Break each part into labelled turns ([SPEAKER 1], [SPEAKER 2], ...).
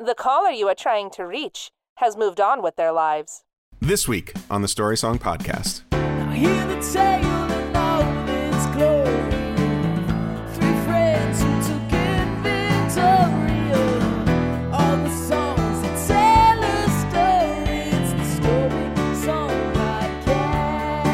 [SPEAKER 1] The caller you are trying to reach has moved on with their lives.
[SPEAKER 2] This week on the Story Song Podcast.
[SPEAKER 3] Now hear the tale of love in its glory. Three friends who took it victorious. All the songs that tell a story. It's the Story Song Podcast.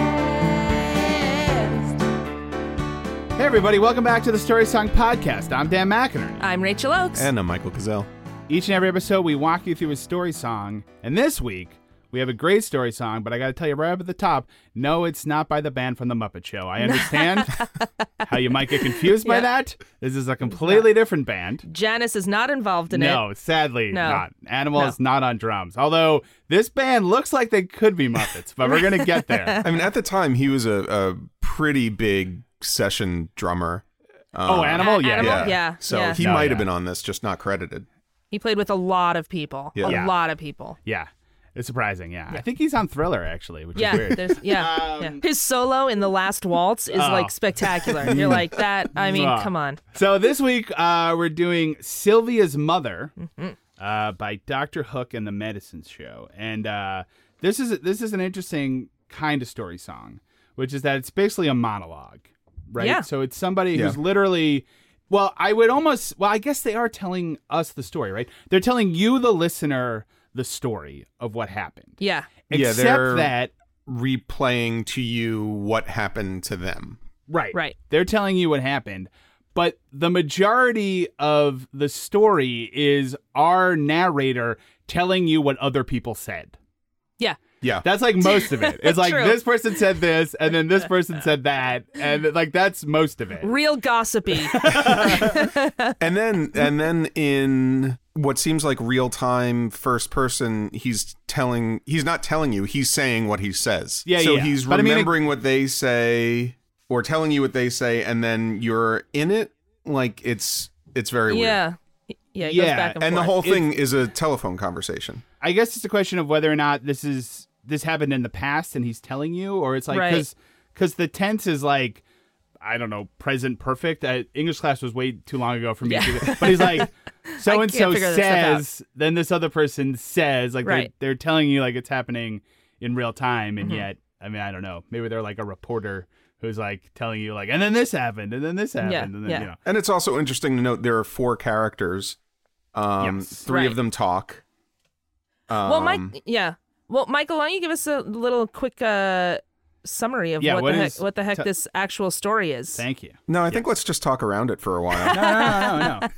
[SPEAKER 4] Hey, everybody, welcome back to the Story Song Podcast. I'm Dan McInerney.
[SPEAKER 5] I'm Rachel Oakes.
[SPEAKER 2] And I'm Michael Cazell.
[SPEAKER 4] Each and every episode, we walk you through a story song. And this week, we have a great story song, but I got to tell you right up at the top no, it's not by the band from The Muppet Show. I understand how you might get confused by
[SPEAKER 5] Yeah.
[SPEAKER 4] that. This is a completely different band.
[SPEAKER 5] Janice is not involved in
[SPEAKER 4] no,
[SPEAKER 5] it.
[SPEAKER 4] sadly
[SPEAKER 5] No.
[SPEAKER 4] not. Animal
[SPEAKER 5] No.
[SPEAKER 4] is not on drums. Although this band looks like they could be Muppets, but we're going to get there.
[SPEAKER 2] I mean, at the time, he was a, a pretty big session drummer. Um,
[SPEAKER 4] oh, Animal? Yeah.
[SPEAKER 5] Animal?
[SPEAKER 4] yeah.
[SPEAKER 5] yeah,
[SPEAKER 2] So
[SPEAKER 5] yeah.
[SPEAKER 2] he
[SPEAKER 4] No,
[SPEAKER 2] might
[SPEAKER 4] yeah.
[SPEAKER 2] have been on this, just not credited.
[SPEAKER 5] He played with a lot of people.
[SPEAKER 2] Yeah.
[SPEAKER 5] A
[SPEAKER 4] Yeah.
[SPEAKER 5] lot of people.
[SPEAKER 4] Yeah. It's surprising. Yeah. I think he's on Thriller, actually, which
[SPEAKER 5] Yeah,
[SPEAKER 4] is weird.
[SPEAKER 5] there's yeah, yeah. His solo in the last waltz is
[SPEAKER 4] Oh.
[SPEAKER 5] like spectacular. You're like that. I mean,
[SPEAKER 4] Ah.
[SPEAKER 5] come on.
[SPEAKER 4] So this week uh, we're doing Sylvia's Mother
[SPEAKER 2] Mm-hmm.
[SPEAKER 4] uh, by Dr. Hook and the Medicine Show, and uh, this is this is an interesting kind of story song, which is that it's basically a monologue, right?
[SPEAKER 5] Yeah.
[SPEAKER 4] So it's somebody who's
[SPEAKER 2] Yeah.
[SPEAKER 4] literally. Well, I would almost. Well, I guess they are telling us the story, right? They're telling you, the listener, the story of what happened.
[SPEAKER 5] Yeah,
[SPEAKER 2] Yeah,
[SPEAKER 4] Except
[SPEAKER 2] they're-
[SPEAKER 4] that
[SPEAKER 2] Replaying to you what happened to them.
[SPEAKER 4] Right.
[SPEAKER 5] Right.
[SPEAKER 4] They're telling you what happened. But the majority of the story is our narrator telling you what other people said.
[SPEAKER 5] yeah.
[SPEAKER 2] Yeah.
[SPEAKER 4] That's like most of it. It's like
[SPEAKER 5] True.
[SPEAKER 4] this person said this, and then this person said that, and like that's most of it.
[SPEAKER 5] Real gossipy.
[SPEAKER 2] and then, and then in what seems like real time first person, he's telling, he's not telling you, he's saying what he says.
[SPEAKER 4] Yeah,
[SPEAKER 2] So
[SPEAKER 4] yeah.
[SPEAKER 2] he's
[SPEAKER 4] But I mean, it-
[SPEAKER 2] remembering what they say or telling you what they say, and then you're in it. Like it's, it's very weird.
[SPEAKER 5] yeah, yeah. It
[SPEAKER 4] Yeah,
[SPEAKER 5] Goes back and,
[SPEAKER 2] And the
[SPEAKER 5] forth.
[SPEAKER 2] whole thing is a telephone conversation.
[SPEAKER 4] I guess it's a question of whether or not this is this happened in the past and he's telling you, or it's like
[SPEAKER 5] Right.
[SPEAKER 4] because because the tense is like I don't know present perfect. Uh, English class was way too long ago for me, to do that. but he's like so and so
[SPEAKER 5] can't figure this stuff out.
[SPEAKER 4] says, then this other person says, like
[SPEAKER 5] Right. Mm-hmm.
[SPEAKER 4] they're, they're telling you like it's happening in real time, and yet I mean I don't know, maybe they're like a reporter who's like telling you like, and then this happened, and then this happened,
[SPEAKER 5] Yeah,
[SPEAKER 4] and then
[SPEAKER 5] yeah.
[SPEAKER 4] you know.
[SPEAKER 2] And it's also interesting to note there are four characters. Um,
[SPEAKER 4] Yes.
[SPEAKER 2] three of
[SPEAKER 5] Right.
[SPEAKER 2] them talk. Um,
[SPEAKER 5] Well, Mike. Yeah. Well, Michael, why don't you give us a little quick uh, summary of
[SPEAKER 4] Yeah,
[SPEAKER 5] what,
[SPEAKER 4] what
[SPEAKER 5] the heck,
[SPEAKER 4] is-
[SPEAKER 5] what the heck
[SPEAKER 4] t-
[SPEAKER 5] this actual story is?
[SPEAKER 4] Thank you.
[SPEAKER 2] No, I think let's just talk around it for a while.
[SPEAKER 4] No, no, no,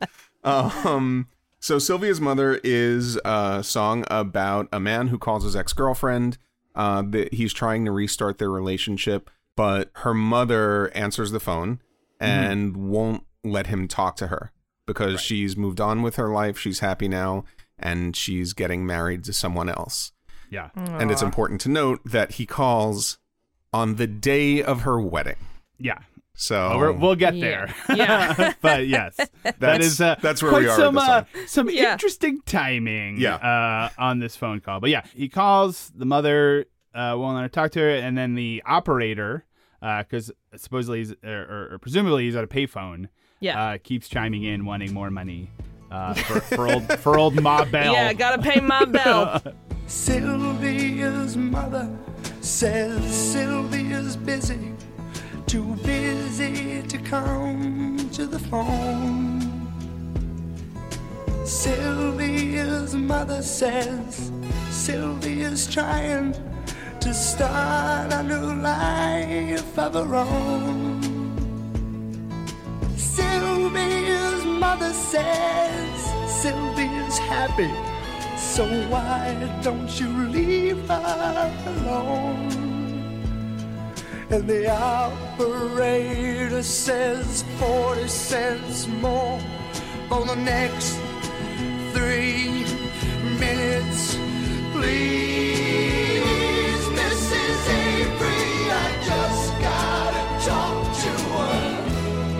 [SPEAKER 4] no.
[SPEAKER 2] um, so Sylvia's mother is a song about a man who calls his ex girlfriend. Uh, that he's trying to restart their relationship, but her mother answers the phone and won't let him talk to her because she's moved on with her life. She's happy now, and she's getting married to someone else.
[SPEAKER 4] yeah.
[SPEAKER 2] And it's important to note that he calls on the day of her wedding.
[SPEAKER 4] Yeah.
[SPEAKER 2] So
[SPEAKER 4] Oh, we're, we'll get
[SPEAKER 5] Yeah.
[SPEAKER 4] there.
[SPEAKER 5] Yeah.
[SPEAKER 4] but yes, that
[SPEAKER 2] That's-
[SPEAKER 4] is uh,
[SPEAKER 2] that's where
[SPEAKER 4] quite
[SPEAKER 2] we are
[SPEAKER 4] Some
[SPEAKER 2] with
[SPEAKER 4] uh,
[SPEAKER 2] this
[SPEAKER 4] some
[SPEAKER 5] Yeah.
[SPEAKER 4] interesting timing.
[SPEAKER 2] Yeah.
[SPEAKER 4] Uh, on this phone call, but yeah, he calls the mother, uh, won't let her talk to her, and then the operator, because supposedly he's, or, or, or presumably he's at a payphone.
[SPEAKER 5] Yeah.
[SPEAKER 4] Uh, keeps chiming in, wanting more money. Uh, for, for old for old Ma Bell.
[SPEAKER 5] Yeah, gotta pay my bill.
[SPEAKER 6] Sylvia's mother says Sylvia's busy, too busy to come to the phone. Sylvia's mother says Sylvia's trying to start a new life of her own. Sylvia's mother says Sylvia's happy, so why don't you leave her alone? And the operator says 40 cents more for the next three minutes, please. Mrs. Avery, I just gotta talk to her.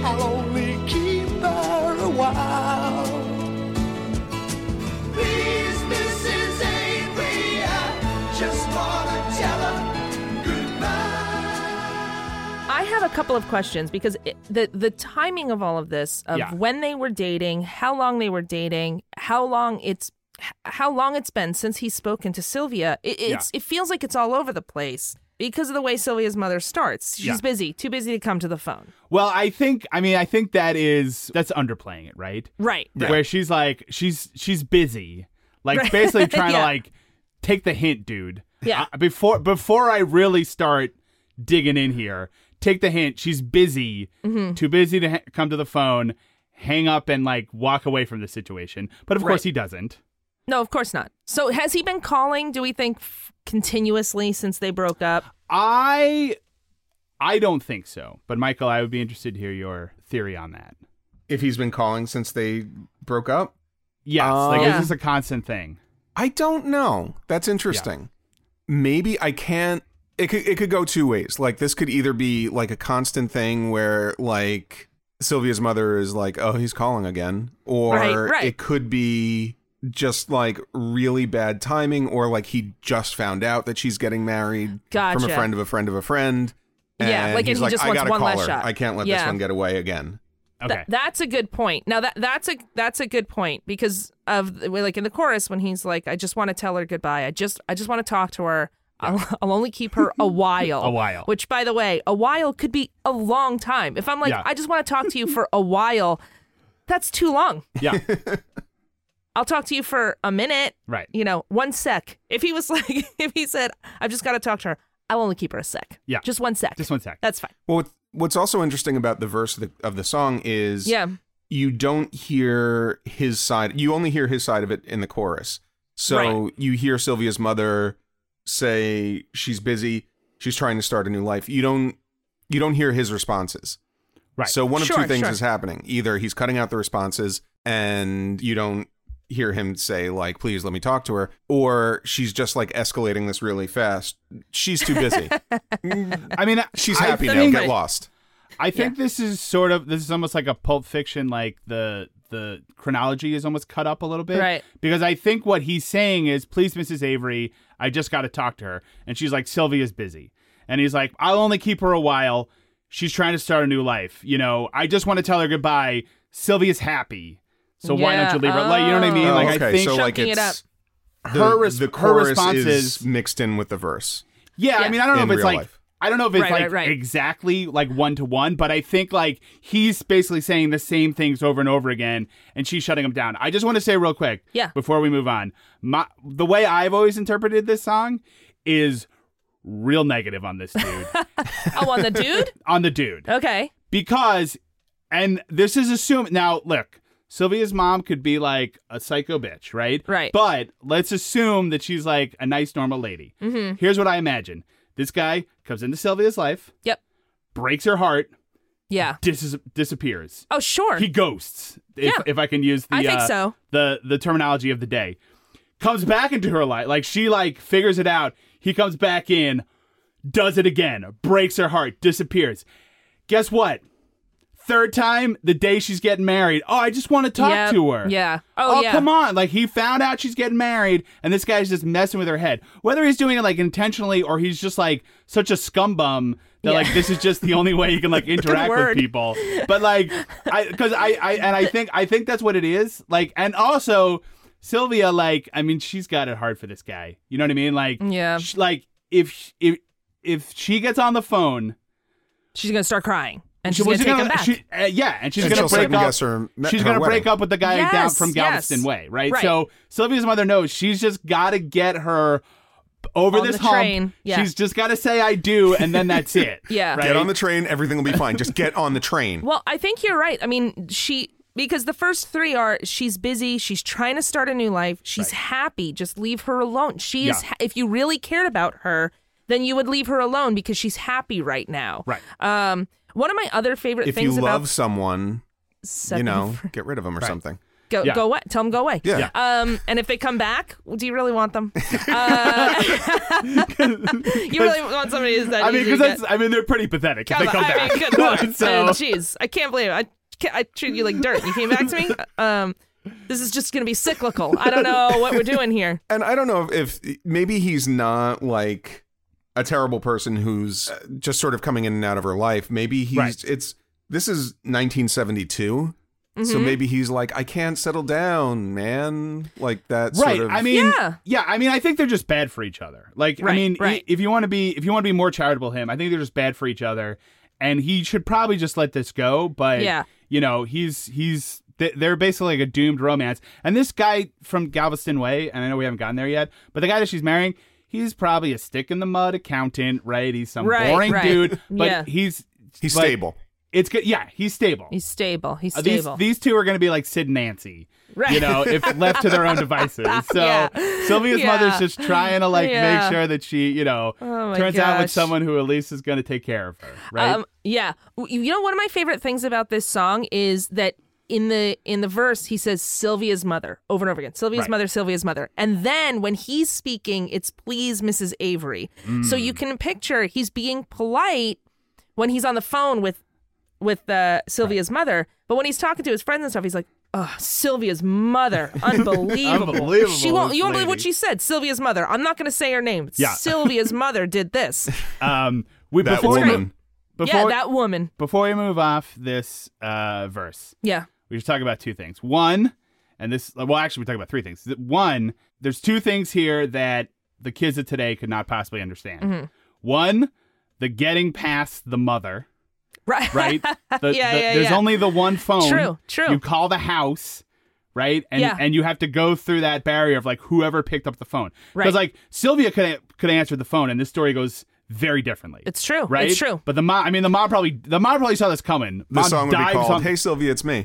[SPEAKER 6] I'll only keep her a while. Please, Mrs. Avery, I just wanna tell her goodbye.
[SPEAKER 5] I have a couple of questions because it, the the timing of all of this of
[SPEAKER 4] Yeah.
[SPEAKER 5] when they were dating, how long they were dating, how long it's h- how long it's been since he's spoken to Sylvia. It, it's it feels like it's all over the place because of the way Sylvia's mother starts. She's
[SPEAKER 4] Yeah.
[SPEAKER 5] busy, too busy to come to the phone.
[SPEAKER 4] Well, I think I mean I think that is that's underplaying it, right?
[SPEAKER 5] Right.
[SPEAKER 4] Where she's like she's she's busy. Like
[SPEAKER 5] Right.
[SPEAKER 4] basically trying
[SPEAKER 5] Yeah.
[SPEAKER 4] to like take the hint, dude.
[SPEAKER 5] Yeah.
[SPEAKER 4] Uh, before before I really start digging in here, take the hint. She's busy.
[SPEAKER 5] Mm-hmm.
[SPEAKER 4] Too busy to ha- come to the phone. Hang up and like walk away from the situation. But of course
[SPEAKER 5] Right.
[SPEAKER 4] he doesn't.
[SPEAKER 5] No, of course not. So has he been calling? Do we think f- continuously since they broke up?
[SPEAKER 4] I I don't think so. But Michael, I would be interested to hear your theory on that.
[SPEAKER 2] If he's been calling since they broke up,
[SPEAKER 4] Yes, like
[SPEAKER 2] Um,
[SPEAKER 5] Yeah.
[SPEAKER 4] is this a constant thing?
[SPEAKER 2] I don't know. That's interesting. Maybe I can't. It could it could go two ways. Like this could either be like a constant thing where like Sylvia's mother is like, "Oh, he's calling again," or
[SPEAKER 5] Right, right.
[SPEAKER 2] it could be just like really bad timing, or like he just found out that she's getting married from
[SPEAKER 5] Gotcha.
[SPEAKER 2] a friend of a friend of a friend.
[SPEAKER 5] Yeah,
[SPEAKER 2] and
[SPEAKER 5] like, and
[SPEAKER 2] he's
[SPEAKER 5] he just
[SPEAKER 2] I
[SPEAKER 5] wants
[SPEAKER 2] gotta
[SPEAKER 5] one
[SPEAKER 2] call
[SPEAKER 5] last
[SPEAKER 2] her.
[SPEAKER 5] shot."
[SPEAKER 2] I can't let
[SPEAKER 5] Yeah.
[SPEAKER 2] this one get away again.
[SPEAKER 4] Okay.
[SPEAKER 5] Th- that's a good point. Now that that's a that's a good point because of well, like in the chorus when he's like, I just want to tell her goodbye. I just I just want to talk to her. I'll, I'll only keep her a while.
[SPEAKER 4] A while.
[SPEAKER 5] Which, by the way, a while could be a long time. If I'm like,
[SPEAKER 4] Yeah.
[SPEAKER 5] I just want to talk to you for a while, that's too long.
[SPEAKER 4] yeah.
[SPEAKER 5] I'll talk to you for a minute.
[SPEAKER 4] Right.
[SPEAKER 5] You know, one sec. If he was like, if he said, I've just got to talk to her, I'll only keep her a sec.
[SPEAKER 4] Yeah.
[SPEAKER 5] Just one sec.
[SPEAKER 4] Just one sec.
[SPEAKER 5] That's fine.
[SPEAKER 2] Well, what- what's also interesting about the verse of the, of the song is
[SPEAKER 5] Yeah.
[SPEAKER 2] you don't hear his side. You only hear his side of it in the chorus. So
[SPEAKER 5] Right.
[SPEAKER 2] you hear Sylvia's mother say she's busy, she's trying to start a new life. You don't you don't hear his responses.
[SPEAKER 4] Right.
[SPEAKER 2] So one of
[SPEAKER 5] Sure,
[SPEAKER 2] two things
[SPEAKER 5] sure.
[SPEAKER 2] is happening. Either he's cutting out the responses and you don't hear him say like please let me talk to her or she's just like escalating this really fast. She's too busy.
[SPEAKER 4] I mean,
[SPEAKER 2] she's
[SPEAKER 4] I
[SPEAKER 2] happy now.
[SPEAKER 4] think-
[SPEAKER 2] Get lost.
[SPEAKER 4] I think this is sort of this is almost like a Pulp Fiction, like the the chronology is almost cut up a little bit,
[SPEAKER 5] Right.
[SPEAKER 4] Because I think what he's saying is, "Please, Mrs. Avery, I just got to talk to her," and she's like, "Sylvia's busy," and he's like, "I'll only keep her a while. She's trying to start a new life. You know, I just want to tell her goodbye. Sylvia's happy." So why don't
[SPEAKER 5] Yeah.
[SPEAKER 4] you leave her? Like you know what I mean?
[SPEAKER 5] Oh,
[SPEAKER 4] like I
[SPEAKER 2] okay.
[SPEAKER 4] think
[SPEAKER 2] so like
[SPEAKER 5] Chunking it
[SPEAKER 2] it's
[SPEAKER 4] Her res- her response is-
[SPEAKER 2] mixed in with the verse.
[SPEAKER 4] Yeah,
[SPEAKER 5] Yeah.
[SPEAKER 4] I mean, I don't know
[SPEAKER 2] In
[SPEAKER 4] if it's
[SPEAKER 2] real
[SPEAKER 4] like
[SPEAKER 2] life.
[SPEAKER 4] I don't know if it's
[SPEAKER 5] Right,
[SPEAKER 4] like
[SPEAKER 5] right, right.
[SPEAKER 4] exactly like one to one, but I think like he's basically saying the same things over and over again, and she's shutting him down. I just want to say real quick,
[SPEAKER 5] Yeah.
[SPEAKER 4] before we move on, my the way I've always interpreted this song is real negative on this dude,
[SPEAKER 5] Oh, on the dude?
[SPEAKER 4] on the dude,
[SPEAKER 5] Okay.
[SPEAKER 4] because, and this is assumed now. Look, Sylvia's mom could be like a psycho bitch, right?
[SPEAKER 5] Right.
[SPEAKER 4] But let's assume that she's like a nice, normal lady. Mm-hmm. Here's what I imagine: this guy comes into Sylvia's life,
[SPEAKER 5] Yep.
[SPEAKER 4] breaks her heart,
[SPEAKER 5] Yeah.
[SPEAKER 4] dis- disappears.
[SPEAKER 5] Oh, sure.
[SPEAKER 4] He ghosts, if,
[SPEAKER 5] Yeah.
[SPEAKER 4] if I can use the
[SPEAKER 5] I think
[SPEAKER 4] uh,
[SPEAKER 5] so.
[SPEAKER 4] the the terminology of the day. Comes back into her life, like she like figures it out. He comes back in, does it again, breaks her heart, disappears. Guess what? Third time, the day she's getting married. Oh, I just want to talk
[SPEAKER 5] Yep.
[SPEAKER 4] to her.
[SPEAKER 5] Yeah. Oh, yeah.
[SPEAKER 4] come on. Like he found out she's getting married, and this guy's just messing with her head. Whether he's doing it like intentionally or he's just like such a scumbum
[SPEAKER 5] Yeah.
[SPEAKER 4] that like this is just the only way he can like interact with
[SPEAKER 5] word.
[SPEAKER 4] people. But like, I because I I and I think I think that's what it is. Like, and also Sylvia, like, I mean, she's got it hard for this guy. You know what I mean? Like,
[SPEAKER 5] Yeah.
[SPEAKER 4] sh- like if if if she gets on the phone
[SPEAKER 5] she's gonna start crying and she's
[SPEAKER 4] well,
[SPEAKER 5] gonna take him back.
[SPEAKER 4] she- uh, yeah, and she's
[SPEAKER 2] And
[SPEAKER 4] gonna
[SPEAKER 2] she'll
[SPEAKER 4] break up.
[SPEAKER 2] second-guess her-
[SPEAKER 4] she's
[SPEAKER 2] her
[SPEAKER 4] gonna
[SPEAKER 2] wedding.
[SPEAKER 4] break up with the guy down
[SPEAKER 5] Yes,
[SPEAKER 4] from
[SPEAKER 5] yes.
[SPEAKER 4] Galveston Way, right?
[SPEAKER 5] Right.
[SPEAKER 4] So Sylvia's mother knows she's just got to get her over
[SPEAKER 5] On
[SPEAKER 4] this
[SPEAKER 5] the
[SPEAKER 4] hump.
[SPEAKER 5] train, yeah.
[SPEAKER 4] She's just got to say I do, and then that's it.
[SPEAKER 5] Yeah.
[SPEAKER 4] right?
[SPEAKER 2] Get on the train, everything will be fine. Just get on the train.
[SPEAKER 5] well, I think you're right. I mean, she because the first three are she's busy, she's trying to start a new life, she's happy. Just leave her alone. She is.
[SPEAKER 4] Yeah.
[SPEAKER 5] ha- If you really cared about her, then you would leave her alone because she's happy right now.
[SPEAKER 4] Right.
[SPEAKER 5] Um. One of my other favorite
[SPEAKER 2] if you
[SPEAKER 5] things
[SPEAKER 2] love
[SPEAKER 5] about
[SPEAKER 2] someone, you
[SPEAKER 5] second-
[SPEAKER 2] know, get rid of them or something.
[SPEAKER 5] Go,
[SPEAKER 4] Yeah.
[SPEAKER 5] go away. Tell them go away.
[SPEAKER 2] Yeah.
[SPEAKER 5] Um, and if they come back, do you really want them? Uh, you really want somebody who's that
[SPEAKER 4] I mean,
[SPEAKER 5] easy to
[SPEAKER 4] because that's
[SPEAKER 5] get-
[SPEAKER 4] I mean they're pretty pathetic if they come
[SPEAKER 5] I
[SPEAKER 4] back.
[SPEAKER 5] mean, good lord.
[SPEAKER 4] So-
[SPEAKER 5] Man, Jeez, I can't believe it. I, ca- I treated you like dirt. You came back to me. Um, this is just going to be cyclical. I don't know what we're doing here.
[SPEAKER 2] and I don't know if, if maybe he's not like a terrible person who's uh, just sort of coming in and out of her life. Maybe he's
[SPEAKER 4] Right.
[SPEAKER 2] it's this is 1972. So
[SPEAKER 4] Mm-hmm.
[SPEAKER 2] maybe he's like, I can't settle down, man. Like that
[SPEAKER 4] right.
[SPEAKER 2] sort of.
[SPEAKER 4] I mean,
[SPEAKER 5] Yeah.
[SPEAKER 4] yeah. I mean, I think they're just bad for each other. Like,
[SPEAKER 5] Right,
[SPEAKER 4] I mean, i-
[SPEAKER 5] right.
[SPEAKER 4] if you want to be, if you want to be more charitable, him, I think they're just bad for each other, and he should probably just let this go. But
[SPEAKER 5] Yeah.
[SPEAKER 4] you know, he's he's th- they're basically like a doomed romance. And this guy from Galveston Way, and I know we haven't gotten there yet, but the guy that she's marrying. He's probably a stick in the mud accountant, right? He's some
[SPEAKER 5] Right,
[SPEAKER 4] boring
[SPEAKER 5] right.
[SPEAKER 4] dude, but
[SPEAKER 5] Yeah.
[SPEAKER 4] he's
[SPEAKER 2] he's
[SPEAKER 4] like,
[SPEAKER 2] stable.
[SPEAKER 4] It's good. Yeah, he's stable.
[SPEAKER 5] He's stable. He's
[SPEAKER 4] Uh, these
[SPEAKER 5] stable.
[SPEAKER 4] these two are going to be like Sid and Nancy,
[SPEAKER 5] Right.
[SPEAKER 4] you know, if left to their own devices. So
[SPEAKER 5] Yeah.
[SPEAKER 4] Sylvia's
[SPEAKER 5] Yeah.
[SPEAKER 4] mother's just trying to like
[SPEAKER 5] Yeah.
[SPEAKER 4] make sure that she, you know,
[SPEAKER 5] Oh my
[SPEAKER 4] turns out with
[SPEAKER 5] gosh.
[SPEAKER 4] someone who at least is going to take care of her, right?
[SPEAKER 5] Um, yeah. You you know, one of my favorite things about this song is that in the in the verse he says Sylvia's mother over and over again. Sylvia's
[SPEAKER 4] Right.
[SPEAKER 5] mother, Sylvia's mother. And then when he's speaking, it's please Mrs. Avery. So
[SPEAKER 4] Mm.
[SPEAKER 5] you can picture he's being polite when he's on the phone with with uh, Sylvia's mother, but when he's talking to his friends and stuff, he's like, "Oh, Sylvia's mother, unbelievable!
[SPEAKER 4] Unbelievable,
[SPEAKER 5] She won't.
[SPEAKER 4] this
[SPEAKER 5] You won't believe what
[SPEAKER 4] lady."
[SPEAKER 5] she said. Sylvia's mother. I'm not going to say her name.
[SPEAKER 4] Yeah.
[SPEAKER 5] Sylvia's mother did this.
[SPEAKER 4] Um, we
[SPEAKER 2] That
[SPEAKER 4] before we,
[SPEAKER 2] woman.
[SPEAKER 4] mo- before
[SPEAKER 5] yeah, that woman.
[SPEAKER 4] before we move off this uh, verse,
[SPEAKER 5] Yeah.
[SPEAKER 4] we should talk about two things. One, and this, well, actually, we talk about three things. Th- One, there's two things here that the kids of today could not possibly understand.
[SPEAKER 5] Mm-hmm.
[SPEAKER 4] One, the getting past the mother.
[SPEAKER 5] Right.
[SPEAKER 4] right? The-
[SPEAKER 5] Yeah,
[SPEAKER 4] the-
[SPEAKER 5] yeah,
[SPEAKER 4] there's
[SPEAKER 5] yeah.
[SPEAKER 4] only the one phone.
[SPEAKER 5] True, true.
[SPEAKER 4] You call the house, right? And
[SPEAKER 5] Yeah.
[SPEAKER 4] and you have to go through that barrier of like whoever picked up the phone.
[SPEAKER 5] Right.
[SPEAKER 4] Because like Sylvia could could answer the phone, and this story goes very differently.
[SPEAKER 5] It's true.
[SPEAKER 4] Right.
[SPEAKER 5] It's true.
[SPEAKER 4] But the mom, I mean, the mom probably the mom probably saw this coming.
[SPEAKER 2] The
[SPEAKER 4] mom
[SPEAKER 2] song would be
[SPEAKER 4] dives
[SPEAKER 2] called
[SPEAKER 4] on-
[SPEAKER 2] "Hey Sylvia, it's me."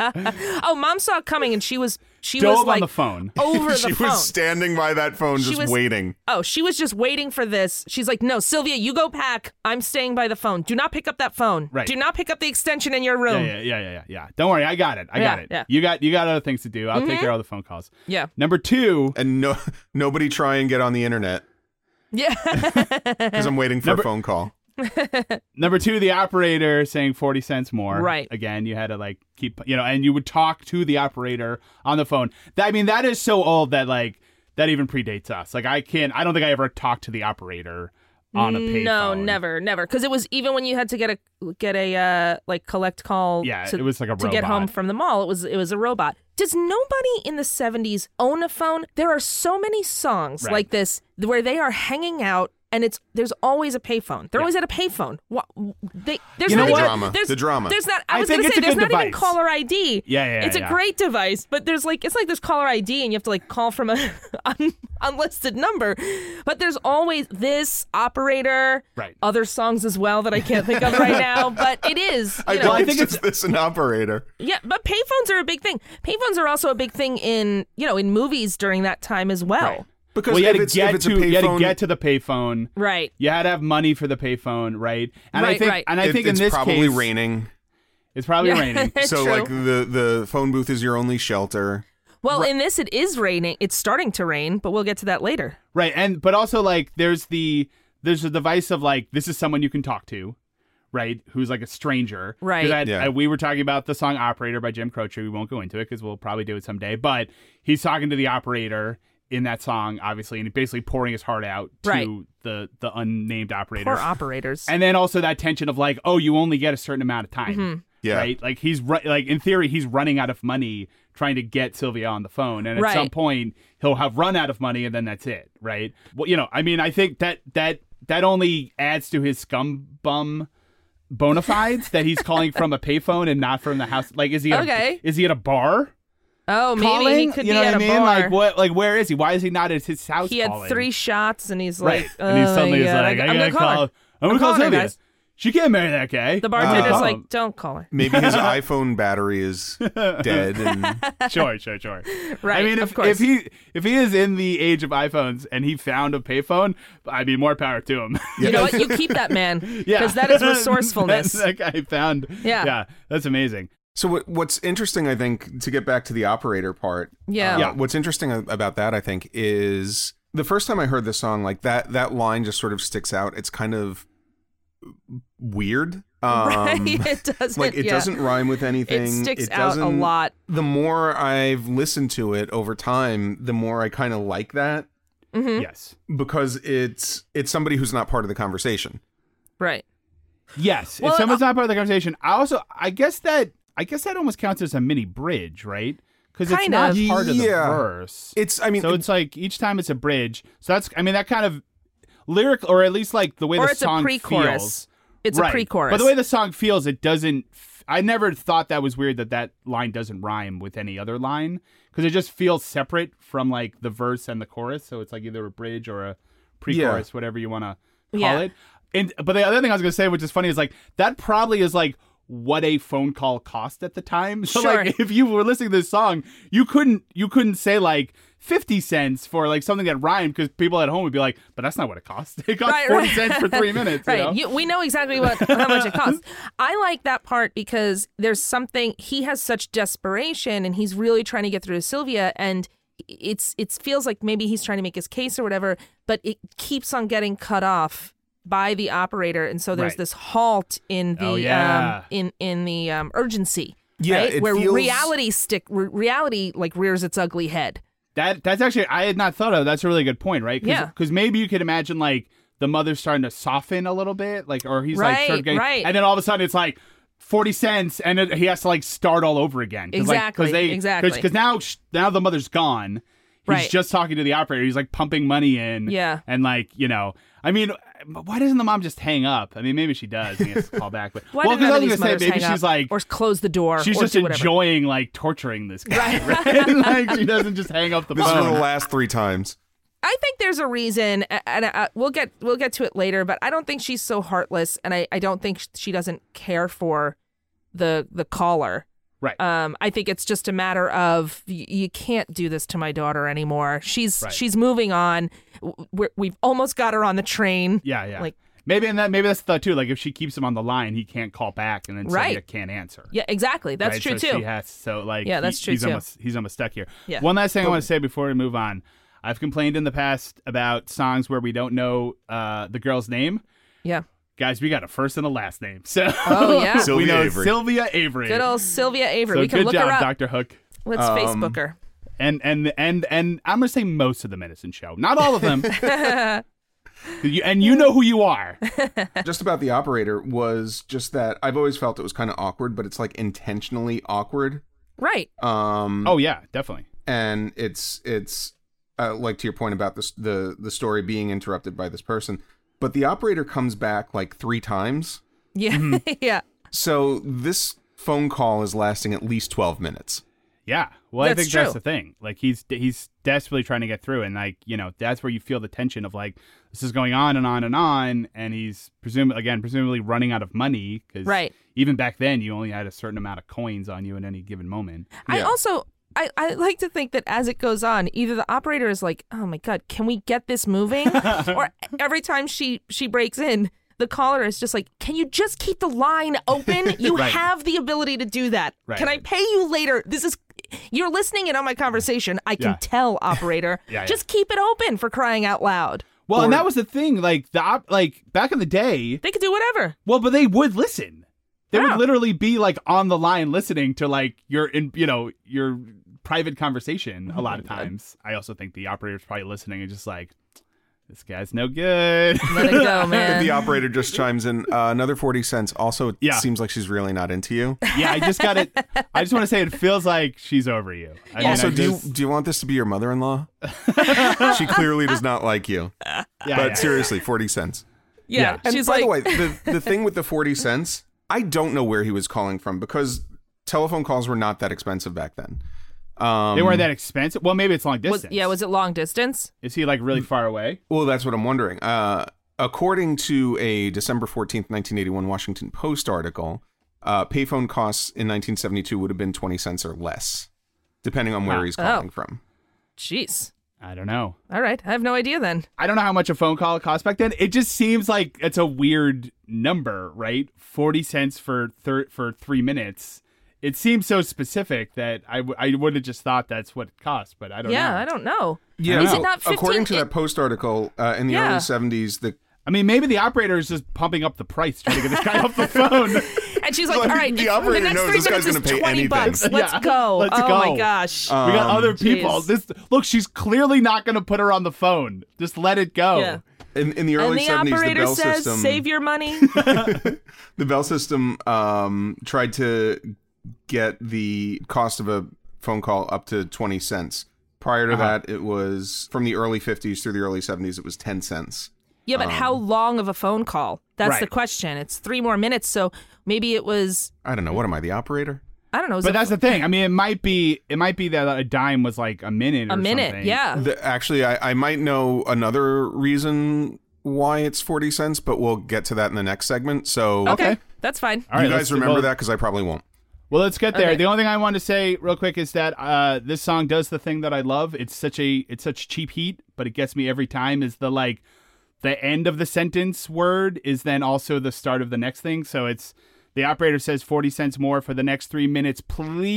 [SPEAKER 5] Oh, mom saw it coming and she was she
[SPEAKER 4] dove
[SPEAKER 5] was like
[SPEAKER 4] on the phone.
[SPEAKER 5] over the
[SPEAKER 2] she
[SPEAKER 5] phone.
[SPEAKER 2] was standing by that phone,
[SPEAKER 5] She
[SPEAKER 2] just
[SPEAKER 5] was-
[SPEAKER 2] waiting.
[SPEAKER 5] oh, she was just waiting for this. She's like, "No, Sylvia, you go pack. I'm staying by the phone. Do not pick up that phone.
[SPEAKER 4] Right.
[SPEAKER 5] Do not pick up the extension in your room."
[SPEAKER 4] Yeah, yeah, yeah, yeah, yeah, yeah. Don't worry, I got it. I got
[SPEAKER 5] Yeah,
[SPEAKER 4] it.
[SPEAKER 5] yeah. Mm-hmm.
[SPEAKER 4] You got you got other things to do. I'll take care of all the phone calls.
[SPEAKER 5] Yeah.
[SPEAKER 4] Number two,
[SPEAKER 2] And no, nobody try and get on the internet
[SPEAKER 5] Yeah.
[SPEAKER 2] because I'm waiting for a phone call.
[SPEAKER 4] Number two, the operator saying 40 cents more.
[SPEAKER 5] Right.
[SPEAKER 4] Again, you had to like keep, you know, and you would talk to the operator on the phone. That, I mean, that is so old that like, that even predates us. Like, I can't, I don't think I ever talked to the operator on a payphone.
[SPEAKER 5] no, never, never. Because it was even when you had to get a get a uh, like collect call.
[SPEAKER 4] Yeah,
[SPEAKER 5] to,
[SPEAKER 4] it was like a
[SPEAKER 5] to get
[SPEAKER 4] robot.
[SPEAKER 5] home from the mall. It was it was a robot. Does nobody in the '70s own a phone? There are so many songs
[SPEAKER 4] Right.
[SPEAKER 5] like this where they are hanging out. And it's there's always a payphone. They're always at a payphone. What they there's
[SPEAKER 4] You know
[SPEAKER 5] not
[SPEAKER 4] what?
[SPEAKER 5] even-
[SPEAKER 2] Drama.
[SPEAKER 5] There's,
[SPEAKER 2] The drama.
[SPEAKER 5] There's not. I,
[SPEAKER 4] I
[SPEAKER 5] was
[SPEAKER 4] think
[SPEAKER 5] gonna
[SPEAKER 4] it's
[SPEAKER 5] say
[SPEAKER 4] a
[SPEAKER 5] there's
[SPEAKER 4] good
[SPEAKER 5] not even
[SPEAKER 4] device.
[SPEAKER 5] caller ID.
[SPEAKER 4] Yeah, yeah,
[SPEAKER 5] It's
[SPEAKER 4] yeah.
[SPEAKER 5] a great device, but there's like it's like there's caller ID and you have to like call from a un- unlisted number. But there's always this operator
[SPEAKER 4] Right.
[SPEAKER 5] other songs as well that I can't think of right now, but it is. You know,
[SPEAKER 2] I,
[SPEAKER 4] I
[SPEAKER 2] I
[SPEAKER 4] think
[SPEAKER 2] think it's just this an operator.
[SPEAKER 5] yeah, but payphones are a big thing. Payphones are also a big thing in you know in movies during that time as well.
[SPEAKER 2] Because
[SPEAKER 4] Well, you
[SPEAKER 2] if
[SPEAKER 4] had to
[SPEAKER 2] it's, if
[SPEAKER 4] get
[SPEAKER 2] it's
[SPEAKER 4] to,
[SPEAKER 2] a payphone,
[SPEAKER 4] you had to get to the payphone.
[SPEAKER 5] Right.
[SPEAKER 4] You had to have money for the payphone, right? And I
[SPEAKER 5] Right,
[SPEAKER 4] think,
[SPEAKER 5] right.
[SPEAKER 4] and I
[SPEAKER 2] it-
[SPEAKER 4] think
[SPEAKER 2] it's
[SPEAKER 4] in this
[SPEAKER 2] probably
[SPEAKER 4] case,
[SPEAKER 2] raining.
[SPEAKER 4] it's probably
[SPEAKER 5] Yeah.
[SPEAKER 4] raining.
[SPEAKER 2] So
[SPEAKER 5] True.
[SPEAKER 2] like the the phone booth is your only shelter.
[SPEAKER 5] Well, in this it is raining. It's starting to rain, but we'll get to that later.
[SPEAKER 4] Right, and but also like there's the there's a device of like this is someone you can talk to, right? Who's like a stranger, 'Cause
[SPEAKER 5] Right.
[SPEAKER 4] I-
[SPEAKER 2] Yeah.
[SPEAKER 4] I- we were talking about the song "Operator" by Jim Croce. We won't go into it because we'll probably do it someday. But he's talking to the operator in that song, obviously, and basically pouring his heart out to
[SPEAKER 5] Right.
[SPEAKER 4] the the unnamed operator.
[SPEAKER 5] Poor operators.
[SPEAKER 4] and then also that tension of like, oh, you only get a certain amount of time.
[SPEAKER 5] Mm-hmm.
[SPEAKER 2] Yeah.
[SPEAKER 4] Right? Like he's ru- like in theory he's running out of money trying to get Sylvia on the phone and at
[SPEAKER 5] Right.
[SPEAKER 4] some point he'll have run out of money and then that's it, right? Well, you know, I mean, I think that that that only adds to his scum bum bona fides that he's calling from a payphone and not from the house. Like is he at
[SPEAKER 5] Okay.
[SPEAKER 4] a, is he at a bar?
[SPEAKER 5] oh, maybe
[SPEAKER 4] calling?
[SPEAKER 5] he could
[SPEAKER 4] you
[SPEAKER 5] be
[SPEAKER 4] know
[SPEAKER 5] at
[SPEAKER 4] what I
[SPEAKER 5] a
[SPEAKER 4] mean?
[SPEAKER 5] bar.
[SPEAKER 4] Like what like where is he? Why is he not at his house
[SPEAKER 5] he had
[SPEAKER 4] calling?
[SPEAKER 5] three shots, and he's
[SPEAKER 4] Right.
[SPEAKER 5] like,
[SPEAKER 4] and he
[SPEAKER 5] "Oh my
[SPEAKER 4] suddenly is
[SPEAKER 5] God,
[SPEAKER 4] like, I,
[SPEAKER 5] I'm
[SPEAKER 4] gotta
[SPEAKER 5] gonna call.
[SPEAKER 4] call.
[SPEAKER 5] her.
[SPEAKER 4] I'm gonna
[SPEAKER 5] I'm
[SPEAKER 4] call
[SPEAKER 5] calling her,
[SPEAKER 4] Sylvia.
[SPEAKER 5] guys.
[SPEAKER 4] She can't marry that guy.
[SPEAKER 5] The bartender's
[SPEAKER 4] Oh.
[SPEAKER 5] like, "Don't call her."
[SPEAKER 2] Maybe his iPhone battery is dead. And
[SPEAKER 4] sure, sure, sure.
[SPEAKER 5] Right,
[SPEAKER 4] I mean,
[SPEAKER 5] of
[SPEAKER 4] if,
[SPEAKER 5] course.
[SPEAKER 4] if he if he is in the age of iPhones and he found a payphone, I'd be more power to him.
[SPEAKER 5] You know what? You keep that man because
[SPEAKER 4] yeah,
[SPEAKER 5] that is resourcefulness.
[SPEAKER 4] that guy found.
[SPEAKER 5] Yeah.
[SPEAKER 4] yeah, that's amazing.
[SPEAKER 2] So what, what's interesting, I think, to get back to the operator part.
[SPEAKER 5] Yeah.
[SPEAKER 2] uh,
[SPEAKER 4] Yeah.
[SPEAKER 2] What's interesting a- about that, I think, is the first time I heard this song, like that that line just sort of sticks out. It's kind of weird. Um,
[SPEAKER 5] Right? It doesn't.
[SPEAKER 2] Like it
[SPEAKER 5] yeah.
[SPEAKER 2] doesn't rhyme with anything.
[SPEAKER 5] It sticks
[SPEAKER 2] It
[SPEAKER 5] out a
[SPEAKER 2] doesn't-
[SPEAKER 5] lot.
[SPEAKER 2] The more I've listened to it over time, the more I kind of like that
[SPEAKER 5] Mm-hmm.
[SPEAKER 4] Yes.
[SPEAKER 2] because it's it's somebody who's not part of the conversation.
[SPEAKER 5] Right.
[SPEAKER 4] Yes.
[SPEAKER 5] Well, uh,
[SPEAKER 4] if someone's not part of the conversation, I also I guess that I guess that almost counts as a mini bridge, right? Because it's
[SPEAKER 5] Kind
[SPEAKER 4] not
[SPEAKER 5] of.
[SPEAKER 4] part of the
[SPEAKER 2] Yeah.
[SPEAKER 4] verse.
[SPEAKER 2] It's I mean
[SPEAKER 4] so it's like each time it's a bridge. So that's I mean that kind of lyric or at least like the way
[SPEAKER 5] Or
[SPEAKER 4] the
[SPEAKER 5] it's a
[SPEAKER 4] song
[SPEAKER 5] pre-chorus.
[SPEAKER 4] feels.
[SPEAKER 5] It's
[SPEAKER 4] Right.
[SPEAKER 5] a pre-chorus.
[SPEAKER 4] But the way the song feels, it doesn't. f- I never thought that was weird that that line doesn't rhyme with any other line because it just feels separate from like the verse and the chorus. So it's like either a bridge or a pre-chorus, whatever you want to call
[SPEAKER 5] Yeah.
[SPEAKER 4] it. And but the other thing I was gonna say, which is funny, is like that probably is like what a phone call cost at the time. So like
[SPEAKER 5] Sure.
[SPEAKER 4] if you were listening to this song, you couldn't you couldn't say like. 50 cents for like something that rhymed because people at home would be like, but that's not what it cost. It cost
[SPEAKER 5] Right,
[SPEAKER 4] 40
[SPEAKER 5] right.
[SPEAKER 4] cents for three minutes.
[SPEAKER 5] Right.
[SPEAKER 4] You know?
[SPEAKER 5] You- we know exactly what how much it costs. I like that part because there's something he has such desperation and he's really trying to get through to Sylvia and it's it feels like maybe he's trying to make his case or whatever, but it keeps on getting cut off by the operator and so there's
[SPEAKER 4] Right.
[SPEAKER 5] this halt in the
[SPEAKER 4] Oh, yeah.
[SPEAKER 5] um, in in the um, urgency.
[SPEAKER 2] Yeah,
[SPEAKER 5] right?
[SPEAKER 2] it
[SPEAKER 5] where
[SPEAKER 2] feels-
[SPEAKER 5] reality stick re- reality like rears its ugly head.
[SPEAKER 4] That that's actually I had not thought of. That's a really good point, right? Cause,
[SPEAKER 5] Yeah.
[SPEAKER 4] Because maybe you could imagine like the mother's starting to soften a little bit, like or he's like sort
[SPEAKER 5] Right,
[SPEAKER 4] of getting,
[SPEAKER 5] right.
[SPEAKER 4] and then all of a sudden it's like. 40 cents and it, he has to like start all over again
[SPEAKER 5] Exactly, exactly.
[SPEAKER 4] because now sh- now the mother's gone he's
[SPEAKER 5] Right.
[SPEAKER 4] just talking to the operator he's like pumping money in
[SPEAKER 5] Yeah.
[SPEAKER 4] and like you know i mean why doesn't the mom just hang up i mean maybe she does and he has to call back but
[SPEAKER 5] Why
[SPEAKER 4] well
[SPEAKER 5] do
[SPEAKER 4] because i
[SPEAKER 5] none
[SPEAKER 4] was
[SPEAKER 5] of
[SPEAKER 4] gonna
[SPEAKER 5] these
[SPEAKER 4] say
[SPEAKER 5] mothers
[SPEAKER 4] maybe
[SPEAKER 5] hang
[SPEAKER 4] she's
[SPEAKER 5] up
[SPEAKER 4] like
[SPEAKER 5] or close the door?
[SPEAKER 4] she's
[SPEAKER 5] or
[SPEAKER 4] just
[SPEAKER 5] do whatever.
[SPEAKER 4] enjoying like torturing this guy right? like she doesn't just hang up the
[SPEAKER 2] This is
[SPEAKER 4] phone
[SPEAKER 2] one of the last three times.
[SPEAKER 5] I think there's a reason, a- and uh, we'll get we'll get to it later. But I don't think she's so heartless, and I, I don't think sh- she doesn't care for the the caller.
[SPEAKER 4] Right.
[SPEAKER 5] Um, I think it's just a matter of y- you can't do this to my daughter anymore. She's
[SPEAKER 4] Right.
[SPEAKER 5] she's moving on. W- We're, we've almost got her on the train.
[SPEAKER 4] yeah, yeah.
[SPEAKER 5] Like-
[SPEAKER 4] maybe and that maybe that's the thought too. Like if she keeps him on the line, he can't call back, and then
[SPEAKER 5] Right.
[SPEAKER 4] Sylvia can't answer.
[SPEAKER 5] Yeah, exactly. That's
[SPEAKER 4] right?
[SPEAKER 5] true
[SPEAKER 4] so
[SPEAKER 5] too.
[SPEAKER 4] She has so like
[SPEAKER 5] Yeah, that's
[SPEAKER 4] he-
[SPEAKER 5] true,
[SPEAKER 4] he's
[SPEAKER 5] too.
[SPEAKER 4] Almost, he's almost stuck here.
[SPEAKER 5] Yeah.
[SPEAKER 4] One last thing I want to say before we move on. I've complained in the past about songs where we don't know uh, the girl's name.
[SPEAKER 5] yeah,
[SPEAKER 4] Guys, we got a first and a last name. So
[SPEAKER 5] Oh, yeah.
[SPEAKER 4] we
[SPEAKER 2] Sylvia
[SPEAKER 4] know
[SPEAKER 2] Avery.
[SPEAKER 4] Sylvia Avery.
[SPEAKER 5] good old Sylvia Avery.
[SPEAKER 4] so
[SPEAKER 5] we can
[SPEAKER 4] good
[SPEAKER 5] look
[SPEAKER 4] job, um,
[SPEAKER 5] her up.
[SPEAKER 4] Doctor Hook.
[SPEAKER 5] Let's Facebook her.
[SPEAKER 4] and and and and I'm gonna say most of the medicine show, not all of them. You- and you know who you are.
[SPEAKER 2] just about the operator was just that I've always felt it was kind of awkward, but it's like intentionally awkward.
[SPEAKER 5] Right.
[SPEAKER 2] Um,
[SPEAKER 4] Oh yeah, definitely.
[SPEAKER 2] and it's it's uh, like to your point about this the the story being interrupted by this person, but the operator comes back like three times,
[SPEAKER 5] Yeah.
[SPEAKER 4] mm-hmm.
[SPEAKER 5] yeah.
[SPEAKER 2] so this phone call is lasting at least twelve minutes.
[SPEAKER 4] Yeah. Well, I
[SPEAKER 5] That's
[SPEAKER 4] think that's
[SPEAKER 5] true.
[SPEAKER 4] the thing. Like he's he's desperately trying to get through, and like you know that's where you feel the tension of like this is going on and on and on, and he's presume again presumably running out of money because
[SPEAKER 5] Right.
[SPEAKER 4] even back then you only had a certain amount of coins on you at any given moment.
[SPEAKER 5] I also I, I like to think that as it goes on, either the operator is like, "Oh my god, can we get this moving?" or every time she she breaks in, the caller is just like, "Can you just keep the line open? You
[SPEAKER 4] Right.
[SPEAKER 5] have the ability to do that.
[SPEAKER 4] Right.
[SPEAKER 5] Can I pay you later? This is you're listening in on my conversation. I can
[SPEAKER 4] Yeah.
[SPEAKER 5] tell, operator.
[SPEAKER 4] Yeah, yeah.
[SPEAKER 5] Just keep it open for crying out loud.
[SPEAKER 4] Well, and that was the thing. Like the op- like back in the day,
[SPEAKER 5] They could do whatever.
[SPEAKER 4] Well, but they would listen. They
[SPEAKER 5] Yeah.
[SPEAKER 4] would literally be like on the line listening to like your in you know your private conversation a lot of times. I also think the operator's probably listening and just like this guy's no good.
[SPEAKER 5] Let it go,
[SPEAKER 2] The
[SPEAKER 5] man.
[SPEAKER 2] operator just chimes in uh, another forty cents. Also, it
[SPEAKER 4] Yeah.
[SPEAKER 2] seems like she's really not into you.
[SPEAKER 4] yeah, I just got it. I just want to say it feels like she's over you. I mean,
[SPEAKER 2] also,
[SPEAKER 4] I
[SPEAKER 2] do
[SPEAKER 4] just-
[SPEAKER 2] you do you want this to be your mother in law? she clearly does not like you.
[SPEAKER 4] yeah,
[SPEAKER 2] But
[SPEAKER 4] yeah.
[SPEAKER 2] seriously, forty cents.
[SPEAKER 5] Yeah,
[SPEAKER 2] And
[SPEAKER 5] she's
[SPEAKER 2] by
[SPEAKER 5] like,
[SPEAKER 2] the way, the, the thing with the 40 cents, I don't know where he was calling from because telephone calls were not that expensive back then. Um,
[SPEAKER 4] they weren't that expensive. Well, maybe it's long
[SPEAKER 5] was-
[SPEAKER 4] distance.
[SPEAKER 5] yeah, was it long distance?
[SPEAKER 4] Is he like really
[SPEAKER 2] Mm.
[SPEAKER 4] far away?
[SPEAKER 2] Well, that's what I'm wondering. Uh, according to a December 14th, 1981 Washington Post article, uh, payphone costs in 1972 would have been 20 cents or less, depending on where
[SPEAKER 4] Huh.
[SPEAKER 2] he's
[SPEAKER 5] Oh.
[SPEAKER 2] calling from.
[SPEAKER 5] Jeez.
[SPEAKER 4] I don't know.
[SPEAKER 5] All right, I have no idea then.
[SPEAKER 4] I don't know how much a phone call cost back then. It just seems like it's a weird number, right? Forty cents for thir- for three minutes It seems so specific that I, w- I would have just thought that's what it cost, but I don't
[SPEAKER 5] yeah,
[SPEAKER 4] know.
[SPEAKER 5] I don't know.
[SPEAKER 2] Yeah,
[SPEAKER 5] Is it
[SPEAKER 2] no,
[SPEAKER 5] not 15
[SPEAKER 2] according to
[SPEAKER 5] it-
[SPEAKER 2] that post article uh, in the
[SPEAKER 5] Yeah.
[SPEAKER 2] early seventies, the
[SPEAKER 4] I mean, maybe the operator is just pumping up the price trying to get this guy off the phone.
[SPEAKER 5] And she's like,
[SPEAKER 2] Like,
[SPEAKER 5] all right,
[SPEAKER 2] the
[SPEAKER 5] it's-
[SPEAKER 2] operator
[SPEAKER 5] next
[SPEAKER 2] knows
[SPEAKER 5] three
[SPEAKER 2] this guy's
[SPEAKER 5] minutes is
[SPEAKER 2] gonna pay
[SPEAKER 5] 20
[SPEAKER 2] anything.
[SPEAKER 5] bucks. Let's
[SPEAKER 4] Yeah,
[SPEAKER 5] go.
[SPEAKER 4] let's
[SPEAKER 5] oh
[SPEAKER 4] go. Uh,
[SPEAKER 5] my gosh.
[SPEAKER 4] we got other people.
[SPEAKER 5] jeez.
[SPEAKER 4] This look, she's clearly not going to put her on the phone. Just let it go.
[SPEAKER 5] Yeah.
[SPEAKER 2] in, in the
[SPEAKER 5] and
[SPEAKER 2] early
[SPEAKER 5] the
[SPEAKER 2] seventies, the,
[SPEAKER 5] operator
[SPEAKER 2] bell
[SPEAKER 5] says,
[SPEAKER 2] system,
[SPEAKER 5] save your money.
[SPEAKER 2] the bell system um, tried to get the cost of a phone call up to twenty cents. Prior to that, it was from the early fifties through the early seventies. It was ten cents.
[SPEAKER 5] yeah, but how long of a phone call? That's
[SPEAKER 4] Um, Right.
[SPEAKER 5] the question. It's three more minutes. So maybe it was,
[SPEAKER 2] I don't know. What am I, the operator?
[SPEAKER 5] I don't know. it was
[SPEAKER 4] But
[SPEAKER 5] a-
[SPEAKER 4] that's the thing. I mean, it might be it might be that a dime was like a minute.
[SPEAKER 5] a
[SPEAKER 4] or
[SPEAKER 5] minute.
[SPEAKER 4] something.
[SPEAKER 5] Yeah.
[SPEAKER 2] The- actually, I, I might know another reason why it's forty cents, but we'll get to that in the next segment. So
[SPEAKER 5] okay.
[SPEAKER 4] okay.
[SPEAKER 5] That's fine.
[SPEAKER 4] All right,
[SPEAKER 2] you
[SPEAKER 4] let's
[SPEAKER 2] guys
[SPEAKER 4] do
[SPEAKER 2] remember
[SPEAKER 4] both.
[SPEAKER 2] that because I probably won't.
[SPEAKER 4] Well, let's get there.
[SPEAKER 5] Okay.
[SPEAKER 4] The only thing I want to say real quick is that uh, this song does the thing that I love. It's such a it's such cheap heat, but it gets me every time. Is the like the end of the sentence word is then also the start of the next thing. So it's the operator says forty cents more for the next three minutes,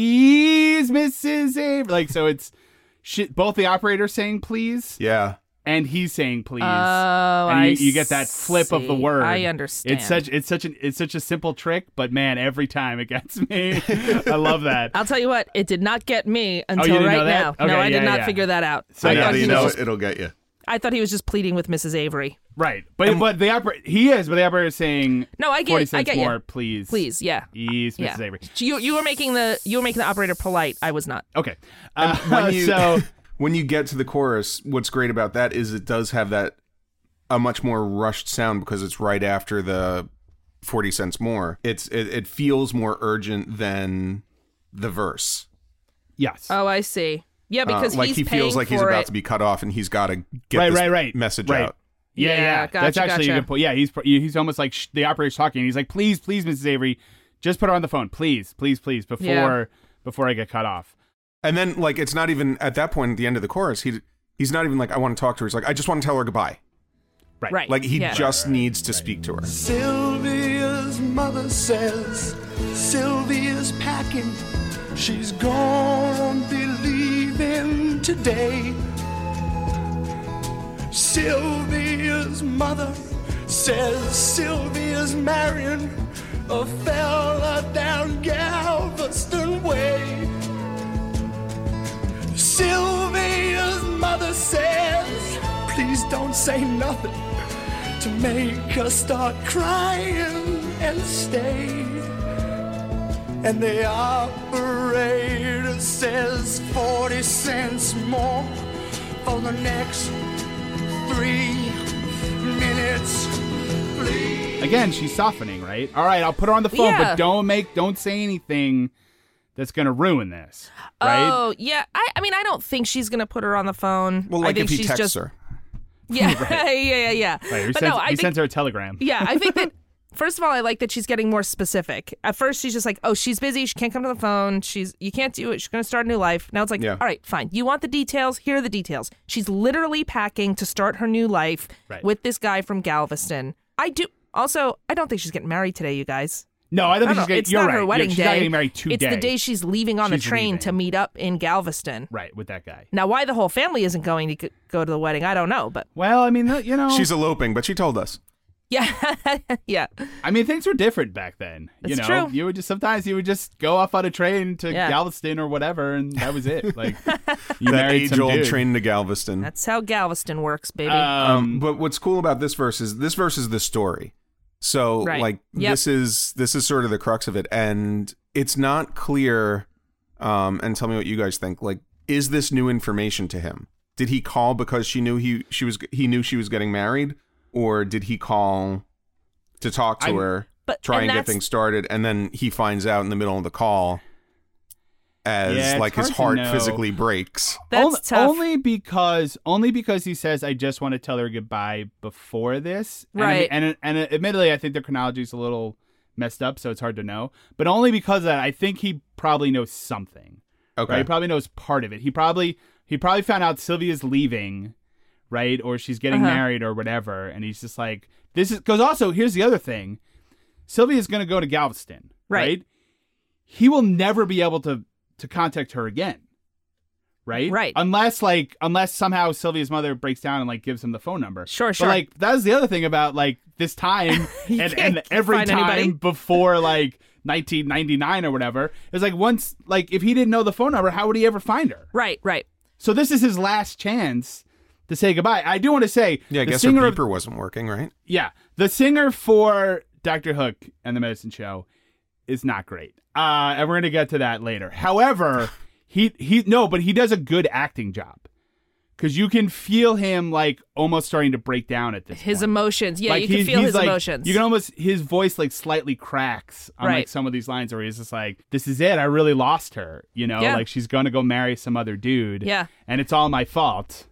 [SPEAKER 4] please, Mrs. Avery. Like so, it's shit. Both the operator saying please
[SPEAKER 2] Yeah.
[SPEAKER 4] and he's saying please.
[SPEAKER 5] Oh,
[SPEAKER 4] and you,
[SPEAKER 5] I
[SPEAKER 4] you get that flip of the
[SPEAKER 5] see.
[SPEAKER 4] word.
[SPEAKER 5] I understand.
[SPEAKER 4] It's such it's such an it's such a simple trick, but man, every time it gets me. I love that.
[SPEAKER 5] I'll tell you what, it did not get me
[SPEAKER 4] Oh, you
[SPEAKER 5] until
[SPEAKER 4] didn't
[SPEAKER 5] right
[SPEAKER 4] know
[SPEAKER 5] now.
[SPEAKER 4] that?
[SPEAKER 5] no,
[SPEAKER 4] Okay,
[SPEAKER 5] I did
[SPEAKER 4] yeah,
[SPEAKER 5] not
[SPEAKER 4] yeah.
[SPEAKER 5] figure that out.
[SPEAKER 4] So
[SPEAKER 5] I,
[SPEAKER 4] now
[SPEAKER 5] thought
[SPEAKER 4] that
[SPEAKER 5] he
[SPEAKER 4] you
[SPEAKER 5] was
[SPEAKER 4] know
[SPEAKER 5] just,
[SPEAKER 2] it, will get you.
[SPEAKER 5] I thought he was just pleading with Mrs. Avery.
[SPEAKER 4] right. But but the operator he is, but the operator is saying
[SPEAKER 5] No, I get-
[SPEAKER 4] 40
[SPEAKER 5] I
[SPEAKER 4] cents
[SPEAKER 5] get you.
[SPEAKER 4] more, please.
[SPEAKER 5] Please, yeah.
[SPEAKER 4] Please, Mrs.
[SPEAKER 5] Yeah.
[SPEAKER 4] Avery.
[SPEAKER 5] You you were making the you were making the operator polite. I was not.
[SPEAKER 4] Okay. Uh,
[SPEAKER 2] when you-
[SPEAKER 4] so
[SPEAKER 2] When you get to the chorus, what's great about that is it does have that a much more rushed sound because it's right after the 40 cents more. It's it, it feels more urgent than the verse.
[SPEAKER 4] yes.
[SPEAKER 5] Oh, I see. Yeah,
[SPEAKER 2] Uh,
[SPEAKER 5] because
[SPEAKER 2] like
[SPEAKER 5] he's
[SPEAKER 2] he feels
[SPEAKER 5] paying
[SPEAKER 2] like he's
[SPEAKER 5] for
[SPEAKER 2] about
[SPEAKER 5] it.
[SPEAKER 2] to be cut off and he's got to get
[SPEAKER 4] Right,
[SPEAKER 2] this
[SPEAKER 4] right, right.
[SPEAKER 2] message
[SPEAKER 4] Right.
[SPEAKER 2] out.
[SPEAKER 4] yeah,
[SPEAKER 5] Yeah,
[SPEAKER 4] yeah. That's
[SPEAKER 5] gotcha,
[SPEAKER 4] actually a
[SPEAKER 5] gotcha.
[SPEAKER 4] good point. Yeah, he's pr- he's almost like sh- the operator's talking. He's like, "Please, please, Mrs. Avery, just put her on the phone, please, please, please, before before I get cut off."
[SPEAKER 2] And then like it's not even at that point at the end of the chorus, he he's not even like I want to talk to her. He's like I just want to tell her goodbye.
[SPEAKER 4] Right.
[SPEAKER 5] right.
[SPEAKER 2] Like he
[SPEAKER 5] yeah.
[SPEAKER 2] just needs to speak to her.
[SPEAKER 6] Sylvia's mother says Sylvia's packing. She's gone be leaving today. Sylvia's mother says Sylvia's marrying a fella down Galveston Way. Sylvia's mother says, please don't say nothing to make us start crying and stay. And the operator says 40 cents more for the next three minutes, please.
[SPEAKER 4] Again, she's softening, right? All right, I'll put her on the phone,
[SPEAKER 5] Yeah.
[SPEAKER 4] but don't make, don't say anything that's gonna ruin this, right?
[SPEAKER 5] Oh yeah, I, I mean I don't think she's gonna put her on the phone.
[SPEAKER 2] Well,
[SPEAKER 5] I
[SPEAKER 2] like
[SPEAKER 5] think
[SPEAKER 2] if he
[SPEAKER 5] she's
[SPEAKER 2] texts
[SPEAKER 5] just
[SPEAKER 2] her.
[SPEAKER 5] yeah yeah yeah yeah.
[SPEAKER 4] Right, he
[SPEAKER 5] but
[SPEAKER 4] sends,
[SPEAKER 5] no, I
[SPEAKER 4] he
[SPEAKER 5] think
[SPEAKER 4] sends her a telegram.
[SPEAKER 5] yeah I think that first of all I like that she's getting more specific. At first she's just like oh she's busy she can't come to the phone she's you can't do it she's gonna start a new life. Now it's like
[SPEAKER 2] Yeah.
[SPEAKER 5] all right fine you want the details here are the details. She's literally packing to start her new life
[SPEAKER 4] Right.
[SPEAKER 5] with this guy from Galveston. I do also I don't think she's getting married today, you guys.
[SPEAKER 4] No, I don't
[SPEAKER 5] I don't
[SPEAKER 4] think she's
[SPEAKER 5] know.
[SPEAKER 4] getting.
[SPEAKER 5] It's
[SPEAKER 4] you're
[SPEAKER 5] not
[SPEAKER 4] right.
[SPEAKER 5] her
[SPEAKER 4] Yeah,
[SPEAKER 5] wedding
[SPEAKER 4] she's
[SPEAKER 5] day.
[SPEAKER 4] not getting married today.
[SPEAKER 5] It's the day she's leaving on
[SPEAKER 4] She's
[SPEAKER 5] the train
[SPEAKER 4] leaving.
[SPEAKER 5] to meet up in Galveston.
[SPEAKER 4] right with that guy.
[SPEAKER 5] Now, why the whole family isn't going to g- go to the wedding, I don't know, but
[SPEAKER 4] Well, I mean, you know,
[SPEAKER 2] She's eloping, but she told us.
[SPEAKER 5] yeah, yeah,
[SPEAKER 4] I mean, things were different back then. you
[SPEAKER 5] That's
[SPEAKER 4] know,
[SPEAKER 5] true.
[SPEAKER 4] you would just sometimes you would just go off on a train to
[SPEAKER 5] Yeah.
[SPEAKER 4] Galveston or whatever, and that was it. Like you
[SPEAKER 2] That
[SPEAKER 4] married some
[SPEAKER 2] age-old
[SPEAKER 4] dude.
[SPEAKER 2] train to Galveston.
[SPEAKER 5] that's how Galveston works, baby.
[SPEAKER 2] um, but what's cool about this verse is this verse is the story. So
[SPEAKER 5] Right.
[SPEAKER 2] like
[SPEAKER 5] Yep.
[SPEAKER 2] this is this is sort of the crux of it, and it's not clear. Um, and tell me what you guys think. Like, is this new information to him? Did he call because she knew he she was he knew she was getting married, or did he call to talk to
[SPEAKER 4] I'm-
[SPEAKER 2] her,
[SPEAKER 5] But-
[SPEAKER 2] try
[SPEAKER 5] and
[SPEAKER 2] and, get
[SPEAKER 5] that's-
[SPEAKER 2] things started, and then he finds out in the middle of the call as
[SPEAKER 4] Yeah, it's
[SPEAKER 2] like his heart
[SPEAKER 4] hard to know.
[SPEAKER 2] physically breaks.
[SPEAKER 5] That's
[SPEAKER 4] only,
[SPEAKER 5] tough.
[SPEAKER 4] only because only because he says I just want to tell her goodbye before this. And I mean-
[SPEAKER 5] Right.
[SPEAKER 4] And and, admittedly, I think the chronology is a little messed up, so it's hard to know. But only because of that, I think he probably knows something.
[SPEAKER 2] Okay.
[SPEAKER 4] Right? He probably knows part of it. He probably he probably found out Sylvia's leaving, right, or she's getting
[SPEAKER 5] Uh-huh.
[SPEAKER 4] married or whatever, and he's just like this is because also here's the other thing, Sylvia's gonna go to Galveston,
[SPEAKER 5] Right.
[SPEAKER 4] right? he will never be able to to contact her again. Right?
[SPEAKER 5] Right.
[SPEAKER 4] Unless like unless somehow Sylvia's mother breaks down and like gives him the phone number.
[SPEAKER 5] Sure,
[SPEAKER 4] But,
[SPEAKER 5] sure.
[SPEAKER 4] like that was the other thing about like this time
[SPEAKER 5] You
[SPEAKER 4] and,
[SPEAKER 5] can't
[SPEAKER 4] and every
[SPEAKER 5] find
[SPEAKER 4] time
[SPEAKER 5] anybody.
[SPEAKER 4] before like 1999 or whatever. It's like once like if he didn't know the phone number, how would he ever find her?
[SPEAKER 5] Right, right.
[SPEAKER 4] So this is his last chance to say goodbye. I do want to say
[SPEAKER 2] Yeah, I
[SPEAKER 4] the
[SPEAKER 2] guess her
[SPEAKER 4] singer of
[SPEAKER 2] beeper wasn't working, right?
[SPEAKER 4] yeah, the singer for Doctor Hook and the Medicine Show is not great, uh, and we're gonna get to that later. However, he he no, but he does a good acting job because you can feel him like almost starting to break down at this.
[SPEAKER 5] His
[SPEAKER 4] point.
[SPEAKER 5] emotions. Yeah,
[SPEAKER 4] Like,
[SPEAKER 5] you can
[SPEAKER 4] he's-
[SPEAKER 5] feel
[SPEAKER 4] he's,
[SPEAKER 5] his
[SPEAKER 4] like-
[SPEAKER 5] emotions.
[SPEAKER 4] You can almost his voice like slightly cracks on like
[SPEAKER 5] Right.
[SPEAKER 4] some of these lines where he's just like, "This is it. I really lost her. You know,
[SPEAKER 5] Yeah.
[SPEAKER 4] like she's gonna go marry some other dude.
[SPEAKER 5] Yeah.
[SPEAKER 4] and it's all my fault.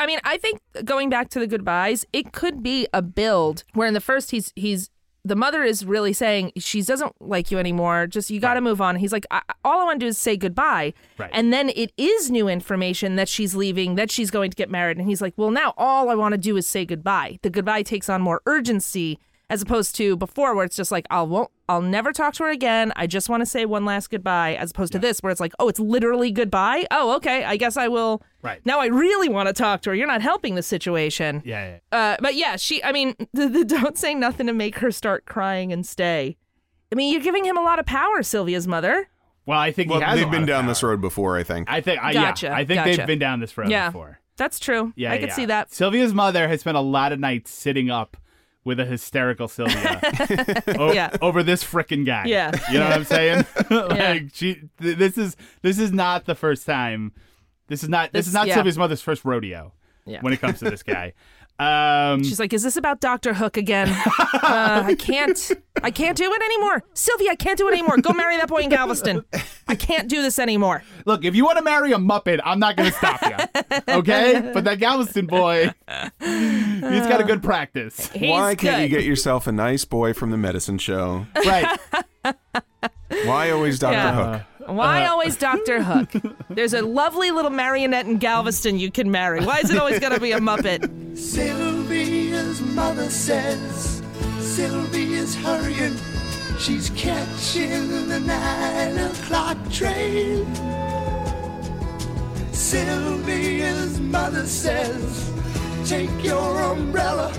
[SPEAKER 5] I mean, I think going back to the goodbyes, it could be a build where in the first he's he's the mother is really saying she doesn't like you anymore. Just you got to move on. He's like, I, all I want to do is say goodbye.
[SPEAKER 4] Right.
[SPEAKER 5] And then it is new information that she's leaving, that she's going to get married, and he's like, well, now all I want to do is say goodbye. The goodbye takes on more urgency as opposed to before where it's just like I'll won't I'll never talk to her again. I just want to say one last goodbye as opposed to this where it's like, "Oh, it's literally goodbye." Oh, okay. I guess I will
[SPEAKER 4] Right.
[SPEAKER 5] Now I really want to talk to her. You're not helping the situation.
[SPEAKER 4] Yeah, yeah.
[SPEAKER 5] Uh, but yeah, she I mean, the, the don't say nothing to make her start crying and stay. I mean, you're giving him a lot of power, Sylvia's mother.
[SPEAKER 4] Well, I think
[SPEAKER 2] Well,
[SPEAKER 4] he has a
[SPEAKER 2] they've
[SPEAKER 4] lot
[SPEAKER 2] been
[SPEAKER 4] of
[SPEAKER 2] down
[SPEAKER 4] power.
[SPEAKER 2] this road before, I think.
[SPEAKER 4] I think I,
[SPEAKER 5] Gotcha,
[SPEAKER 4] yeah, I think they've
[SPEAKER 5] gotcha.
[SPEAKER 4] been down this road
[SPEAKER 5] Yeah.
[SPEAKER 4] before.
[SPEAKER 5] That's true.
[SPEAKER 4] Yeah,
[SPEAKER 5] I could
[SPEAKER 4] yeah.
[SPEAKER 5] see that.
[SPEAKER 4] Sylvia's mother has spent a lot of nights sitting up with a hysterical Sylvia o-
[SPEAKER 5] Yeah.
[SPEAKER 4] over this frickin' guy.
[SPEAKER 5] Yeah.
[SPEAKER 4] you know what I'm saying? like she, th- this is this is not the first time. This is not this,
[SPEAKER 5] This-
[SPEAKER 4] is not
[SPEAKER 5] yeah.
[SPEAKER 4] Sylvia's mother's first rodeo.
[SPEAKER 5] Yeah.
[SPEAKER 4] when it comes to this guy. Um,
[SPEAKER 5] She's like, "Is this about Doctor Hook again? uh, I can't, I can't do it anymore, Sylvia. I can't do it anymore. Go marry that boy in Galveston. I can't do this anymore."
[SPEAKER 4] Look, if you want to marry a Muppet, I'm not going to stop you. Okay? But that Galveston boy, he's got a good practice.
[SPEAKER 5] He's
[SPEAKER 2] Why can't
[SPEAKER 5] good.
[SPEAKER 2] you get yourself a nice boy from the medicine show?
[SPEAKER 4] Right.
[SPEAKER 2] Why always Dr.
[SPEAKER 5] Yeah.
[SPEAKER 2] Hook?
[SPEAKER 5] Why
[SPEAKER 4] uh,
[SPEAKER 5] always Doctor Hook? There's a lovely little marionette in Galveston you can marry. Why is it always gonna be a Muppet?
[SPEAKER 6] Sylvia's mother says Sylvia's hurrying. She's catching the nine o'clock train. Sylvia's mother says, Take your umbrella,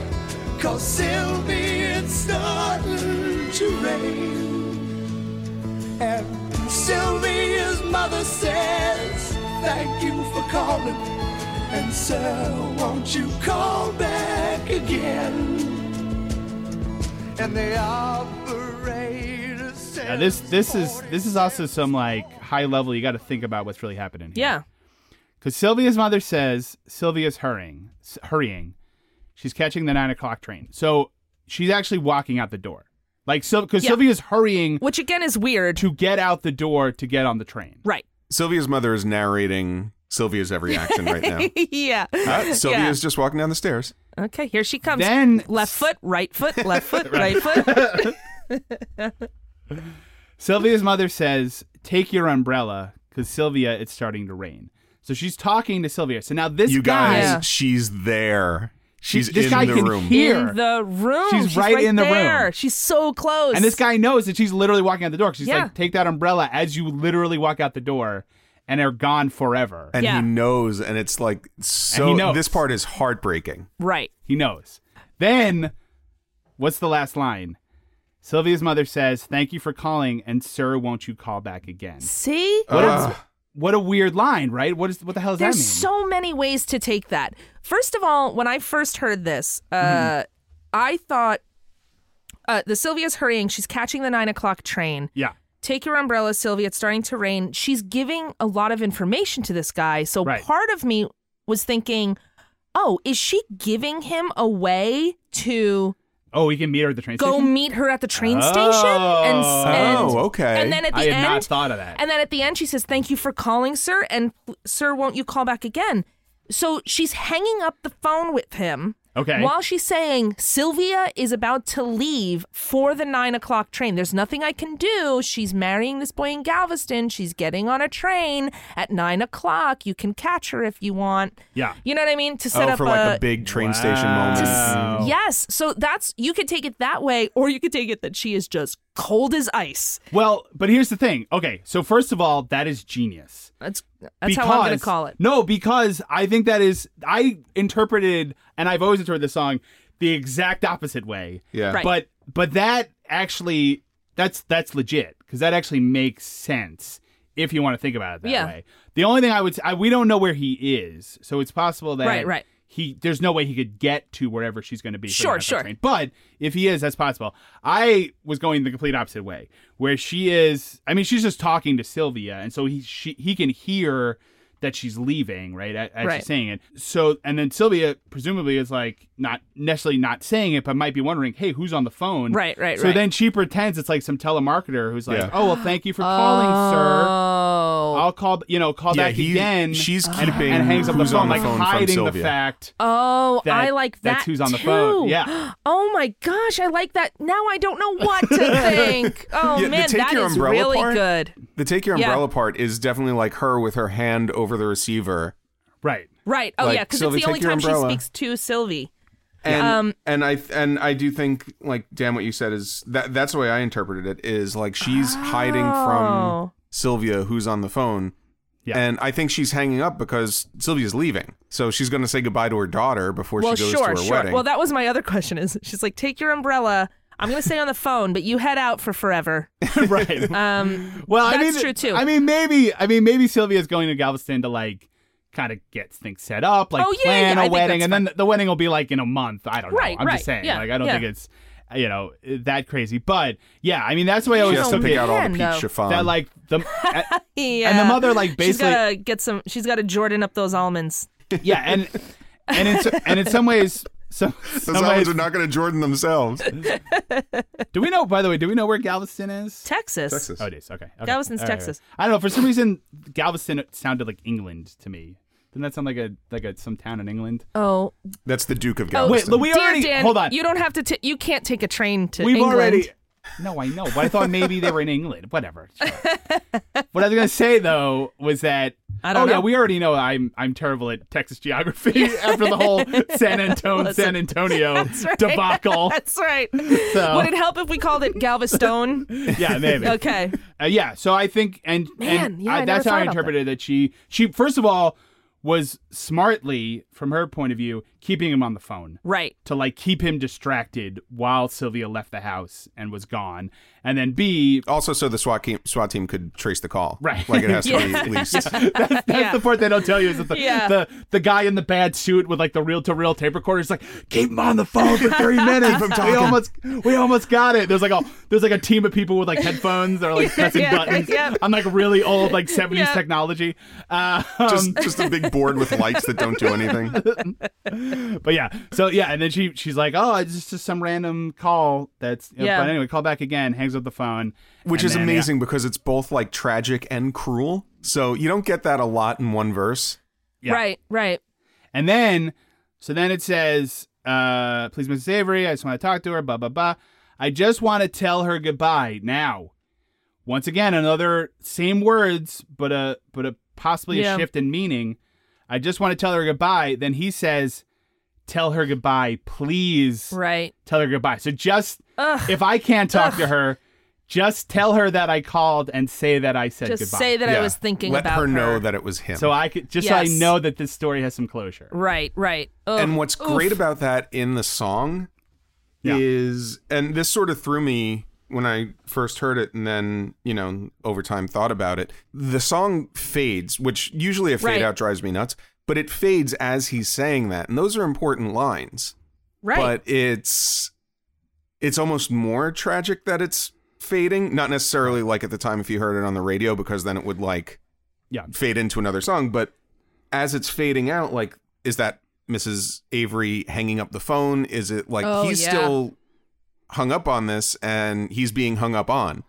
[SPEAKER 6] cause Sylvia, it's starting to rain. And Sylvia's mother says, Thank you for calling. And so won't you call back again? And the operator says
[SPEAKER 4] Now, this this is this is also some like high level. You got to think about what's really happening. Here.
[SPEAKER 5] Yeah,
[SPEAKER 4] Because Sylvia's mother says Sylvia's hurrying, s- hurrying. She's catching the nine o'clock train, so she's actually walking out the door. Like so, because
[SPEAKER 5] Yeah.
[SPEAKER 4] Sylvia's hurrying
[SPEAKER 5] which again is weird.
[SPEAKER 4] to get out the door to get on the train.
[SPEAKER 5] Right?
[SPEAKER 2] Sylvia's mother is narrating Sylvia's every action right now.
[SPEAKER 5] yeah.
[SPEAKER 2] Uh, Sylvia's just walking down the stairs.
[SPEAKER 5] Okay, here she comes.
[SPEAKER 4] Then-
[SPEAKER 5] left foot, right foot, left foot, right foot.
[SPEAKER 4] Sylvia's mother says, "Take your umbrella, because Sylvia, it's starting to rain." So she's talking to Sylvia. So now this
[SPEAKER 2] you
[SPEAKER 4] guy,
[SPEAKER 2] guys,
[SPEAKER 5] Yeah.
[SPEAKER 2] she's there. She's
[SPEAKER 4] this
[SPEAKER 2] in
[SPEAKER 4] guy
[SPEAKER 2] the
[SPEAKER 4] can
[SPEAKER 2] room.
[SPEAKER 4] hear- Here.
[SPEAKER 5] In the room.
[SPEAKER 4] She's right in the room.
[SPEAKER 5] there. She's so close.
[SPEAKER 4] and this guy knows that she's literally walking out the door. 'cause She's
[SPEAKER 5] Yeah.
[SPEAKER 4] like, "Take that umbrella," as you literally walk out the door, and they're gone forever.
[SPEAKER 2] and
[SPEAKER 5] Yeah.
[SPEAKER 2] he knows, and it's like so.
[SPEAKER 4] he knows.
[SPEAKER 2] This part is heartbreaking.
[SPEAKER 5] Right.
[SPEAKER 4] He knows. Then, what's the last line? Sylvia's mother says, "Thank you for calling, and sir, won't you call back again?"
[SPEAKER 5] See?
[SPEAKER 4] What a-
[SPEAKER 2] Ugh.
[SPEAKER 4] What a weird line, right? What is what the hell does
[SPEAKER 5] There's
[SPEAKER 4] that mean?
[SPEAKER 5] so many ways to take that. First of all, when I first heard this, uh,
[SPEAKER 4] Mm-hmm.
[SPEAKER 5] I thought uh, the Sylvia's hurrying. She's catching the nine o'clock train.
[SPEAKER 4] yeah,
[SPEAKER 5] Take your umbrella, Sylvia. It's starting to rain. She's giving a lot of information to this guy. So
[SPEAKER 4] Right.
[SPEAKER 5] part of me was thinking, oh, is she giving him a way to
[SPEAKER 4] Oh, we can meet her at the train
[SPEAKER 5] go
[SPEAKER 4] station.
[SPEAKER 5] meet her at the train station? And, s- and,
[SPEAKER 2] oh, okay.
[SPEAKER 5] and then at the
[SPEAKER 4] I had
[SPEAKER 5] end,
[SPEAKER 4] not thought of that.
[SPEAKER 5] and then at the end, she says, Thank you for calling, sir. And sir, won't you call back again? So she's hanging up the phone with him.
[SPEAKER 4] Okay.
[SPEAKER 5] While she's saying, Sylvia is about to leave for the nine o'clock train. There's nothing I can do. She's marrying this boy in Galveston. She's getting on a train at nine o'clock. You can catch her if you want.
[SPEAKER 4] Yeah.
[SPEAKER 5] You know what I mean? To set
[SPEAKER 2] oh,
[SPEAKER 5] up
[SPEAKER 2] for like a big oh. train station
[SPEAKER 4] Wow.
[SPEAKER 2] moment.
[SPEAKER 4] To s-
[SPEAKER 5] Yes. So that's you could take it that way, or you could take it that she is just cold as ice.
[SPEAKER 4] Well, but here's the thing. Okay, so first of all, that is genius.
[SPEAKER 5] That's that's how I'm gonna
[SPEAKER 4] Because-
[SPEAKER 5] call it.
[SPEAKER 4] No, because I think that is I interpreted and I've always interpreted this song the exact opposite way.
[SPEAKER 2] Yeah.
[SPEAKER 5] Right.
[SPEAKER 4] But but that actually that's that's legit because that actually makes sense if you want to think about it that
[SPEAKER 5] Yeah.
[SPEAKER 4] way. The only thing I would s- I, we don't know where he is, so it's possible that
[SPEAKER 5] Right, right.
[SPEAKER 4] He there's no way he could get to wherever she's going to be. for the
[SPEAKER 5] Sure,
[SPEAKER 4] half-hour
[SPEAKER 5] sure.
[SPEAKER 4] train. But if he is, that's possible. I was going the complete opposite way, where she is. I mean, she's just talking to Sylvia, and so he she he can hear that she's leaving, right? As as
[SPEAKER 5] Right.
[SPEAKER 4] she's saying it. So, and then Sylvia presumably is like not necessarily not saying it, but might be wondering, hey, who's on the phone?
[SPEAKER 5] Right, right,
[SPEAKER 4] So
[SPEAKER 5] right.
[SPEAKER 4] then she pretends it's like some telemarketer who's like,
[SPEAKER 2] Yeah.
[SPEAKER 4] oh well, thank you for calling, sir.
[SPEAKER 5] Oh, Ah.
[SPEAKER 4] I'll call, you know, call
[SPEAKER 2] Yeah,
[SPEAKER 4] back
[SPEAKER 2] he-
[SPEAKER 4] again.
[SPEAKER 2] she's
[SPEAKER 4] and,
[SPEAKER 2] keeping
[SPEAKER 4] and hangs up the
[SPEAKER 2] who's on
[SPEAKER 4] phone,
[SPEAKER 2] the
[SPEAKER 4] like
[SPEAKER 2] phone from
[SPEAKER 4] hiding the
[SPEAKER 2] Sylvia.
[SPEAKER 4] fact.
[SPEAKER 5] oh,
[SPEAKER 4] that-
[SPEAKER 5] I like that.
[SPEAKER 4] that's who's on the
[SPEAKER 5] too.
[SPEAKER 4] phone. Yeah.
[SPEAKER 5] Oh my gosh, I like that. Now I don't know what to think. Oh
[SPEAKER 2] Yeah, the
[SPEAKER 5] man,
[SPEAKER 2] take
[SPEAKER 5] that
[SPEAKER 2] your
[SPEAKER 5] is
[SPEAKER 2] umbrella
[SPEAKER 5] really
[SPEAKER 2] part?
[SPEAKER 5] good.
[SPEAKER 2] The take your
[SPEAKER 5] Yeah.
[SPEAKER 2] umbrella part is definitely like her with her hand over the receiver.
[SPEAKER 4] Right.
[SPEAKER 5] Right. Oh
[SPEAKER 2] Like,
[SPEAKER 5] yeah, because it's
[SPEAKER 2] Sylvie,
[SPEAKER 5] the only
[SPEAKER 2] take your
[SPEAKER 5] time
[SPEAKER 2] umbrella.
[SPEAKER 5] she speaks to Sylvie.
[SPEAKER 2] And
[SPEAKER 5] Um,
[SPEAKER 2] and I and I do think like damn what you said is that that's the way I interpreted it is like she's hiding from
[SPEAKER 5] Oh.
[SPEAKER 2] Sylvia who's on the phone.
[SPEAKER 4] Yeah.
[SPEAKER 2] And I think she's hanging up because Sylvia's leaving. So she's going to say goodbye to her daughter before
[SPEAKER 5] Well,
[SPEAKER 2] she goes
[SPEAKER 5] sure,
[SPEAKER 2] to her
[SPEAKER 5] sure.
[SPEAKER 2] wedding.
[SPEAKER 5] Well, that was my other question. Is she's like, take your umbrella. I'm gonna stay on the phone, but you head out for forever.
[SPEAKER 4] right.
[SPEAKER 5] Um,
[SPEAKER 4] Well, I
[SPEAKER 5] That's
[SPEAKER 4] mean,
[SPEAKER 5] true, too.
[SPEAKER 4] I mean, maybe, I mean, maybe Sylvia's going to Galveston to like kind of get things set up, like
[SPEAKER 5] Oh, yeah,
[SPEAKER 4] plan
[SPEAKER 5] yeah, I
[SPEAKER 4] a
[SPEAKER 5] think
[SPEAKER 4] wedding,
[SPEAKER 5] that's
[SPEAKER 4] and then the- the wedding will be like in a month. I don't know.
[SPEAKER 5] Right,
[SPEAKER 4] I'm
[SPEAKER 5] right,
[SPEAKER 4] just saying,
[SPEAKER 5] yeah,
[SPEAKER 4] like, I don't
[SPEAKER 5] yeah.
[SPEAKER 4] think it's you know that crazy, but yeah, I mean, that's the way
[SPEAKER 2] she
[SPEAKER 4] I always
[SPEAKER 2] has to
[SPEAKER 4] took
[SPEAKER 2] pick
[SPEAKER 4] it.
[SPEAKER 2] out all the
[SPEAKER 5] man,
[SPEAKER 2] peach
[SPEAKER 5] though.
[SPEAKER 2] chiffon.
[SPEAKER 4] That like the
[SPEAKER 5] yeah.
[SPEAKER 4] and the mother like
[SPEAKER 5] she's
[SPEAKER 4] basically
[SPEAKER 5] gotta get some. She's gotta Jordan up those almonds.
[SPEAKER 4] yeah, and and in so- and in some ways. Some, some
[SPEAKER 2] those
[SPEAKER 4] ways,
[SPEAKER 2] islands are not going to Jordan themselves.
[SPEAKER 4] do we know? By the way, do we know where Galveston is?
[SPEAKER 5] Texas.
[SPEAKER 4] Oh, it is. Okay. okay.
[SPEAKER 5] Galveston's Texas.
[SPEAKER 4] I don't know. For some reason, Galveston sounded like England to me. Didn't that sound like a like a some town in England?
[SPEAKER 5] Oh,
[SPEAKER 2] That's the Duke of
[SPEAKER 4] Wait,
[SPEAKER 2] Galveston.
[SPEAKER 4] but we
[SPEAKER 5] dear
[SPEAKER 4] already
[SPEAKER 5] Dan,
[SPEAKER 4] hold on.
[SPEAKER 5] You don't have to. T- you can't take a train to
[SPEAKER 4] We've
[SPEAKER 5] England.
[SPEAKER 4] already. No, I know, but I thought maybe they were in England. Whatever. Sure. what I was gonna say though was that
[SPEAKER 5] I don't
[SPEAKER 4] oh yeah,
[SPEAKER 5] know.
[SPEAKER 4] we already know I'm I'm terrible at Texas geography after the whole San Antonio San Antonio
[SPEAKER 5] right.
[SPEAKER 4] debacle.
[SPEAKER 5] That's right.
[SPEAKER 4] So-
[SPEAKER 5] Would it help if we called it Galveston?
[SPEAKER 4] yeah, maybe.
[SPEAKER 5] okay.
[SPEAKER 4] Uh, yeah, so I think and
[SPEAKER 5] Man,
[SPEAKER 4] and
[SPEAKER 5] yeah,
[SPEAKER 4] I-
[SPEAKER 5] I
[SPEAKER 4] that's
[SPEAKER 5] never
[SPEAKER 4] how I
[SPEAKER 5] thought about that.
[SPEAKER 4] interpreted that she she first of all was smartly from her point of view keeping him on the phone
[SPEAKER 5] Right.
[SPEAKER 4] to like keep him distracted while Sylvia left the house and was gone, and then B
[SPEAKER 2] also, so the SWAT team, SWAT team could trace the call.
[SPEAKER 4] Right.
[SPEAKER 2] Like it has to be at least.
[SPEAKER 4] That's
[SPEAKER 5] Yeah.
[SPEAKER 4] the part they don't tell you is that the,
[SPEAKER 5] Yeah.
[SPEAKER 4] the the guy in the bad suit with like the reel to reel tape recorder is like, keep him on the phone for three minutes. we almost we almost got it. There's like a there's like a team of people with like headphones that are like pressing
[SPEAKER 5] yeah,
[SPEAKER 4] buttons
[SPEAKER 5] yeah.
[SPEAKER 4] on like really old like 70s
[SPEAKER 5] Yeah.
[SPEAKER 4] technology. Uh,
[SPEAKER 2] just, just a big board with lights that don't do anything.
[SPEAKER 4] but yeah, so yeah, and then she she's like, oh, it's just, just some random call that's.
[SPEAKER 5] Yeah.
[SPEAKER 4] But anyway, call back again, hangs up the phone,
[SPEAKER 2] Which
[SPEAKER 4] and
[SPEAKER 2] is
[SPEAKER 4] then, yeah.
[SPEAKER 2] amazing because it's both like tragic and cruel. So you don't get that a lot in one verse.
[SPEAKER 4] Yeah.
[SPEAKER 5] Right. Right.
[SPEAKER 4] And then, so then it says, uh, please, Mrs. Avery, I just want to talk to her, blah, blah, blah. I just want to tell her goodbye now. Once again, another same words, but a, but a possibly
[SPEAKER 5] Yeah.
[SPEAKER 4] a shift in meaning. I just want to tell her goodbye. Then he says, tell her goodbye, please
[SPEAKER 5] Right.
[SPEAKER 4] tell her goodbye. So just,
[SPEAKER 5] Ugh.
[SPEAKER 4] if I can't talk to her, just tell her that I called and say that I said
[SPEAKER 5] Just
[SPEAKER 4] goodbye.
[SPEAKER 5] say that I
[SPEAKER 2] Yeah.
[SPEAKER 5] was thinking
[SPEAKER 2] Let
[SPEAKER 5] about
[SPEAKER 2] her know that it was him.
[SPEAKER 4] so I could, just so I
[SPEAKER 5] Yes.
[SPEAKER 4] know that this story has some closure.
[SPEAKER 5] Right. Right. Ugh.
[SPEAKER 2] and what's
[SPEAKER 5] Oof.
[SPEAKER 2] great about that in the song
[SPEAKER 4] Yeah.
[SPEAKER 2] is, and this sort of threw me when I first heard it, and then you know over time thought about it. The song fades, which usually a fade
[SPEAKER 5] Right.
[SPEAKER 2] out drives me nuts, but it fades as he's saying that, and those are important lines.
[SPEAKER 5] Right.
[SPEAKER 2] but it's it's almost more tragic that it's fading not necessarily like at the time if you heard it on the radio because then it would like
[SPEAKER 4] Yeah.
[SPEAKER 2] fade into another song but as it's fading out like is that mrs avery hanging up the phone is it like
[SPEAKER 5] Oh,
[SPEAKER 2] he's
[SPEAKER 5] yeah.
[SPEAKER 2] still hung up on this and he's being hung up on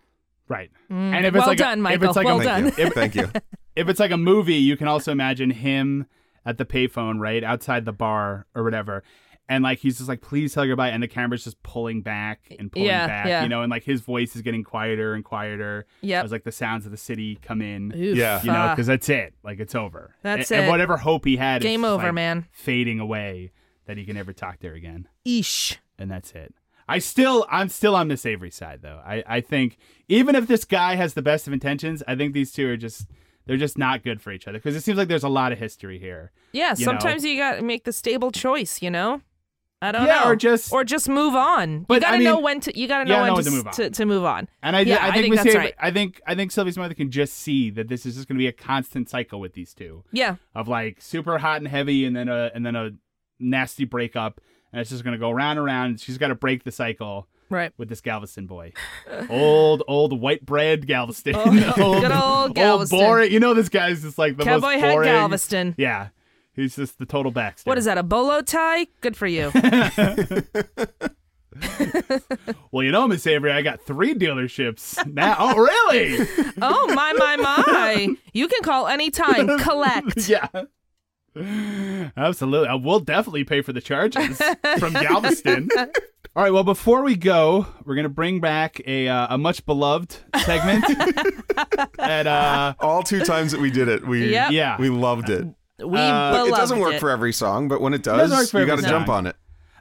[SPEAKER 4] Right. And if it's
[SPEAKER 5] Mm. Well
[SPEAKER 4] like
[SPEAKER 5] done,
[SPEAKER 4] a, if
[SPEAKER 5] Michael.
[SPEAKER 4] it's like
[SPEAKER 5] Well
[SPEAKER 4] a,
[SPEAKER 5] done.
[SPEAKER 2] thank you thank you
[SPEAKER 4] if it's like a movie, you can also imagine him at the payphone, right outside the bar or whatever, and like he's just like, "Please tell her goodbye," and the camera's just pulling back and pulling
[SPEAKER 5] Yeah,
[SPEAKER 4] back,
[SPEAKER 5] yeah.
[SPEAKER 4] you know, and like his voice is getting quieter and quieter
[SPEAKER 5] Yep.
[SPEAKER 4] as like the sounds of the city come in,
[SPEAKER 5] Oof.
[SPEAKER 2] Yeah.
[SPEAKER 4] you know,
[SPEAKER 5] Ah.
[SPEAKER 4] because that's it, like it's over.
[SPEAKER 5] That's
[SPEAKER 4] A- and,
[SPEAKER 5] it.
[SPEAKER 4] whatever hope he had, is
[SPEAKER 5] Game
[SPEAKER 4] just,
[SPEAKER 5] over,
[SPEAKER 4] like,
[SPEAKER 5] man.
[SPEAKER 4] fading away that he can never talk there again,
[SPEAKER 5] Eesh.
[SPEAKER 4] and that's it. I still, I'm still on Miss Avery's side though. I, I think even if this guy has the best of intentions, I think these two are just, they're just not good for each other because it seems like there's a lot of history here.
[SPEAKER 5] Yeah,
[SPEAKER 4] You
[SPEAKER 5] sometimes
[SPEAKER 4] know.
[SPEAKER 5] you got to make the stable choice, you know? I don't
[SPEAKER 4] Yeah,
[SPEAKER 5] know.
[SPEAKER 4] or just-
[SPEAKER 5] or just move on. you
[SPEAKER 4] But,
[SPEAKER 5] gotta
[SPEAKER 4] I
[SPEAKER 5] know
[SPEAKER 4] mean,
[SPEAKER 5] when to you gotta
[SPEAKER 4] you
[SPEAKER 5] know, when,
[SPEAKER 4] gotta
[SPEAKER 5] to,
[SPEAKER 4] know when to
[SPEAKER 5] s-
[SPEAKER 4] move on.
[SPEAKER 5] To, to move on.
[SPEAKER 4] And I,
[SPEAKER 5] yeah,
[SPEAKER 4] I think, Miss
[SPEAKER 5] that's
[SPEAKER 4] Avery,
[SPEAKER 5] right.
[SPEAKER 4] I think, I think Sylvia's mother can just see that this is just going to be a constant cycle with these two.
[SPEAKER 5] Yeah.
[SPEAKER 4] of like super hot and heavy and then a and then a nasty breakup and it's just gonna go round and round. She's gotta break the cycle
[SPEAKER 5] Right.
[SPEAKER 4] with this Galveston boy. old, old white bread Galveston.
[SPEAKER 5] good old Oh, Galveston.
[SPEAKER 4] boring. You know this guy's just like the
[SPEAKER 5] Cowboy
[SPEAKER 4] most
[SPEAKER 5] hat
[SPEAKER 4] boring.
[SPEAKER 5] Galveston.
[SPEAKER 4] Yeah. He's just the total backstory.
[SPEAKER 5] What is that? A bolo tie? Good for you.
[SPEAKER 4] Well, you know, Miss Avery, I got three dealerships now. oh, really?
[SPEAKER 5] oh my my my! You can call anytime. Collect.
[SPEAKER 4] yeah. Absolutely. I will definitely pay for the charges from Galveston. All right. Well, before we go, we're going to bring back a, uh, a much beloved segment. at, uh,
[SPEAKER 2] All two times that we did it, we
[SPEAKER 5] Yep.
[SPEAKER 4] Yeah.
[SPEAKER 2] we loved it.
[SPEAKER 5] We
[SPEAKER 4] Uh,
[SPEAKER 2] Look,
[SPEAKER 5] beloved
[SPEAKER 2] it doesn't work for every song, but when it does,
[SPEAKER 4] doesn't work for
[SPEAKER 2] you
[SPEAKER 4] every
[SPEAKER 2] got to jump
[SPEAKER 4] song.
[SPEAKER 2] on it.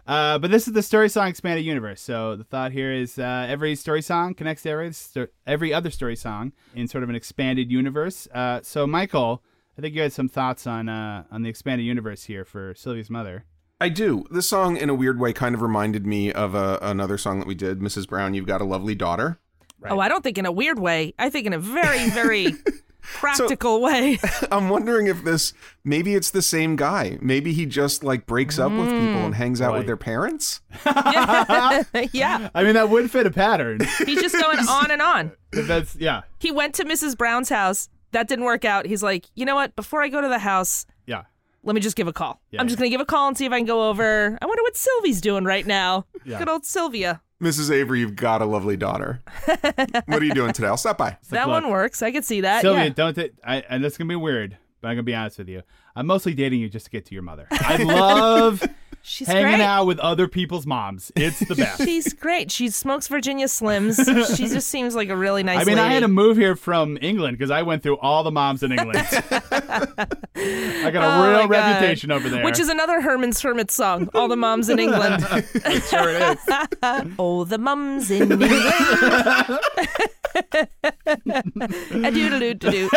[SPEAKER 4] uh, but this is the Story Song Expanded Universe. So the thought here is uh, every story song connects to every, sto- every other story song in sort of an expanded universe. Uh, so, Michael, I think you had some thoughts on, uh, on the expanded universe here for Sylvia's mother.
[SPEAKER 2] I do. This song, in a weird way, kind of reminded me of a, another song that we did, Mrs. Brown, You've Got a Lovely Daughter.
[SPEAKER 5] Oh, I don't think in a weird way. I think in a very very practical way.
[SPEAKER 2] I'm wondering if this, maybe it's the same guy. Maybe he just like breaks up with people and hangs out
[SPEAKER 4] Right.
[SPEAKER 2] with their parents.
[SPEAKER 5] yeah.
[SPEAKER 4] I mean, that would fit a pattern.
[SPEAKER 5] He's just going on and on.
[SPEAKER 4] But that's, yeah.
[SPEAKER 5] He went to Mrs. Brown's house. That didn't work out. He's like, you know what? Before I go to the house,
[SPEAKER 4] Yeah.
[SPEAKER 5] let me just give a call.
[SPEAKER 4] Yeah,
[SPEAKER 5] I'm just
[SPEAKER 4] yeah.
[SPEAKER 5] gonna give a call and see if I can go over. I wonder what Sylvie's doing right now. Good old Sylvia.
[SPEAKER 2] Mrs. Avery, You've Got a Lovely Daughter. what are you doing today? I'll stop by.
[SPEAKER 4] like,
[SPEAKER 5] that one
[SPEAKER 4] look,
[SPEAKER 5] works. I could see that.
[SPEAKER 4] Sylvia,
[SPEAKER 5] Uh, yeah.
[SPEAKER 4] don't. T- I, and that's gonna be weird, but I'm gonna be honest with you. I'm mostly dating you just to get to your mother. I love
[SPEAKER 5] She's
[SPEAKER 4] hanging
[SPEAKER 5] great.
[SPEAKER 4] out with other people's moms. It's the best.
[SPEAKER 5] She's great. She smokes Virginia Slims. She just seems like a really nice
[SPEAKER 4] I mean, I
[SPEAKER 5] lady.
[SPEAKER 4] had to move here from England because I went through all the moms in England. I got a
[SPEAKER 5] Oh my
[SPEAKER 4] real
[SPEAKER 5] God.
[SPEAKER 4] reputation over there.
[SPEAKER 5] Which is another Herman's Hermit song. All the moms in England.
[SPEAKER 4] sure it is.
[SPEAKER 5] oh, the mums in England. a doodle doo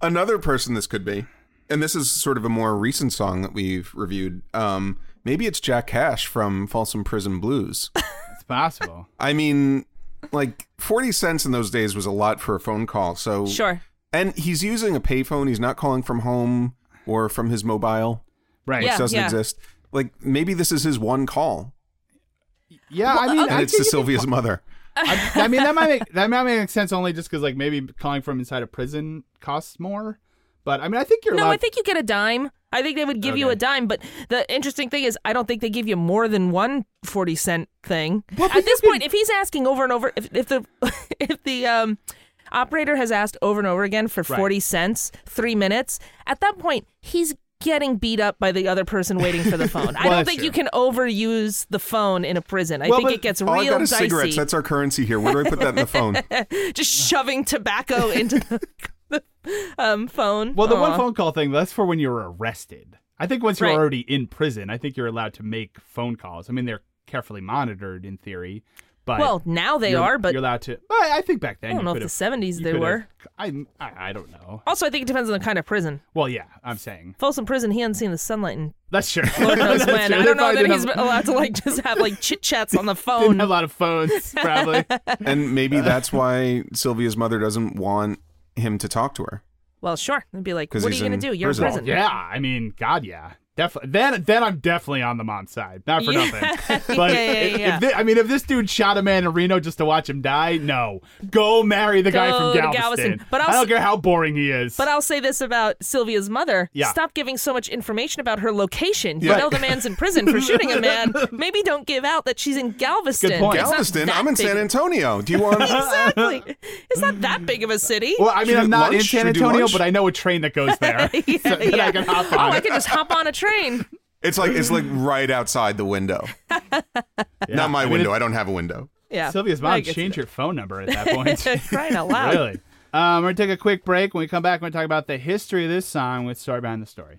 [SPEAKER 2] Another person this could be, and this is sort of a more recent song that we've reviewed. Um, maybe it's Jack Cash from Folsom Prison Blues.
[SPEAKER 4] It's possible.
[SPEAKER 2] I mean, like 40 cents in those days was a lot for a phone call. So
[SPEAKER 5] Sure.
[SPEAKER 2] And he's using a payphone. He's not calling from home or from his mobile,
[SPEAKER 4] Right.
[SPEAKER 2] which
[SPEAKER 5] Yeah.
[SPEAKER 2] doesn't exist. Like maybe this is his one call,
[SPEAKER 4] Yeah, I mean,
[SPEAKER 2] and
[SPEAKER 4] I
[SPEAKER 2] it's
[SPEAKER 4] think
[SPEAKER 2] to
[SPEAKER 4] it'd be
[SPEAKER 2] Sylvia's mother.
[SPEAKER 4] I, I mean that might make that might make sense only just because like maybe calling from inside a prison costs more, but I mean I think you're
[SPEAKER 5] No,
[SPEAKER 4] allowed.
[SPEAKER 5] I think you get a dime. I think they would give you
[SPEAKER 4] Okay.
[SPEAKER 5] a dime, but the interesting thing is, I don't think they give you more than one 40 cent thing. At this point, if he's asking over and over, if, if the if the um, operator has asked over and over again for 40 cents, three minutes, at that point, he's getting beat up by the other person waiting for the phone. I
[SPEAKER 4] Well,
[SPEAKER 5] don't
[SPEAKER 4] that's
[SPEAKER 5] think
[SPEAKER 4] true.
[SPEAKER 5] you can overuse the phone in a prison. I
[SPEAKER 4] Well,
[SPEAKER 5] think
[SPEAKER 4] but
[SPEAKER 5] it gets
[SPEAKER 2] All Oh, I
[SPEAKER 5] real
[SPEAKER 2] got is
[SPEAKER 5] dicey.
[SPEAKER 2] cigarettes. That's our currency here. Where do I put that in the phone?
[SPEAKER 5] Just shoving tobacco into the, the um, phone.
[SPEAKER 4] Well, the one
[SPEAKER 5] Aw.
[SPEAKER 4] phone call thing, that's for when you're arrested. I think once
[SPEAKER 5] Right.
[SPEAKER 4] you're already in prison, I think you're allowed to make phone calls. I mean, they're carefully monitored in theory, but
[SPEAKER 5] Well, now they
[SPEAKER 4] you're-
[SPEAKER 5] are, but
[SPEAKER 4] you're allowed to. But I think back then,
[SPEAKER 5] I don't
[SPEAKER 4] you
[SPEAKER 5] know if
[SPEAKER 4] could've-
[SPEAKER 5] the 70s
[SPEAKER 4] you
[SPEAKER 5] they
[SPEAKER 4] could've-
[SPEAKER 5] were.
[SPEAKER 4] I, I I don't know.
[SPEAKER 5] Also, I think it depends on the kind of prison.
[SPEAKER 4] Well, yeah, I'm saying
[SPEAKER 5] Folsom Prison, he hasn't seen the sunlight in
[SPEAKER 4] that's sure.
[SPEAKER 5] Lord knows
[SPEAKER 4] That's
[SPEAKER 5] when.
[SPEAKER 4] true.
[SPEAKER 5] I
[SPEAKER 4] They
[SPEAKER 5] don't know
[SPEAKER 4] probably
[SPEAKER 5] that
[SPEAKER 4] didn't
[SPEAKER 5] he's
[SPEAKER 4] have-
[SPEAKER 5] allowed to like just have like chit chats on the
[SPEAKER 4] didn't have
[SPEAKER 5] phone.
[SPEAKER 4] a lot of phones, probably.
[SPEAKER 2] and maybe that's why Sylvia's mother doesn't want him to talk to her.
[SPEAKER 5] Well, sure. They'd be like,
[SPEAKER 2] 'Cause
[SPEAKER 5] "What are
[SPEAKER 2] he's
[SPEAKER 5] you gonna
[SPEAKER 2] in
[SPEAKER 5] do? You're
[SPEAKER 2] prison.
[SPEAKER 5] in prison."
[SPEAKER 4] yeah, I mean, God, yeah. Definitely. Then, then I'm definitely on the mom's side. Not for
[SPEAKER 5] Yeah.
[SPEAKER 4] nothing.
[SPEAKER 5] Yeah,
[SPEAKER 4] But
[SPEAKER 5] yeah,
[SPEAKER 4] if-
[SPEAKER 5] yeah.
[SPEAKER 4] If thi- I mean, if this dude shot a man in Reno just to watch him die, no. Go marry the guy
[SPEAKER 5] Go
[SPEAKER 4] from
[SPEAKER 5] to
[SPEAKER 4] Galveston.
[SPEAKER 5] Galveston. But
[SPEAKER 4] I
[SPEAKER 5] also-
[SPEAKER 4] don't care how boring he is.
[SPEAKER 5] But I'll say this about Sylvia's mother:
[SPEAKER 4] Yeah.
[SPEAKER 5] stop giving so much information about her location. You
[SPEAKER 2] Yeah.
[SPEAKER 5] know the man's in prison for shooting a man. Maybe don't give out that she's in Galveston.
[SPEAKER 4] Good point.
[SPEAKER 5] It's not
[SPEAKER 2] Galveston,
[SPEAKER 5] that
[SPEAKER 2] I'm in
[SPEAKER 5] big-
[SPEAKER 2] San Antonio. Do you want?
[SPEAKER 5] Exactly. It's not that big of a city.
[SPEAKER 4] well, I mean,
[SPEAKER 2] Should
[SPEAKER 4] I'm
[SPEAKER 2] we
[SPEAKER 4] not in
[SPEAKER 2] lunch? Should
[SPEAKER 4] San
[SPEAKER 2] we do
[SPEAKER 4] Antonio,
[SPEAKER 2] lunch?
[SPEAKER 4] but I know a train that goes there.
[SPEAKER 5] Yeah,
[SPEAKER 4] so that
[SPEAKER 5] yeah.
[SPEAKER 4] I can hop
[SPEAKER 5] oh,
[SPEAKER 4] on.
[SPEAKER 5] I could just hop on a train.
[SPEAKER 2] It's like it's like right outside the window.
[SPEAKER 4] Yeah.
[SPEAKER 2] Not my
[SPEAKER 4] I mean,
[SPEAKER 2] window.
[SPEAKER 4] it-
[SPEAKER 2] I don't have a window.
[SPEAKER 5] Yeah. I
[SPEAKER 4] Sylvia's mom
[SPEAKER 5] guess
[SPEAKER 4] changed
[SPEAKER 5] it-
[SPEAKER 4] your phone number at that point.
[SPEAKER 5] Crying out loud.
[SPEAKER 4] really? Um, we're going to take a quick break. When we come back, we're going to talk about the history of this song with Story Behind the Story.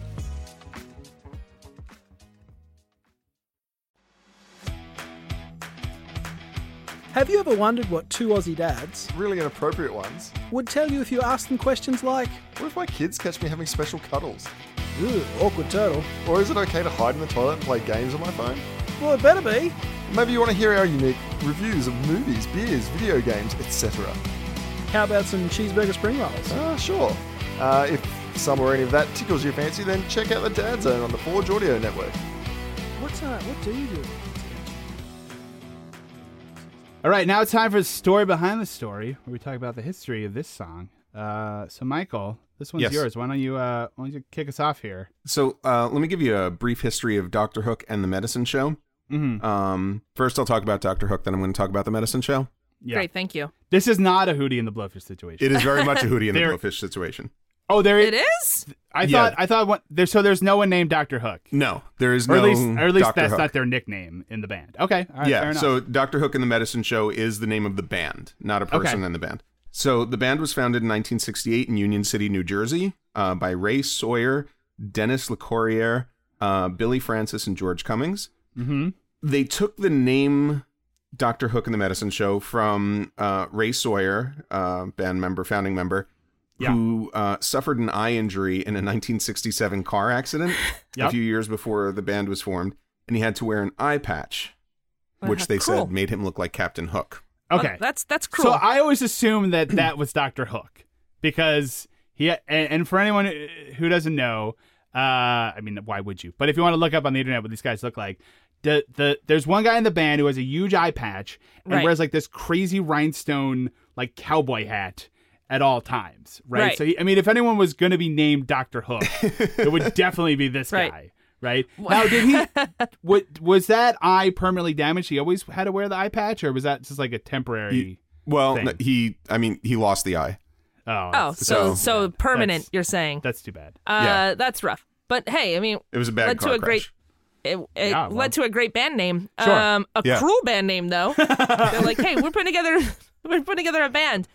[SPEAKER 7] Have you ever wondered what two Aussie dads
[SPEAKER 8] Really inappropriate ones.
[SPEAKER 7] would tell you if you asked them questions like,
[SPEAKER 8] What if my kids catch me having special cuddles?
[SPEAKER 7] Ooh, awkward turtle.
[SPEAKER 8] Or is it okay to hide in the toilet and play games on my phone?
[SPEAKER 7] Well, it better be.
[SPEAKER 8] Maybe you want to hear our unique reviews of movies, beers, video games, etc.
[SPEAKER 7] How about some cheeseburger spring rolls?
[SPEAKER 8] Ah, sure. Uh, if some or any of that tickles your fancy, then check out the Dad Zone on the Forge Audio Network.
[SPEAKER 7] What's that? What do you do?
[SPEAKER 4] All right, now it's time for the story behind the story, where we talk about the history of this song. Uh, so, Michael, this one's
[SPEAKER 2] Yes.
[SPEAKER 4] yours. Why don't you uh, why don't you kick us off here?
[SPEAKER 2] So uh, let me give you a brief history of Doctor Hook and the Medicine Show.
[SPEAKER 4] Mhm.
[SPEAKER 2] Um, first, I'll talk about Doctor Hook. Then I'm going to talk about the Medicine Show.
[SPEAKER 4] Yeah,
[SPEAKER 5] Great, thank you.
[SPEAKER 4] this is not a Hootie and the Blowfish situation.
[SPEAKER 2] It is very much a Hootie and the
[SPEAKER 4] There-
[SPEAKER 2] Blowfish situation.
[SPEAKER 4] oh, there
[SPEAKER 5] It is?
[SPEAKER 4] I
[SPEAKER 2] Yeah.
[SPEAKER 4] thought I thought one, there. So there's no one named Doctor Hook,
[SPEAKER 2] No, there is
[SPEAKER 4] or
[SPEAKER 2] no
[SPEAKER 4] at least or at least
[SPEAKER 2] Dr.
[SPEAKER 4] that's
[SPEAKER 2] Hook.
[SPEAKER 4] not their nickname in the band. Okay, all right, fair
[SPEAKER 2] yeah,
[SPEAKER 4] enough.
[SPEAKER 2] so Dr. Hook and the Medicine Show is the name of the band, not a person
[SPEAKER 4] Okay.
[SPEAKER 2] in the band. So the band was founded in 1968 in Union City, New Jersey, uh, by Ray Sawyer, Dennis LeCourrier, uh, Billy Francis, and George Cummings.
[SPEAKER 4] hmm
[SPEAKER 2] They took the name Dr. Hook and the Medicine Show from uh, Ray Sawyer, uh, band member, founding member,
[SPEAKER 4] Yeah.
[SPEAKER 2] who uh, suffered an eye injury in a 1967 car accident a
[SPEAKER 4] Yep.
[SPEAKER 2] few years before the band was formed, and he had to wear an eye patch
[SPEAKER 5] Wow,
[SPEAKER 2] which they
[SPEAKER 5] cruel.
[SPEAKER 2] said made him look like Captain Hook.
[SPEAKER 4] Okay,
[SPEAKER 5] That's that's cruel.
[SPEAKER 4] so I always assumed that that was Doctor Hook because he and, and for anyone who doesn't know, uh, I mean, why would you? But if you want to look up on the internet what these guys look like, the the there's one guy in the band who has a huge eye patch and
[SPEAKER 5] Right.
[SPEAKER 4] wears like this crazy rhinestone like cowboy hat at all times, right?
[SPEAKER 5] Right.
[SPEAKER 4] So he- I mean, if anyone was going to be named Doctor Hook, it would definitely be this
[SPEAKER 5] Right.
[SPEAKER 4] guy. Right now, did he? What was that eye permanently damaged? He always had to wear the eye patch, or was that just like a temporary?
[SPEAKER 2] Well,
[SPEAKER 4] Thing.
[SPEAKER 2] no, he, I mean, he lost the eye.
[SPEAKER 4] Oh,
[SPEAKER 5] oh,
[SPEAKER 4] that's-
[SPEAKER 5] so so,
[SPEAKER 2] so-
[SPEAKER 5] permanent,
[SPEAKER 4] That's-
[SPEAKER 5] you're saying.
[SPEAKER 4] that's too bad.
[SPEAKER 5] uh
[SPEAKER 2] yeah.
[SPEAKER 5] that's rough. But hey, I mean
[SPEAKER 2] It was a bad
[SPEAKER 5] led
[SPEAKER 2] car
[SPEAKER 5] to a
[SPEAKER 2] crash.
[SPEAKER 5] great it, it
[SPEAKER 4] Yeah, well.
[SPEAKER 5] led to a great band name.
[SPEAKER 4] Sure.
[SPEAKER 5] Um a
[SPEAKER 2] Yeah.
[SPEAKER 5] cruel band name though. They're like, "Hey, we're putting together we're putting together a band.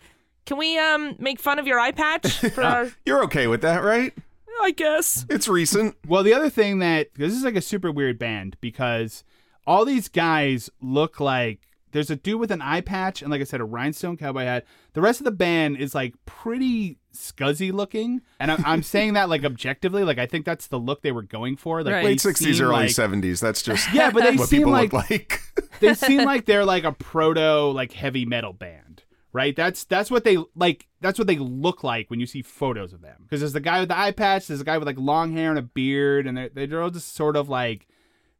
[SPEAKER 5] Can we um make fun of your eye patch for our
[SPEAKER 2] You're okay with that, right?
[SPEAKER 5] I guess.
[SPEAKER 2] It's recent.
[SPEAKER 4] Well, the other thing that 'cause this is like a super weird band because all these guys look like there's a dude with an eye patch and like I said a rhinestone cowboy hat. The rest of the band is like pretty scuzzy looking, and I'm, I'm saying that like objectively. Like I think that's the look they were going for. Like
[SPEAKER 5] Right.
[SPEAKER 4] they
[SPEAKER 2] Late 60s,
[SPEAKER 4] seem
[SPEAKER 2] early
[SPEAKER 4] like-
[SPEAKER 2] 70s. That's just
[SPEAKER 4] Yeah, but they
[SPEAKER 2] what
[SPEAKER 4] seem
[SPEAKER 2] people
[SPEAKER 4] like
[SPEAKER 2] look like.
[SPEAKER 4] they seem like they're like a proto like heavy metal band right that's that's what they like that's what they look like when you see photos of them because there's the guy with the eye patch there's a guy with like long hair and a beard and they're, they're all just sort of like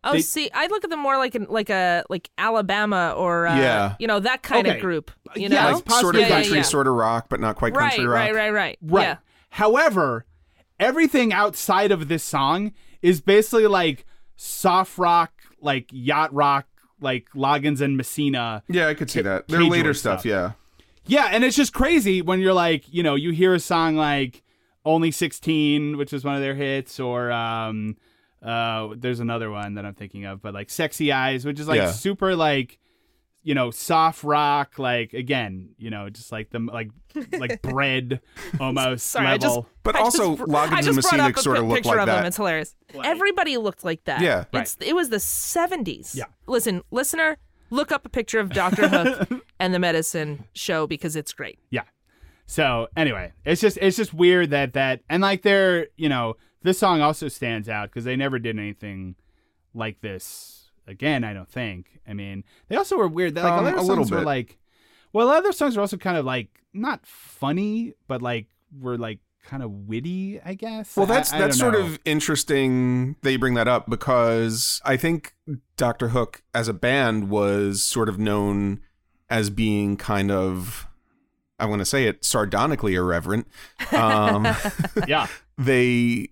[SPEAKER 5] Oh,
[SPEAKER 4] They-
[SPEAKER 5] see, I look at them more like an, like a like Alabama or uh,
[SPEAKER 2] Yeah.
[SPEAKER 5] you know that kind
[SPEAKER 4] Okay.
[SPEAKER 5] of group. You
[SPEAKER 4] Yeah,
[SPEAKER 5] know,
[SPEAKER 4] it's
[SPEAKER 2] like sort of
[SPEAKER 4] possible.
[SPEAKER 5] Yeah, yeah,
[SPEAKER 2] country,
[SPEAKER 5] yeah.
[SPEAKER 2] sort of rock, but not quite
[SPEAKER 5] right,
[SPEAKER 2] country rock.
[SPEAKER 5] right, right, right,
[SPEAKER 4] right
[SPEAKER 5] Yeah.
[SPEAKER 4] however everything outside of this song is basically like soft rock like yacht rock like loggins and messina
[SPEAKER 2] Yeah, I could see
[SPEAKER 4] Ca-
[SPEAKER 2] that. Their
[SPEAKER 4] Cajun
[SPEAKER 2] later
[SPEAKER 4] stuff.
[SPEAKER 2] stuff, yeah.
[SPEAKER 4] Yeah, and it's just crazy when you're like, you know, you hear a song like Only 16, which is one of their hits, or um uh there's another one that I'm thinking of, but like Sexy Eyes, which is like
[SPEAKER 2] Yeah.
[SPEAKER 4] super like you know, soft rock, like again, you know, just like the like like bread almost
[SPEAKER 5] Sorry, I
[SPEAKER 4] level.
[SPEAKER 5] just.
[SPEAKER 2] But
[SPEAKER 5] I
[SPEAKER 2] also,
[SPEAKER 5] just,
[SPEAKER 2] Loggins
[SPEAKER 5] I just
[SPEAKER 2] and
[SPEAKER 5] brought
[SPEAKER 2] Messina
[SPEAKER 5] up a
[SPEAKER 2] sorta
[SPEAKER 5] quick
[SPEAKER 2] look
[SPEAKER 5] picture
[SPEAKER 2] like
[SPEAKER 5] of
[SPEAKER 2] that.
[SPEAKER 5] them. It's hilarious. Everybody looked like that.
[SPEAKER 2] Yeah.
[SPEAKER 5] it's it was the seventies.
[SPEAKER 4] Yeah.
[SPEAKER 5] Listen, listener, look up a picture of Doctor Hook and the Medicine Show because it's great.
[SPEAKER 4] Yeah. So anyway, it's just it's just weird that that and like they're you know this song also stands out because they never did anything like this again. I don't think. I mean, they also were weird. Like a
[SPEAKER 2] Um,
[SPEAKER 4] lot of
[SPEAKER 2] a
[SPEAKER 4] songs
[SPEAKER 2] little
[SPEAKER 4] were
[SPEAKER 2] bit.
[SPEAKER 4] like, well, a lot of their songs were also kind of like not funny, but like were like kind of witty, I guess.
[SPEAKER 2] Well,
[SPEAKER 4] I-
[SPEAKER 2] that's
[SPEAKER 4] I
[SPEAKER 2] that's
[SPEAKER 4] don't
[SPEAKER 2] sort
[SPEAKER 4] know.
[SPEAKER 2] of interesting that you bring that up because I think Doctor Hook as a band was sort of known as being kind of I want to say it sardonically irreverent. Um,
[SPEAKER 4] yeah,
[SPEAKER 2] they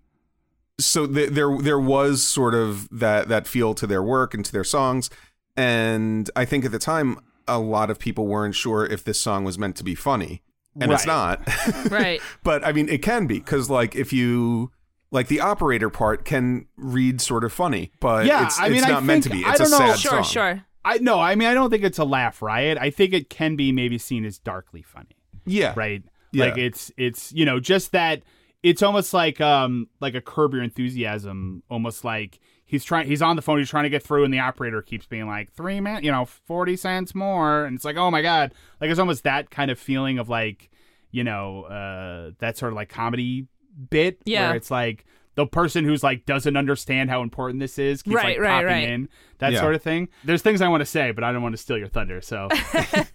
[SPEAKER 2] so th- there there was sort of that that feel to their work and to their songs, and I think at the time a lot of people weren't sure if this song was meant to be funny, and it's not.
[SPEAKER 5] Right.
[SPEAKER 2] but I mean, it can be because like if you like the operator part can read sort of funny, but
[SPEAKER 4] Yeah,
[SPEAKER 2] it's,
[SPEAKER 4] I mean,
[SPEAKER 2] it's
[SPEAKER 4] I
[SPEAKER 2] not meant to
[SPEAKER 4] think-
[SPEAKER 2] be.
[SPEAKER 4] I
[SPEAKER 2] It's a
[SPEAKER 4] don't know.
[SPEAKER 2] sad
[SPEAKER 5] sure,
[SPEAKER 2] song.
[SPEAKER 5] sure.
[SPEAKER 4] I no, I mean, I don't think it's a laugh riot. I think it can be maybe seen as darkly funny.
[SPEAKER 2] Yeah,
[SPEAKER 4] right
[SPEAKER 2] Yeah.
[SPEAKER 4] like it's it's you know just that it's almost like um like a curb your enthusiasm almost like he's trying he's on the phone he's trying to get through and the operator keeps being like three man you know 40 cents more and it's like oh my god like it's almost that kind of feeling of like you know uh that sort of like comedy bit
[SPEAKER 5] Yeah.
[SPEAKER 4] where it's like the person who's like doesn't understand how important this is keeps
[SPEAKER 5] Right,
[SPEAKER 4] like
[SPEAKER 5] right,
[SPEAKER 4] popping
[SPEAKER 5] right.
[SPEAKER 4] in that
[SPEAKER 2] Yeah.
[SPEAKER 4] sort of thing there's things i want to say but i don't want to steal your thunder so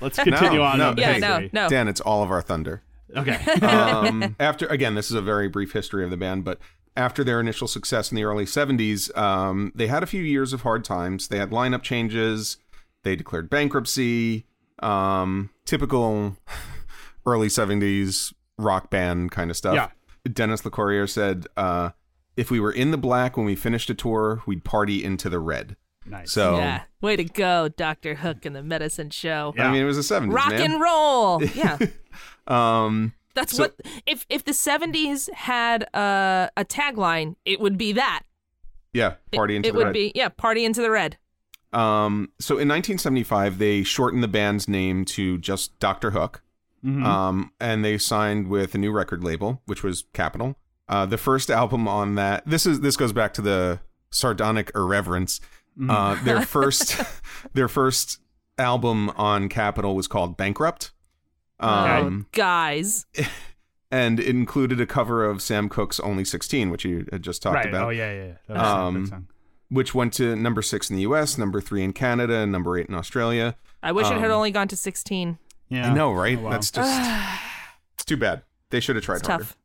[SPEAKER 4] let's continue on
[SPEAKER 2] no,
[SPEAKER 4] on
[SPEAKER 5] Yeah,
[SPEAKER 4] Big
[SPEAKER 5] no,
[SPEAKER 4] Three.
[SPEAKER 5] no.
[SPEAKER 2] Dan, it's all of our thunder.
[SPEAKER 4] okay
[SPEAKER 2] um, after again, this is a very brief history of the band, but after their initial success in the early '70s, um, they had a few years of hard times. They had lineup changes. They declared bankruptcy. Um, typical early '70s rock band kind of stuff.
[SPEAKER 4] Yeah.
[SPEAKER 2] Dennis LeCourrier said, uh, "If we were in the black when we finished a tour, we'd party into the red."
[SPEAKER 4] nice
[SPEAKER 2] So
[SPEAKER 5] Yeah. Way to go, Doctor Hook and the Medicine Show.
[SPEAKER 4] Yeah.
[SPEAKER 2] I mean, it was the '70s,
[SPEAKER 5] Rock
[SPEAKER 2] man.
[SPEAKER 5] and roll. Yeah.
[SPEAKER 2] um,
[SPEAKER 5] That's
[SPEAKER 2] So-
[SPEAKER 5] what if if the seventies had uh, a a tagline, it would be that.
[SPEAKER 2] yeah, party into
[SPEAKER 5] it
[SPEAKER 2] the
[SPEAKER 5] would
[SPEAKER 2] red.
[SPEAKER 5] be yeah, party into the red.
[SPEAKER 2] Um, so in 1975, they shortened the band's name to just Doctor Hook,
[SPEAKER 4] Mm-hmm.
[SPEAKER 2] um, and they signed with a new record label, which was Capitol. Uh, the first album on that this is this goes back to the sardonic irreverence.
[SPEAKER 4] Mm.
[SPEAKER 2] Uh, their first their first album on Capitol was called Bankrupt, um,
[SPEAKER 5] oh, guys.
[SPEAKER 2] and it included a cover of Sam Cooke's Only 16, which you had just talked
[SPEAKER 4] right.
[SPEAKER 2] about.
[SPEAKER 4] Oh yeah, yeah. yeah. That was a
[SPEAKER 2] Um,
[SPEAKER 4] good song.
[SPEAKER 2] Which went to number six in the U.S., number three in Canada, and number eight in Australia.
[SPEAKER 5] I wish it had
[SPEAKER 2] um,
[SPEAKER 5] only gone to sixteen.
[SPEAKER 4] Yeah.
[SPEAKER 2] I know, right?
[SPEAKER 4] Oh, wow.
[SPEAKER 2] That's just it's too bad. They should have tried
[SPEAKER 5] It's
[SPEAKER 2] harder.
[SPEAKER 5] tough.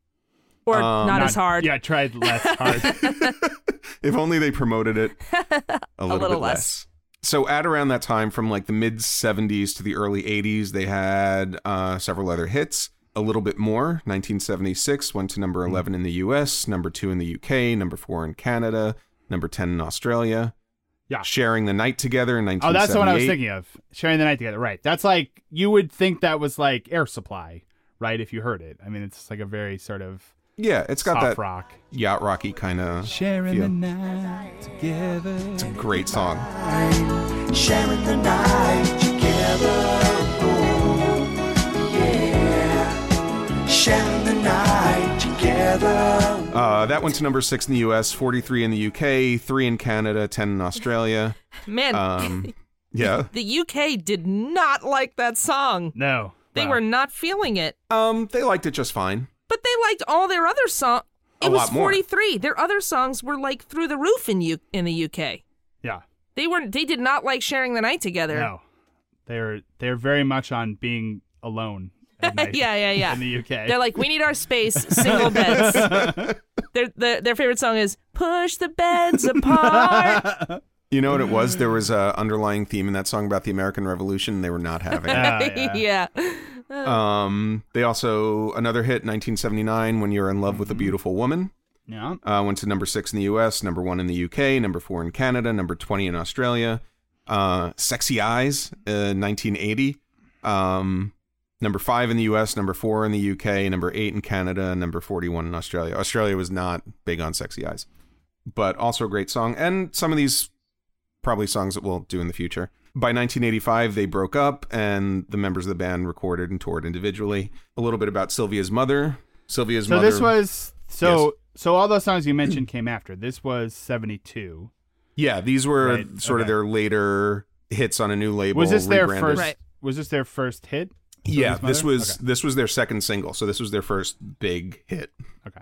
[SPEAKER 5] Or not,
[SPEAKER 2] Um,
[SPEAKER 4] Not-
[SPEAKER 5] as hard.
[SPEAKER 4] Yeah, tried less hard.
[SPEAKER 2] If only they promoted it a little,
[SPEAKER 5] little
[SPEAKER 2] bit
[SPEAKER 5] less.
[SPEAKER 2] less. So at around that time, from like the mid '70s to the early '80s, they had uh, several other hits. A little bit more. 1976 went to
[SPEAKER 4] Hmm.
[SPEAKER 2] number 11 in the U.S., number two in the UK, number four in Canada, number 10 in Australia.
[SPEAKER 4] Yeah.
[SPEAKER 2] Sharing the night together in
[SPEAKER 4] oh,
[SPEAKER 2] 1978.
[SPEAKER 4] that's the one I was thinking of. Sharing the night together. Right. That's like you would think that was like Air Supply, right? If you heard it. I mean, it's like a very sort of
[SPEAKER 2] Yeah, it's got
[SPEAKER 4] soft
[SPEAKER 2] that
[SPEAKER 4] rock.
[SPEAKER 2] yacht rocky kind of.
[SPEAKER 4] Sharing
[SPEAKER 2] feel.
[SPEAKER 4] the night together.
[SPEAKER 2] It's a great song.
[SPEAKER 6] sharing the night together. Oh, yeah, sharing the night together.
[SPEAKER 2] Uh, that went to number six in the U.S., 43 in the U.K., three in Canada, 10 in Australia.
[SPEAKER 5] Man,
[SPEAKER 2] Um, yeah.
[SPEAKER 5] the UK did not like that song.
[SPEAKER 4] No.
[SPEAKER 5] They
[SPEAKER 4] Wow.
[SPEAKER 5] were not feeling it.
[SPEAKER 2] Um, they liked it just fine.
[SPEAKER 5] But they liked all their other songs. It
[SPEAKER 2] A
[SPEAKER 5] was
[SPEAKER 2] lot more.
[SPEAKER 5] 43. Their other songs were like through the roof in U- in the UK.
[SPEAKER 4] Yeah.
[SPEAKER 5] They were they did not like sharing the night together.
[SPEAKER 4] No. They're they're very much on being alone. At night
[SPEAKER 5] Yeah, yeah, yeah.
[SPEAKER 4] In the UK.
[SPEAKER 5] They're like, we need our space, single beds. their, their their favorite song is "Push the Beds Apart."
[SPEAKER 2] You know what it was? There was a underlying theme in that song about the American Revolution. And they were not having it.
[SPEAKER 4] Ah, yeah.
[SPEAKER 5] yeah,
[SPEAKER 2] Um, they also another hit, 1979, when you're in love with a beautiful woman.
[SPEAKER 4] Yeah.
[SPEAKER 2] Uh, went to number six in the U.S., number one in the U.K., number four in Canada, number 20 in Australia. Uh, Sexy Eyes, uh, 1980. Um, number five in the US, number four in the UK, number eight in Canada, number 41 in Australia. Australia was not big on sexy eyes, but also a great song. And some of these probably songs that we'll do in the future. By 1985, they broke up, and the members of the band recorded and toured individually. A little bit about Sylvia's mother. Sylvia's
[SPEAKER 4] So
[SPEAKER 2] mother.
[SPEAKER 4] this was so so all those songs you mentioned came after. This was 72.
[SPEAKER 2] Yeah, these were
[SPEAKER 4] Right,
[SPEAKER 2] sort of
[SPEAKER 4] okay.
[SPEAKER 2] their later hits on a new label.
[SPEAKER 4] Was this their
[SPEAKER 2] rebranded.
[SPEAKER 4] first
[SPEAKER 5] Right.
[SPEAKER 4] was this their first hit? Sylvia's
[SPEAKER 2] Yeah, this
[SPEAKER 4] Mother?
[SPEAKER 2] was this was their second single, so this was their first big hit.
[SPEAKER 4] Okay.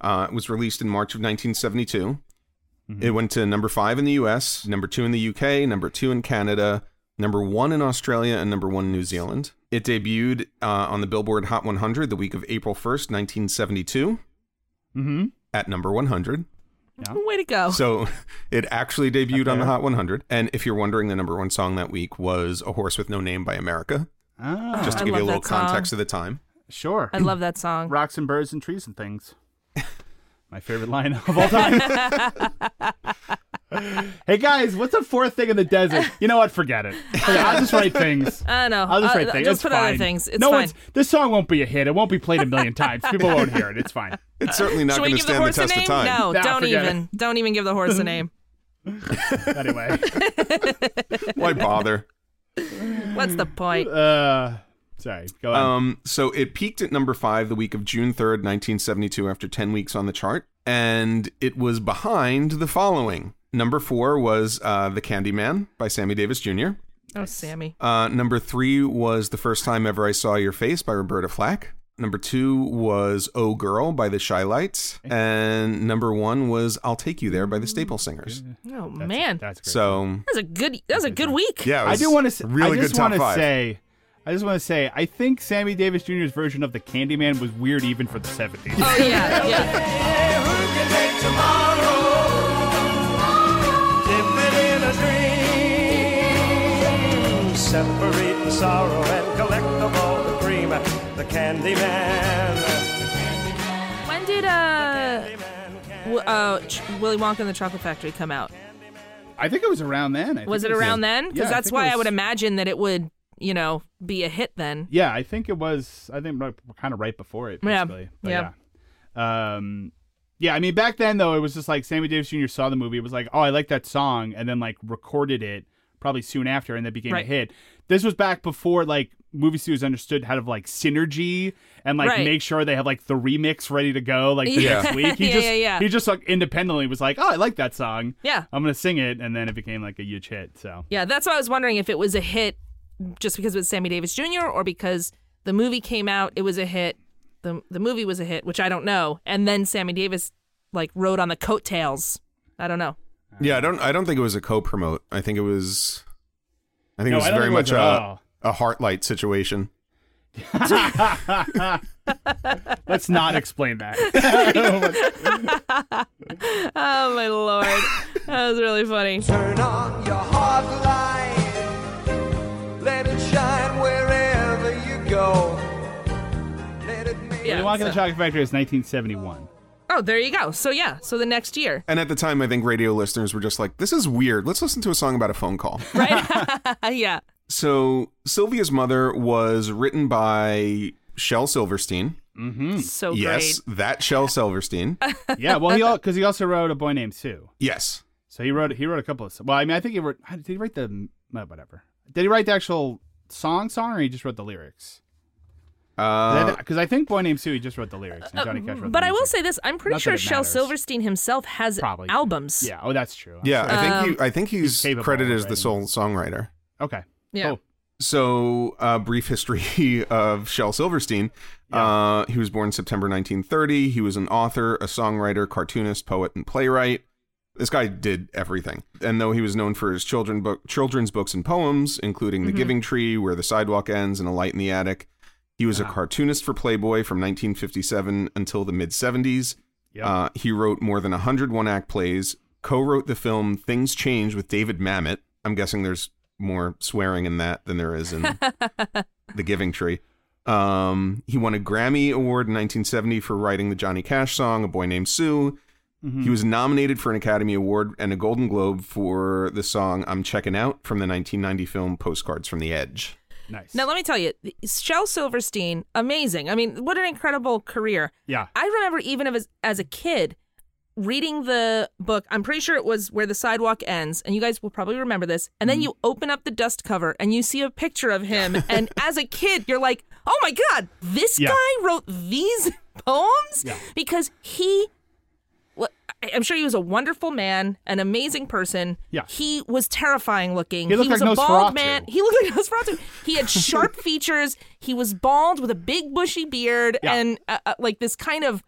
[SPEAKER 2] Uh, it was released in March of 1972.
[SPEAKER 4] Mm-hmm.
[SPEAKER 2] It went to number five in the U.S., number two in the U.K., number two in Canada, number one in Australia, and number one in New Zealand. It debuted uh, on the Billboard Hot 100 the week of April 1st, 1972,
[SPEAKER 4] Mm-hmm.
[SPEAKER 2] at number 100.
[SPEAKER 5] Way to go.
[SPEAKER 2] So it actually debuted on the
[SPEAKER 4] there.
[SPEAKER 2] Hot 100. And if you're wondering, the number one song that week was "A Horse with No Name" by America.
[SPEAKER 4] Ah,
[SPEAKER 2] Just to
[SPEAKER 5] I
[SPEAKER 2] give you a
[SPEAKER 5] love
[SPEAKER 2] little
[SPEAKER 5] that song.
[SPEAKER 2] context of the time.
[SPEAKER 4] sure.
[SPEAKER 5] I love that song.
[SPEAKER 4] Rocks and birds and trees and things. My favorite line of all time. hey guys, what's a fourth thing in the desert? You know what? Forget it. Forget it. I'll just write things.
[SPEAKER 5] I know.
[SPEAKER 4] I'll just
[SPEAKER 5] Uh,
[SPEAKER 4] write things.
[SPEAKER 5] just
[SPEAKER 4] It's
[SPEAKER 5] put other
[SPEAKER 4] fine.
[SPEAKER 5] things. It's
[SPEAKER 4] no
[SPEAKER 5] fine.
[SPEAKER 4] one's. This song won't be a hit. It won't be played a million times. People won't hear it. It's fine.
[SPEAKER 2] It's certainly
[SPEAKER 5] Uh,
[SPEAKER 2] not
[SPEAKER 5] Should we
[SPEAKER 2] going to
[SPEAKER 5] give the
[SPEAKER 2] stand the
[SPEAKER 5] horse a
[SPEAKER 2] test of
[SPEAKER 5] name?
[SPEAKER 2] time.
[SPEAKER 5] No,
[SPEAKER 4] Nah,
[SPEAKER 5] don't
[SPEAKER 4] forget
[SPEAKER 5] even. Don't even give the horse a name.
[SPEAKER 4] Anyway.
[SPEAKER 2] Why bother?
[SPEAKER 5] What's the point?
[SPEAKER 4] Uh, sorry. Go on.
[SPEAKER 2] Um, so it peaked at number five the week of June 3rd, 1972, after 10 weeks on the chart. And it was behind the following. Number four was uh, The Candyman by Sammy Davis Jr.
[SPEAKER 5] Oh, Sammy.
[SPEAKER 2] Uh, number three was The First Time Ever I Saw Your Face by Roberta Flack. Number two was Oh Girl by the Shy Lights.
[SPEAKER 4] Eh.
[SPEAKER 2] And number one was I'll Take You There by the Staple
[SPEAKER 4] Mm-hmm.
[SPEAKER 2] Singers.
[SPEAKER 5] Oh
[SPEAKER 4] That's a-
[SPEAKER 5] man, that
[SPEAKER 4] that's great.
[SPEAKER 2] So,
[SPEAKER 5] was a good. That was a good week.
[SPEAKER 2] yeah, it
[SPEAKER 4] I
[SPEAKER 2] was
[SPEAKER 4] do want to.
[SPEAKER 2] really
[SPEAKER 4] I just
[SPEAKER 2] good top
[SPEAKER 4] wanna
[SPEAKER 2] five.
[SPEAKER 4] Say, I just want to say, I think Sammy Davis Jr.'s version of the Candyman was weird even for the 70s.
[SPEAKER 5] Oh yeah, yeah.
[SPEAKER 6] Separate the sorrow and collect the ball, the cream, the candy man.
[SPEAKER 5] When did uh, w- uh, Ch- Willy Wonka and the Chocolate Factory come out?
[SPEAKER 4] I think it was around then. I
[SPEAKER 5] Was it
[SPEAKER 4] think
[SPEAKER 5] around then?
[SPEAKER 4] Yeah,
[SPEAKER 5] Because that's
[SPEAKER 4] think it
[SPEAKER 5] why I
[SPEAKER 4] was-
[SPEAKER 5] would imagine that it would, you know, be a hit then.
[SPEAKER 4] Yeah, I think it was. I think kind of right before it.
[SPEAKER 5] Yeah,
[SPEAKER 4] Basically. But
[SPEAKER 5] yeah.
[SPEAKER 4] yeah. Um, yeah. I mean, back then though, it was just like Sammy Davis Jr. saw the movie. It was like, oh, I like that song, and then like recorded it probably soon after, and that became
[SPEAKER 5] Right.
[SPEAKER 4] a hit. This was back before like movie studios understood how to like synergy and like
[SPEAKER 5] Right.
[SPEAKER 4] make sure they have like the remix ready to go like the
[SPEAKER 5] Yeah.
[SPEAKER 4] next week. He
[SPEAKER 5] Yeah,
[SPEAKER 4] just
[SPEAKER 5] yeah, yeah.
[SPEAKER 4] he just like independently was like, oh, I like that song.
[SPEAKER 5] Yeah.
[SPEAKER 4] I'm gonna sing it, and then it became like a huge hit. So
[SPEAKER 5] Yeah, that's why I was wondering if it was a hit just because it was Sammy Davis Jr. or because the movie came out, it was a hit. The the movie was a hit, which I don't know. And then Sammy Davis like rode on the coattails. I don't know.
[SPEAKER 2] Yeah, I don't. I don't think it was a co-promote. I think it was. I think
[SPEAKER 4] No,
[SPEAKER 2] it was
[SPEAKER 4] I don't
[SPEAKER 2] very
[SPEAKER 4] think
[SPEAKER 2] much
[SPEAKER 4] it was at
[SPEAKER 2] a
[SPEAKER 4] all.
[SPEAKER 2] a heartlight situation.
[SPEAKER 4] let's not explain that.
[SPEAKER 5] Oh my lord, that was really funny.
[SPEAKER 6] Turn on your heart light, let it shine wherever you go. Let it make
[SPEAKER 5] Yeah,
[SPEAKER 4] The Wonka and the
[SPEAKER 5] so-
[SPEAKER 4] Chocolate Factory is 1971.
[SPEAKER 5] oh, there you go. So yeah, so the next year,
[SPEAKER 2] And at the time, I think radio listeners were just like, "This is weird. Let's listen to a song about a phone call."
[SPEAKER 5] right? Uh, yeah,
[SPEAKER 2] so Sylvia's mother was written by Shel Silverstein.
[SPEAKER 5] so
[SPEAKER 2] yes, that Shel Silverstein.
[SPEAKER 4] Mm-hmm. Yeah, well, he because he also wrote a boy named Sue.
[SPEAKER 2] yes,
[SPEAKER 4] So he wrote he wrote a couple of. Well, I mean, I think he wrote. Did he write the uh, whatever? Did he write the actual song song, or he just wrote the lyrics?
[SPEAKER 2] uh,
[SPEAKER 4] Because I think boy named Sue, he just wrote the lyrics. And Johnny Cash
[SPEAKER 5] great.
[SPEAKER 4] wrote
[SPEAKER 5] uh, But
[SPEAKER 4] the
[SPEAKER 5] I will
[SPEAKER 4] music.
[SPEAKER 5] say this: I'm pretty
[SPEAKER 4] Not that
[SPEAKER 5] sure
[SPEAKER 4] it
[SPEAKER 5] Shel
[SPEAKER 4] matters.
[SPEAKER 5] Silverstein himself has
[SPEAKER 4] Probably.
[SPEAKER 5] albums.
[SPEAKER 4] Yeah. Oh, that's true. I'm
[SPEAKER 2] yeah,
[SPEAKER 4] sorry.
[SPEAKER 2] I think he, I think he's,
[SPEAKER 4] capable
[SPEAKER 2] credited
[SPEAKER 4] of
[SPEAKER 2] as the
[SPEAKER 4] writing.
[SPEAKER 2] sole songwriter.
[SPEAKER 4] Okay. Oh,
[SPEAKER 5] Yeah.
[SPEAKER 4] Cool.
[SPEAKER 2] So, uh, brief history of Shel Silverstein. Uh, he was born September 1930. He was an author, a songwriter, cartoonist, poet, and playwright. This guy did everything. And though he was known for his children book, children's books and poems, including The Giving Tree, Where the Sidewalk Ends, and A Light in the Attic, he was a cartoonist for Playboy from 1957 until the mid 70s.
[SPEAKER 4] Yep.
[SPEAKER 2] Uh, he wrote more than 100 one act plays, co wrote the film Things Change with David Mamet. I'm guessing there's more swearing in that than there is in The Giving Tree. Um, he won a Grammy Award in 1970 for writing the Johnny Cash song, A Boy Named Sue. He was nominated for an Academy Award and a Golden Globe for the song I'm Checking Out from the 1990 film Postcards from the Edge.
[SPEAKER 4] Nice.
[SPEAKER 5] Now, let me tell you, Shel Silverstein, amazing. I mean, what an incredible career.
[SPEAKER 4] Yeah.
[SPEAKER 5] I remember even as, as a kid reading the book. I'm pretty sure it was Where the Sidewalk Ends, and you guys will probably remember this. And
[SPEAKER 4] Mm-hmm.
[SPEAKER 5] then you open up the dust cover and you see a picture of him. and as a kid, you're like, oh my God, this
[SPEAKER 4] Yeah.
[SPEAKER 5] guy wrote these poems? Because he well, I- I'm sure he was a wonderful man, an amazing person.
[SPEAKER 4] Yeah.
[SPEAKER 5] He was terrifying looking.
[SPEAKER 4] He looked
[SPEAKER 5] was
[SPEAKER 4] like
[SPEAKER 5] a
[SPEAKER 4] Nosferatu.
[SPEAKER 5] bald man. He looked like Nosferatu. He had sharp features. He was bald with a big bushy beard
[SPEAKER 4] Yeah.
[SPEAKER 5] and uh, uh, like this kind of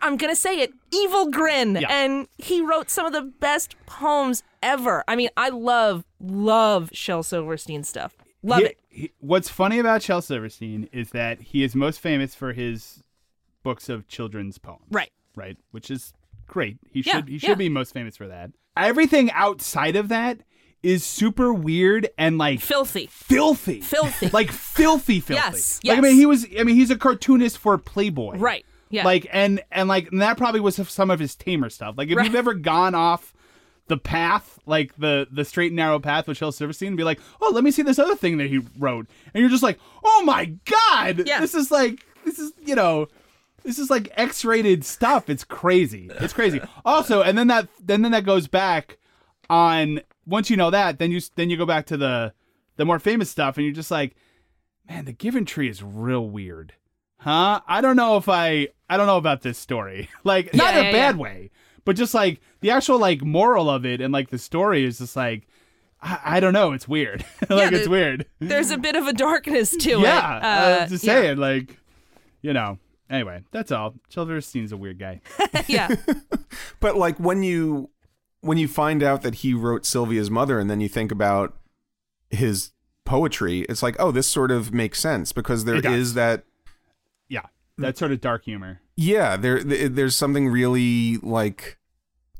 [SPEAKER 5] I'm going to say it, evil grin.
[SPEAKER 4] Yeah.
[SPEAKER 5] And he wrote some of the best poems ever. I mean, I love love Shel Silverstein stuff. Love
[SPEAKER 4] He-
[SPEAKER 5] it.
[SPEAKER 4] he- what's funny about Shel Silverstein is that he is most famous for his books of children's poems.
[SPEAKER 5] Right.
[SPEAKER 4] Right. Which is great. He
[SPEAKER 5] Yeah,
[SPEAKER 4] should he should
[SPEAKER 5] yeah.
[SPEAKER 4] be most famous for that. Everything outside of that is super weird and like
[SPEAKER 5] Filthy.
[SPEAKER 4] filthy.
[SPEAKER 5] Filthy.
[SPEAKER 4] like filthy filthy.
[SPEAKER 5] Yes,
[SPEAKER 4] Like I
[SPEAKER 5] yes.
[SPEAKER 4] mean he was I mean he's a cartoonist for Playboy.
[SPEAKER 5] Right, yeah.
[SPEAKER 4] Like and and like and that probably was some of his tamer stuff. Like if
[SPEAKER 5] Right.
[SPEAKER 4] you've ever gone off the path, like the the straight and narrow path with Shel Silverstein, and be like, oh, let me see this other thing that he wrote, and you're just like, oh my god,
[SPEAKER 5] Yeah.
[SPEAKER 4] this is like this is you know. This is like X-rated stuff. It's crazy. It's crazy. Also, and then that then then that goes back on once you know that, then you s- then you go back to the the more famous stuff, and you're just like, man, the Given Tree is real weird, huh? I don't know if I I don't know about this story. Like, not in a
[SPEAKER 5] yeah,
[SPEAKER 4] bad way, but just like the actual like moral of it and like the story is just like I, I don't know. It's weird. like
[SPEAKER 5] Yeah,
[SPEAKER 4] it's
[SPEAKER 5] the-
[SPEAKER 4] weird.
[SPEAKER 5] There's a bit of a darkness to it.
[SPEAKER 4] yeah,
[SPEAKER 5] Uh,
[SPEAKER 4] I'm just
[SPEAKER 5] yeah.
[SPEAKER 4] saying. Like, you know. Anyway, that's all. Silverstein's a weird guy.
[SPEAKER 5] yeah.
[SPEAKER 2] But like when you when you find out that he wrote Sylvia's mother and then you think about his poetry, it's like, oh, this sort of makes sense because there
[SPEAKER 4] It does.
[SPEAKER 2] is that
[SPEAKER 4] Yeah,
[SPEAKER 2] Mm.
[SPEAKER 4] that sort of dark humor.
[SPEAKER 2] yeah, there th- there's something really like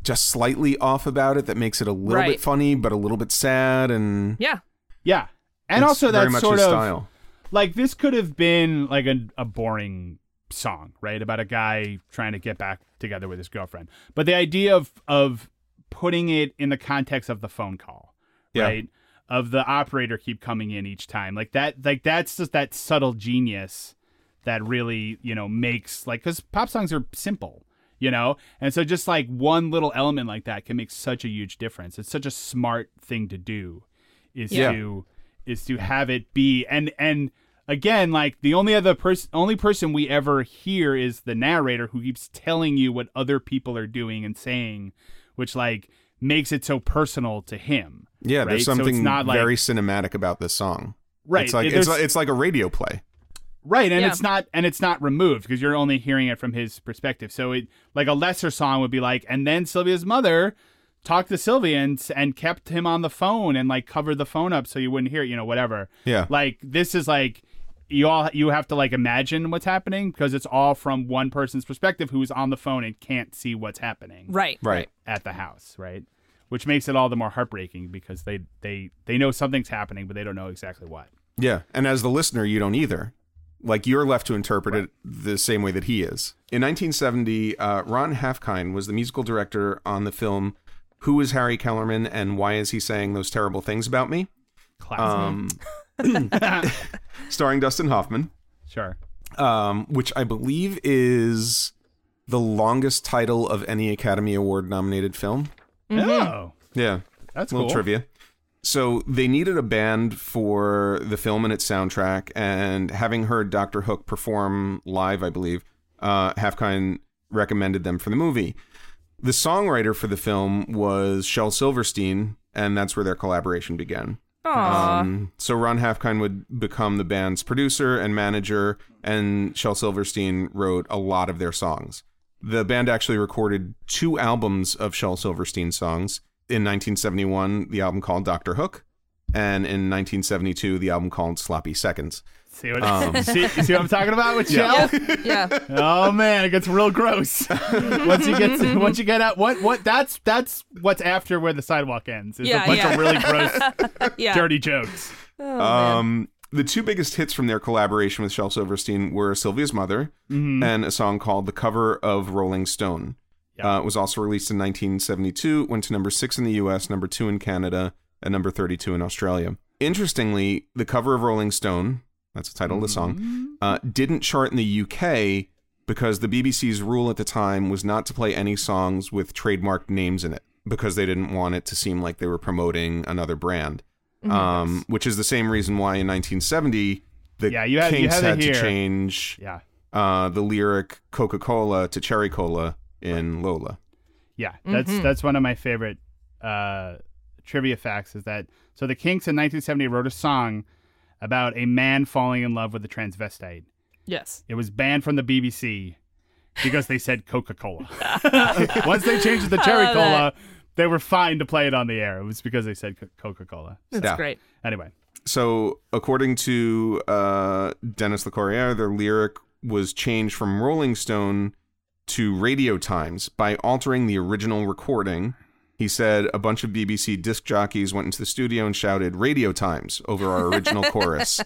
[SPEAKER 2] just slightly off about it that makes it a little
[SPEAKER 5] Right.
[SPEAKER 2] bit funny but a little bit sad and
[SPEAKER 5] Yeah.
[SPEAKER 4] Yeah, and
[SPEAKER 2] it's
[SPEAKER 4] also
[SPEAKER 2] very
[SPEAKER 4] that
[SPEAKER 2] much
[SPEAKER 4] sort
[SPEAKER 2] his
[SPEAKER 4] of
[SPEAKER 2] style.
[SPEAKER 4] like this could have been like a, a boring song right about a guy trying to get back together with his girlfriend but the idea of of putting it in the context of the phone call
[SPEAKER 2] Yeah.
[SPEAKER 4] right of the operator keep coming in each time like that like that's just that subtle genius that really you know makes like because pop songs are simple you know and so just like one little element like that can make such a huge difference it's such a smart thing to do is
[SPEAKER 2] Yeah.
[SPEAKER 4] to is to have it be and and again like the only other person only person we ever hear is the narrator who keeps telling you what other people are doing and saying which like makes it so personal to him
[SPEAKER 2] Yeah,
[SPEAKER 4] right?
[SPEAKER 2] there's
[SPEAKER 4] So it's
[SPEAKER 2] something
[SPEAKER 4] not like-
[SPEAKER 2] very cinematic about this song.
[SPEAKER 4] Right,
[SPEAKER 2] It's like
[SPEAKER 4] there's-
[SPEAKER 2] it's like, it's like a radio play.
[SPEAKER 4] Right, and
[SPEAKER 5] Yeah.
[SPEAKER 4] it's not and it's not removed because you're only hearing it from his perspective. So it like a lesser song would be like, and then Sylvia's mother talked to Sylvia and, s- and kept him on the phone and like covered the phone up so you wouldn't hear it, you know, whatever.
[SPEAKER 2] Yeah.
[SPEAKER 4] Like this is like you all you have to like imagine what's happening because it's all from one person's perspective who's on the phone and can't see what's happening
[SPEAKER 5] Right.
[SPEAKER 2] Right.
[SPEAKER 4] at the house, right? Which makes it all the more heartbreaking because they they they know something's happening but they don't know exactly what.
[SPEAKER 2] Yeah, and as the listener, you don't either. Like you're left to interpret it the same way that he is. In 1970, uh, Ron Halfkind was the musical director on the film "Who Is Harry Kellerman and Why Is He Saying Those Terrible Things About Me,"
[SPEAKER 4] Classic.
[SPEAKER 2] um, starring Dustin Hoffman,
[SPEAKER 4] sure.
[SPEAKER 2] um, which I believe is the longest title of any Academy Award nominated film.
[SPEAKER 4] Oh.
[SPEAKER 2] Yeah,
[SPEAKER 4] That's
[SPEAKER 2] little
[SPEAKER 4] cool.
[SPEAKER 2] trivia. So they needed a band for the film and its soundtrack, and having heard Doctor Hook perform live, I believe, uh, Halfkind recommended them for the movie. The songwriter for the film was Shel Silverstein, and that's where their collaboration began.
[SPEAKER 5] Aw.
[SPEAKER 2] Um, so Ron Halfkind would become the band's producer and manager, and Shel Silverstein wrote a lot of their songs. The band actually recorded two albums of Shel Silverstein songs. In 1971, the album called Doctor Hook, and in 1972, the album called Sloppy Seconds.
[SPEAKER 4] See what, see, see what I'm talking about with
[SPEAKER 2] Yeah.
[SPEAKER 4] Shell?
[SPEAKER 5] yeah.
[SPEAKER 4] Oh man, it gets real gross. once you get to, once you get out, what what that's that's what's after where the sidewalk ends. It's a
[SPEAKER 5] Yeah,
[SPEAKER 4] bunch
[SPEAKER 5] yeah.
[SPEAKER 4] of really gross,
[SPEAKER 5] Yeah.
[SPEAKER 4] dirty jokes.
[SPEAKER 2] um, the two biggest hits from their collaboration with Shel Silverstein were Sylvia's Mother and a song called The Cover of Rolling Stone.
[SPEAKER 4] Yeah.
[SPEAKER 2] Uh, it was also released in 1972, went to number six in the US, number two in Canada, and number 32 in Australia. Interestingly, the cover of Rolling Stone, that's the title of the song, uh, didn't chart in the UK because the BBC's rule at the time was not to play any songs with trademarked names in it because they didn't want it to seem like they were promoting another brand.
[SPEAKER 4] Mm-hmm.
[SPEAKER 2] Um, which is the same reason why in 1970 the
[SPEAKER 4] Yeah, you had- you
[SPEAKER 2] Kinks
[SPEAKER 4] had it
[SPEAKER 2] had,
[SPEAKER 4] here.
[SPEAKER 2] to change
[SPEAKER 4] Yeah.
[SPEAKER 2] uh, the lyric Coca Cola to Cherry Cola in Lola.
[SPEAKER 4] Yeah, that's
[SPEAKER 5] Mm-hmm.
[SPEAKER 4] that's one of my favorite uh, trivia facts is that so the Kinks in 1970 wrote a song about a man falling in love with a transvestite.
[SPEAKER 5] Yes.
[SPEAKER 4] It was banned from the BBC because they said Coca Cola. Once they changed it to Cherry
[SPEAKER 5] love
[SPEAKER 4] Cola, they were fine to play it on the air. It was because they said Coca Cola.
[SPEAKER 5] That's
[SPEAKER 2] Yeah.
[SPEAKER 5] great.
[SPEAKER 4] Anyway,
[SPEAKER 2] So, according to uh, Dennis LeCourrier, their lyric was changed from Rolling Stone to Radio Times by altering the original recording. He said a bunch of BBC disc jockeys went into the studio and shouted Radio Times over our original chorus.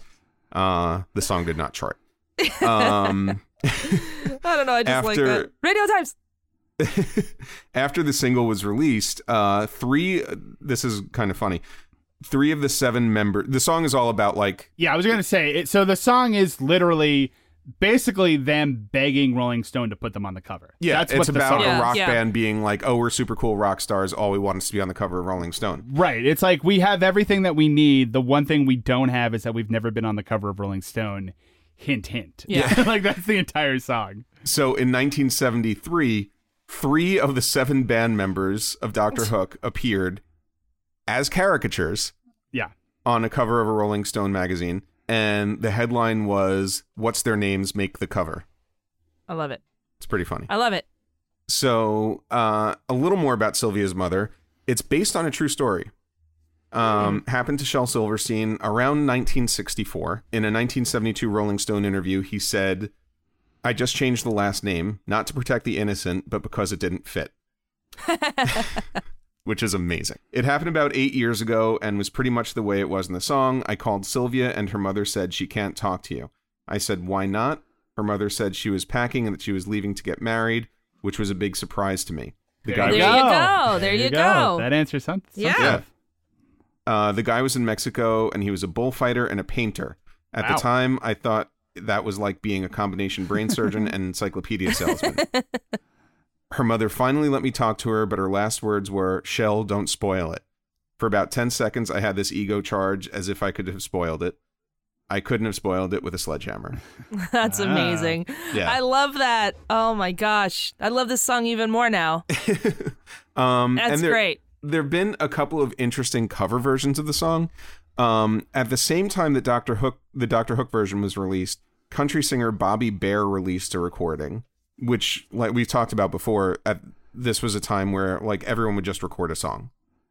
[SPEAKER 2] Uh, the song did not chart. Um,
[SPEAKER 5] I don't know. I just like
[SPEAKER 2] After-
[SPEAKER 5] that. Radio Times.
[SPEAKER 2] after the single was released, uh, three, this is kind of funny, three of the seven member. the song is all about like
[SPEAKER 4] yeah, I was gonna say it, so. The song is literally basically them begging Rolling Stone to put them on the cover.
[SPEAKER 2] Yeah,
[SPEAKER 4] that's
[SPEAKER 2] it's
[SPEAKER 4] what the
[SPEAKER 2] about
[SPEAKER 4] song
[SPEAKER 5] Yeah.
[SPEAKER 2] a rock
[SPEAKER 5] Yeah.
[SPEAKER 2] band being like, "Oh, we're super cool rock stars. All we want is to be on the cover of Rolling Stone."
[SPEAKER 4] Right. It's like we have everything that we need. The one thing we don't have is that we've never been on the cover of Rolling Stone. Hint, hint.
[SPEAKER 5] Yeah.
[SPEAKER 4] like that's the entire song.
[SPEAKER 2] So, in 1973, three of the seven band members of Doctor Hook appeared as caricatures
[SPEAKER 4] Yeah.
[SPEAKER 2] on a cover of a Rolling Stone magazine, and the headline was, "What's their names make the cover?"
[SPEAKER 5] I love it.
[SPEAKER 2] It's pretty funny.
[SPEAKER 5] I love it.
[SPEAKER 2] So, uh, a little more about Sylvia's mother. It's based on a true story. Um, Happened to Shel Silverstein around 1964. In a 1972 Rolling Stone interview, he said, I just changed the last name, not to protect the innocent, but because it didn't fit. Which is amazing. It happened about eight years ago and was pretty much the way it was in the song. I called Sylvia, and her mother said she can't talk to you. I said, Why not? Her mother said she was packing and that she was leaving to get married, which was a big surprise to me. The guy
[SPEAKER 5] you
[SPEAKER 2] was
[SPEAKER 5] go.
[SPEAKER 4] Oh,
[SPEAKER 5] There you go.
[SPEAKER 4] That answers some, some
[SPEAKER 5] Yeah.
[SPEAKER 4] stuff.
[SPEAKER 2] Uh, the guy was in Mexico and he was a bullfighter and a painter. At
[SPEAKER 4] Wow.
[SPEAKER 2] the time, I thought that was like being a combination brain surgeon and encyclopedia salesman. her mother finally let me talk to her, but her last words were, Shell, don't spoil it. For about 10 seconds, I had this ego charge as if I could have spoiled it. I couldn't have spoiled it with a sledgehammer.
[SPEAKER 5] That's amazing.
[SPEAKER 2] Ah, Yeah.
[SPEAKER 5] I love that. Oh my gosh. I love this song even more now.
[SPEAKER 2] Um,
[SPEAKER 5] That's
[SPEAKER 2] and there-
[SPEAKER 5] great.
[SPEAKER 2] There have been a couple of interesting cover versions of the song. Um, at the same time that Doctor Hook, the Doctor Hook version was released, country singer Bobby Bear released a recording, which, like we talked about before, at, this was a time where like everyone would just record a song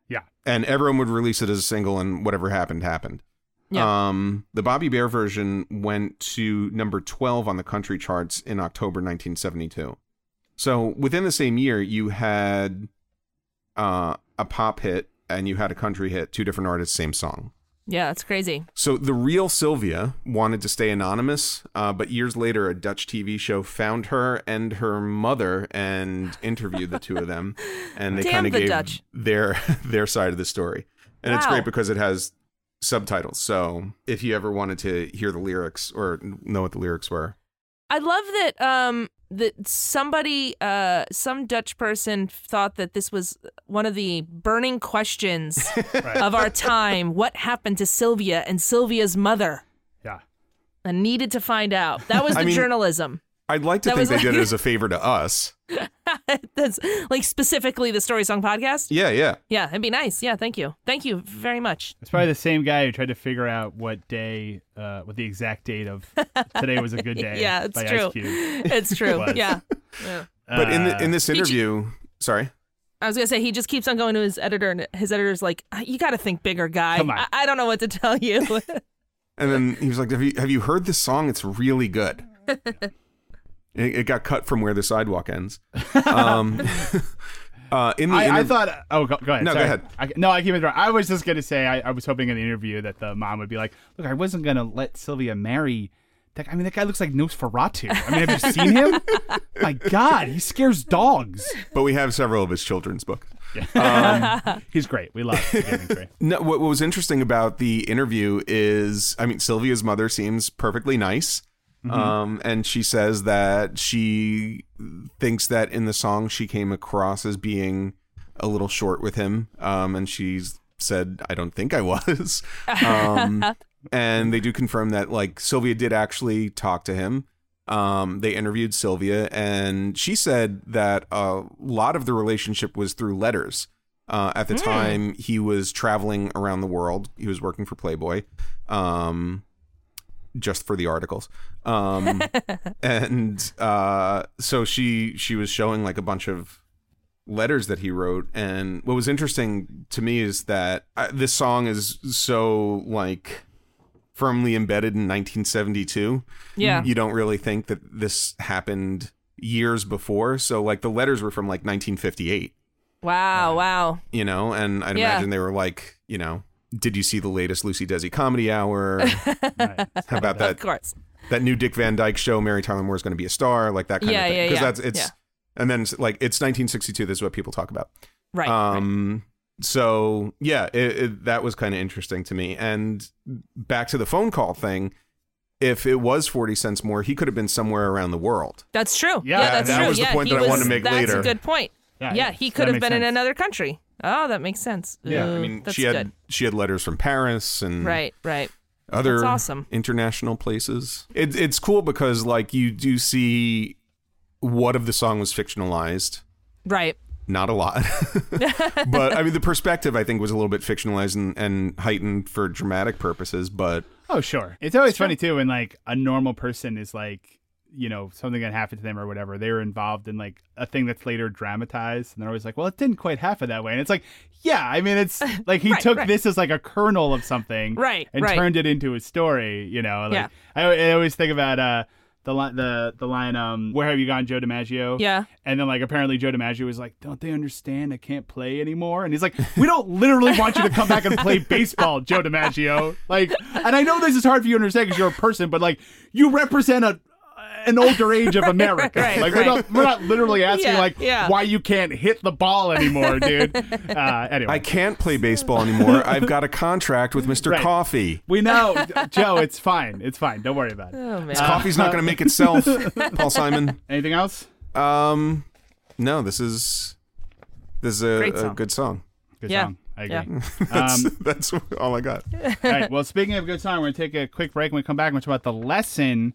[SPEAKER 4] Yeah.
[SPEAKER 2] and everyone would release it as a single, and whatever happened happened.
[SPEAKER 5] Yeah.
[SPEAKER 2] Um, the Bobby Bear version went to number twelve on the country charts in October 1972. So within the same year, you had uh, a pop hit and you had a country hit, two different artists, same song.
[SPEAKER 5] Yeah, that's crazy.
[SPEAKER 2] So the real Sylvia wanted to stay anonymous, uh, but years later, a Dutch TV show found her and her mother and interviewed the two of them, and they
[SPEAKER 5] Damn
[SPEAKER 2] kind of
[SPEAKER 5] the
[SPEAKER 2] gave
[SPEAKER 5] Dutch.
[SPEAKER 2] their their side of the story. And it's
[SPEAKER 5] Wow.
[SPEAKER 2] great because it has subtitles. So if you ever wanted to hear the lyrics or know what the lyrics were,
[SPEAKER 5] I love that um that somebody uh some Dutch person thought that this was one of the burning questions of our time. What happened to Sylvia and Sylvia's mother?
[SPEAKER 4] Yeah.
[SPEAKER 5] And needed to find out. That was the
[SPEAKER 2] I mean-
[SPEAKER 5] journalism.
[SPEAKER 2] I'd like to
[SPEAKER 5] That
[SPEAKER 2] think
[SPEAKER 5] was
[SPEAKER 2] they did
[SPEAKER 5] like-
[SPEAKER 2] it as a favor to us.
[SPEAKER 5] That's like specifically the Story Song podcast.
[SPEAKER 2] Yeah, yeah.
[SPEAKER 5] Yeah, it'd be nice. Yeah, thank you. Thank you very much.
[SPEAKER 4] It's probably the same guy who tried to figure out what day, uh, what the exact date of today was a good day.
[SPEAKER 5] yeah, it's
[SPEAKER 4] by
[SPEAKER 5] true.
[SPEAKER 4] Ice Cube.
[SPEAKER 5] It's true.
[SPEAKER 4] was.
[SPEAKER 5] yeah.
[SPEAKER 2] But in the, in this
[SPEAKER 5] Uh, Did you-
[SPEAKER 2] interview, sorry.
[SPEAKER 5] I was gonna say he just keeps on going to his editor, and his editor's like, "Ah, "You got to think bigger, guy.
[SPEAKER 4] Come on.
[SPEAKER 5] I-, I don't know what to tell you."
[SPEAKER 2] And then he was like, "Have you have you heard this song? It's really good." it, it got cut from where the sidewalk ends. Um, uh, in the
[SPEAKER 4] I, I
[SPEAKER 2] interv-
[SPEAKER 4] thought. Oh, go, go ahead.
[SPEAKER 2] No, go
[SPEAKER 4] sorry.
[SPEAKER 2] ahead.
[SPEAKER 4] I, no, I keep it wrong. I was just gonna say I, I was hoping in the interview that the mom would be like, "Look, I wasn't gonna let Sylvia marry." That, I mean, that guy looks like Nosferatu. I mean, have you seen him? My God, he scares dogs.
[SPEAKER 2] but we have several of his children's books. Um,
[SPEAKER 4] He's great. We love Gavin Gray.
[SPEAKER 2] No, what, what was interesting about the interview is, I mean, Sylvia's mother seems perfectly nice. Um, and she says that she thinks that in the song she came across as being a little short with him. Um, and she's said, I don't think I was. Um, and they do confirm that, like, Sylvia did actually talk to him. Um, they interviewed Sylvia, and she said that a lot of the relationship was through letters. Uh, at the time, he was traveling around the world. He was working for Playboy, um, just for the articles. Um, and uh, so she she was showing like a bunch of letters that he wrote. And what was interesting to me is that I, this song is so like firmly embedded in 1972
[SPEAKER 5] Yeah.
[SPEAKER 2] you don't really think that this happened years before. So like the letters were from like 1958,
[SPEAKER 5] Wow, wow.
[SPEAKER 2] you know, and I'd
[SPEAKER 5] Yeah.
[SPEAKER 2] imagine they were like, you know, did you see the latest Lucy Desi comedy hour? How about
[SPEAKER 5] Of
[SPEAKER 2] that
[SPEAKER 5] course.
[SPEAKER 2] that new Dick Van Dyke show? Mary Tyler Moore's going to be a star, like that kind
[SPEAKER 5] Yeah,
[SPEAKER 2] of thing.
[SPEAKER 5] yeah, yeah,
[SPEAKER 2] that's it's
[SPEAKER 5] yeah.
[SPEAKER 2] and then it's, like it's 1962. This is what people talk about.
[SPEAKER 5] Right.
[SPEAKER 2] Um, so yeah, it, it, that was kind of interesting to me. And back to the phone call thing. If it was 40 cents more, he could have been somewhere around the world.
[SPEAKER 5] That's true.
[SPEAKER 4] Yeah,
[SPEAKER 5] Yeah,
[SPEAKER 4] that-
[SPEAKER 5] that's
[SPEAKER 4] that
[SPEAKER 5] true.
[SPEAKER 2] was the
[SPEAKER 5] yeah,
[SPEAKER 2] point
[SPEAKER 5] he
[SPEAKER 2] that I wanted
[SPEAKER 5] was-
[SPEAKER 2] to make
[SPEAKER 5] that's
[SPEAKER 2] later.
[SPEAKER 5] a good point.
[SPEAKER 4] Yeah,
[SPEAKER 5] Yeah,
[SPEAKER 4] yeah.
[SPEAKER 5] he
[SPEAKER 4] That
[SPEAKER 5] could have
[SPEAKER 4] makes
[SPEAKER 5] been in
[SPEAKER 4] sense.
[SPEAKER 5] another country. Oh, that makes sense. Ooh,
[SPEAKER 2] I mean,
[SPEAKER 5] Mm, that's
[SPEAKER 2] she had
[SPEAKER 5] good.
[SPEAKER 2] she had letters from Paris and
[SPEAKER 5] Right, right.
[SPEAKER 2] other
[SPEAKER 5] That's awesome.
[SPEAKER 2] international places. It, it's cool because like you do see what of the song was fictionalized.
[SPEAKER 5] Right.
[SPEAKER 2] Not a lot, but I mean the perspective I think was a little bit fictionalized and, and heightened for dramatic purposes. But
[SPEAKER 4] Oh, sure. It's always funny too when like a normal person is like, you know, something that happened to them or whatever. They were involved in like a thing that's later dramatized, and they're always like, "Well, it didn't quite happen that way." And it's like, yeah, I mean, it's like he
[SPEAKER 5] Right,
[SPEAKER 4] took
[SPEAKER 5] right.
[SPEAKER 4] this as like a kernel of something,
[SPEAKER 5] Right,
[SPEAKER 4] and
[SPEAKER 5] right.
[SPEAKER 4] turned it into a story. You know, like,
[SPEAKER 5] Yeah.
[SPEAKER 4] I, I always think about uh the li- the the line, um, "Where have you gone, Joe DiMaggio?"
[SPEAKER 5] Yeah.
[SPEAKER 4] And then like apparently Joe DiMaggio was like, "Don't they understand? I can't play anymore." And he's like, "We don't literally want you to come back and play baseball, Joe DiMaggio." Like, and I know this is hard for you to understand because you're a person, but like you represent a an older age of America.
[SPEAKER 5] right,
[SPEAKER 4] like
[SPEAKER 5] right.
[SPEAKER 4] we're not we're not literally asking
[SPEAKER 5] Yeah,
[SPEAKER 4] like
[SPEAKER 5] yeah.
[SPEAKER 4] why you can't hit the ball anymore, dude. Uh, anyway,
[SPEAKER 2] I can't play baseball anymore. I've got a contract with Mister
[SPEAKER 4] Right.
[SPEAKER 2] Coffee.
[SPEAKER 4] we know Joe. It's fine. It's fine. Don't worry about it.
[SPEAKER 5] Oh man.
[SPEAKER 2] Coffee's not going to make itself. Paul Simon.
[SPEAKER 4] Anything else?
[SPEAKER 2] Um, no, this is this is a,
[SPEAKER 5] Great
[SPEAKER 2] a
[SPEAKER 5] song.
[SPEAKER 2] good song.
[SPEAKER 4] Good
[SPEAKER 5] Yeah.
[SPEAKER 4] song. I agree.
[SPEAKER 5] Yeah.
[SPEAKER 2] That's, that's all I got.
[SPEAKER 4] All right. Well, speaking of good song, we're going to take a quick break. When we come back, we're going to talk about the lesson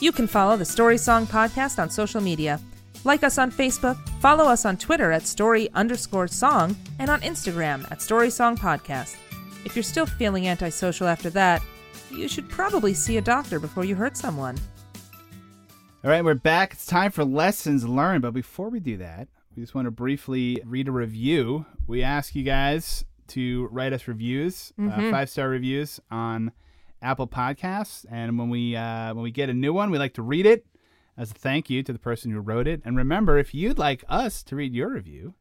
[SPEAKER 5] You can follow the Story Song Podcast on social media. Like us on Facebook, follow us on Twitter at story underscore song, and on Instagram at Story Song Podcast. If you're still feeling antisocial after that, you should probably see a doctor before you hurt someone.
[SPEAKER 4] All right, we're back. It's time for lessons learned. But before we do that, we just want to briefly read a review. We ask you guys to write us reviews,
[SPEAKER 5] Mm-hmm.
[SPEAKER 4] uh, five star reviews on Apple Podcasts, and when we uh, when we get a new one, we like to read it as a thank you to the person who wrote it. And remember, if you'd like us to read your review,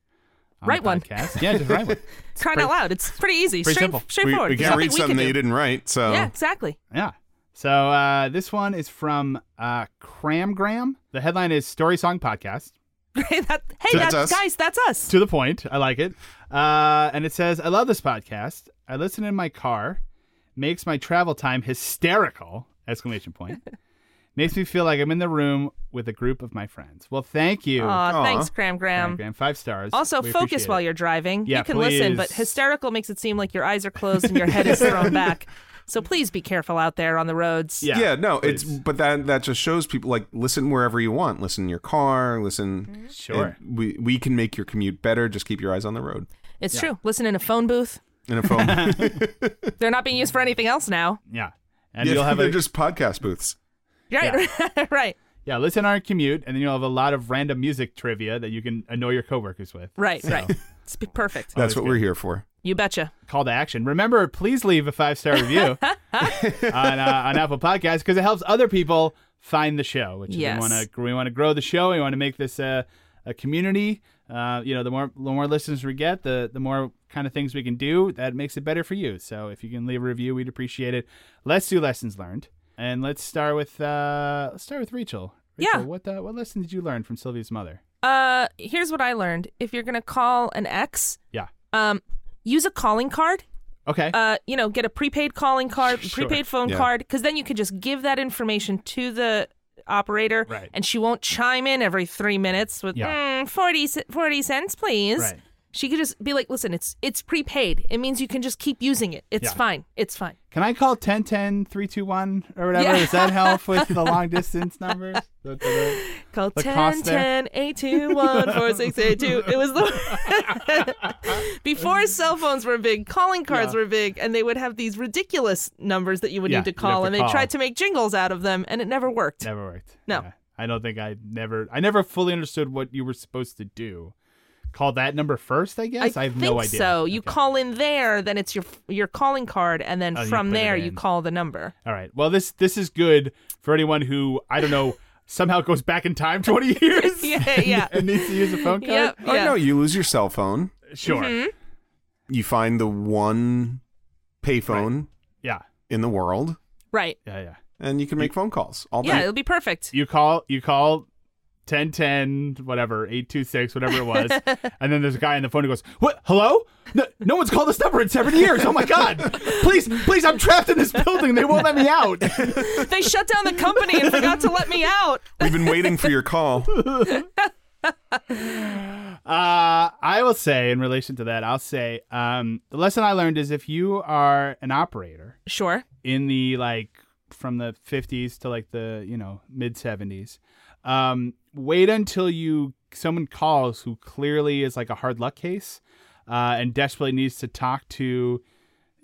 [SPEAKER 4] on the
[SPEAKER 5] Write one.
[SPEAKER 4] podcast- Yeah, just write one.
[SPEAKER 5] Crying out loud. It's pretty easy.
[SPEAKER 4] pretty
[SPEAKER 5] Straight,
[SPEAKER 4] simple. We-
[SPEAKER 2] We,
[SPEAKER 5] straightforward.
[SPEAKER 2] we
[SPEAKER 5] It's
[SPEAKER 2] can't read
[SPEAKER 5] we
[SPEAKER 2] something
[SPEAKER 5] can
[SPEAKER 2] that
[SPEAKER 5] do.
[SPEAKER 2] you didn't write, so
[SPEAKER 5] Yeah, exactly.
[SPEAKER 4] Yeah. So uh, this one is from uh, Cramgram. The headline is Story Song Podcast.
[SPEAKER 5] That- hey,
[SPEAKER 2] So
[SPEAKER 5] that's,
[SPEAKER 2] that's us.
[SPEAKER 5] guys, that's us.
[SPEAKER 4] To the point. I like it. Uh, and it says, I love this podcast. I listen in my car. Makes my travel time hysterical. Exclamation point. Makes me feel like I'm in the room with a group of my friends. Well, thank you.
[SPEAKER 5] Aw, thanks, Cram Graham.
[SPEAKER 4] Five stars.
[SPEAKER 5] Also,
[SPEAKER 4] We appreciate
[SPEAKER 5] focus
[SPEAKER 4] it.
[SPEAKER 5] while you're driving.
[SPEAKER 4] Yeah,
[SPEAKER 5] you can listen, but
[SPEAKER 4] please.
[SPEAKER 5] hysterical makes it seem like your eyes are closed and your head is thrown back. So please be careful out there on the roads.
[SPEAKER 2] Yeah, no, it's but that that just shows people like listen wherever you want, listen in your car,
[SPEAKER 5] Mm-hmm.
[SPEAKER 2] listen.
[SPEAKER 4] Sure.
[SPEAKER 2] And we we can make your commute better. Just keep your eyes on the road
[SPEAKER 5] It's true. Listen in a phone booth.
[SPEAKER 2] in a phone.
[SPEAKER 5] They're not being used for anything else now.
[SPEAKER 4] Yeah. And
[SPEAKER 2] Yeah,
[SPEAKER 4] you'll have
[SPEAKER 2] they're
[SPEAKER 4] a, Oh,
[SPEAKER 2] just podcast booths.
[SPEAKER 5] Right, right,
[SPEAKER 4] yeah, listen on our commute, and then you'll have a lot of random music trivia that you can annoy your coworkers with.
[SPEAKER 5] right,
[SPEAKER 4] So,
[SPEAKER 5] right. It's p- perfect.
[SPEAKER 2] That's what
[SPEAKER 4] good.
[SPEAKER 2] we're here for.
[SPEAKER 5] You betcha.
[SPEAKER 4] Call to action. Remember, please leave a five star review on uh, on Apple Podcasts because it helps other people find the show. Which is
[SPEAKER 5] Yes.
[SPEAKER 4] we want to we want to grow the show. We want to make this a, a community. Uh, you know, the more the more listeners we get, the the more kind of things we can do that makes it better for you. So if you can leave a review, we'd appreciate it. Let's do lessons learned, and let's start with uh, let's start with Rachel. Rachel,
[SPEAKER 5] Yeah.
[SPEAKER 4] What uh, what lesson did you learn from Sylvia's mother?
[SPEAKER 5] Uh, here's what I learned: if you're gonna call an ex,
[SPEAKER 4] Yeah.
[SPEAKER 5] um, use a calling card.
[SPEAKER 4] Okay.
[SPEAKER 5] Uh, you know, get a prepaid calling card,
[SPEAKER 4] Sure.
[SPEAKER 5] prepaid phone
[SPEAKER 2] Yeah.
[SPEAKER 5] card, because then you can just give that information to the operator,
[SPEAKER 4] Right.
[SPEAKER 5] and she won't chime in every three minutes with
[SPEAKER 4] Yeah.
[SPEAKER 5] mm, 40, ce- 40 cents, please.
[SPEAKER 4] Right.
[SPEAKER 5] She could just be like, "Listen, it's it's prepaid. It means you can just keep using it. It's
[SPEAKER 4] Yeah.
[SPEAKER 5] fine. It's fine."
[SPEAKER 4] Can I call 1010 321 or whatever?
[SPEAKER 5] Yeah.
[SPEAKER 4] Does that help with the long distance numbers?
[SPEAKER 5] Call
[SPEAKER 4] The
[SPEAKER 5] 10
[SPEAKER 4] cost there?
[SPEAKER 5] 10 821 4682. It was the before cell phones were big, calling cards were big, and they would have these ridiculous numbers that you would
[SPEAKER 4] Yeah,
[SPEAKER 5] need to
[SPEAKER 4] you'd have
[SPEAKER 5] call,
[SPEAKER 4] to
[SPEAKER 5] and
[SPEAKER 4] call.
[SPEAKER 5] they tried to make jingles out of them, and it never worked.
[SPEAKER 4] Never worked.
[SPEAKER 5] No.
[SPEAKER 4] Yeah. I don't think I never I never fully understood what you were supposed to do. Call that number first, I guess. I, have
[SPEAKER 5] think
[SPEAKER 4] no idea.
[SPEAKER 5] so. You
[SPEAKER 4] Okay.
[SPEAKER 5] call in there, then it's your your calling card, and then
[SPEAKER 4] Oh, you
[SPEAKER 5] from
[SPEAKER 4] put it
[SPEAKER 5] there you
[SPEAKER 4] in.
[SPEAKER 5] call the number.
[SPEAKER 4] All right. Well, this this is good for anyone who I don't know somehow goes back in time 20 years.
[SPEAKER 5] Yeah, yeah.
[SPEAKER 4] And needs to use a phone card.
[SPEAKER 5] Yep. Mm-hmm.
[SPEAKER 2] Oh
[SPEAKER 5] yeah.
[SPEAKER 2] no, you lose your cell phone.
[SPEAKER 4] Sure.
[SPEAKER 2] You find the one payphone
[SPEAKER 4] Yeah.
[SPEAKER 2] in the world,
[SPEAKER 5] Right.
[SPEAKER 4] Yeah, yeah.
[SPEAKER 2] and you can make phone calls all
[SPEAKER 5] Yeah,
[SPEAKER 2] day.
[SPEAKER 5] it'll be perfect.
[SPEAKER 4] You call you call 1010 whatever 826 whatever it was and then there's a guy on the phone who goes what hello no, no one's called this number in seven years oh my god please please i'm trapped in this building they won't let me out
[SPEAKER 5] they shut down the company and forgot to let me out.
[SPEAKER 2] We've been waiting for your call.
[SPEAKER 4] Uh, I will say, in relation to that, I'll say um, the lesson I learned is if you are an operator
[SPEAKER 5] Sure.
[SPEAKER 4] in the like from the 50s to like the you know mid 70s, um, wait until you someone calls who clearly is like a hard luck case uh, and desperately needs to talk to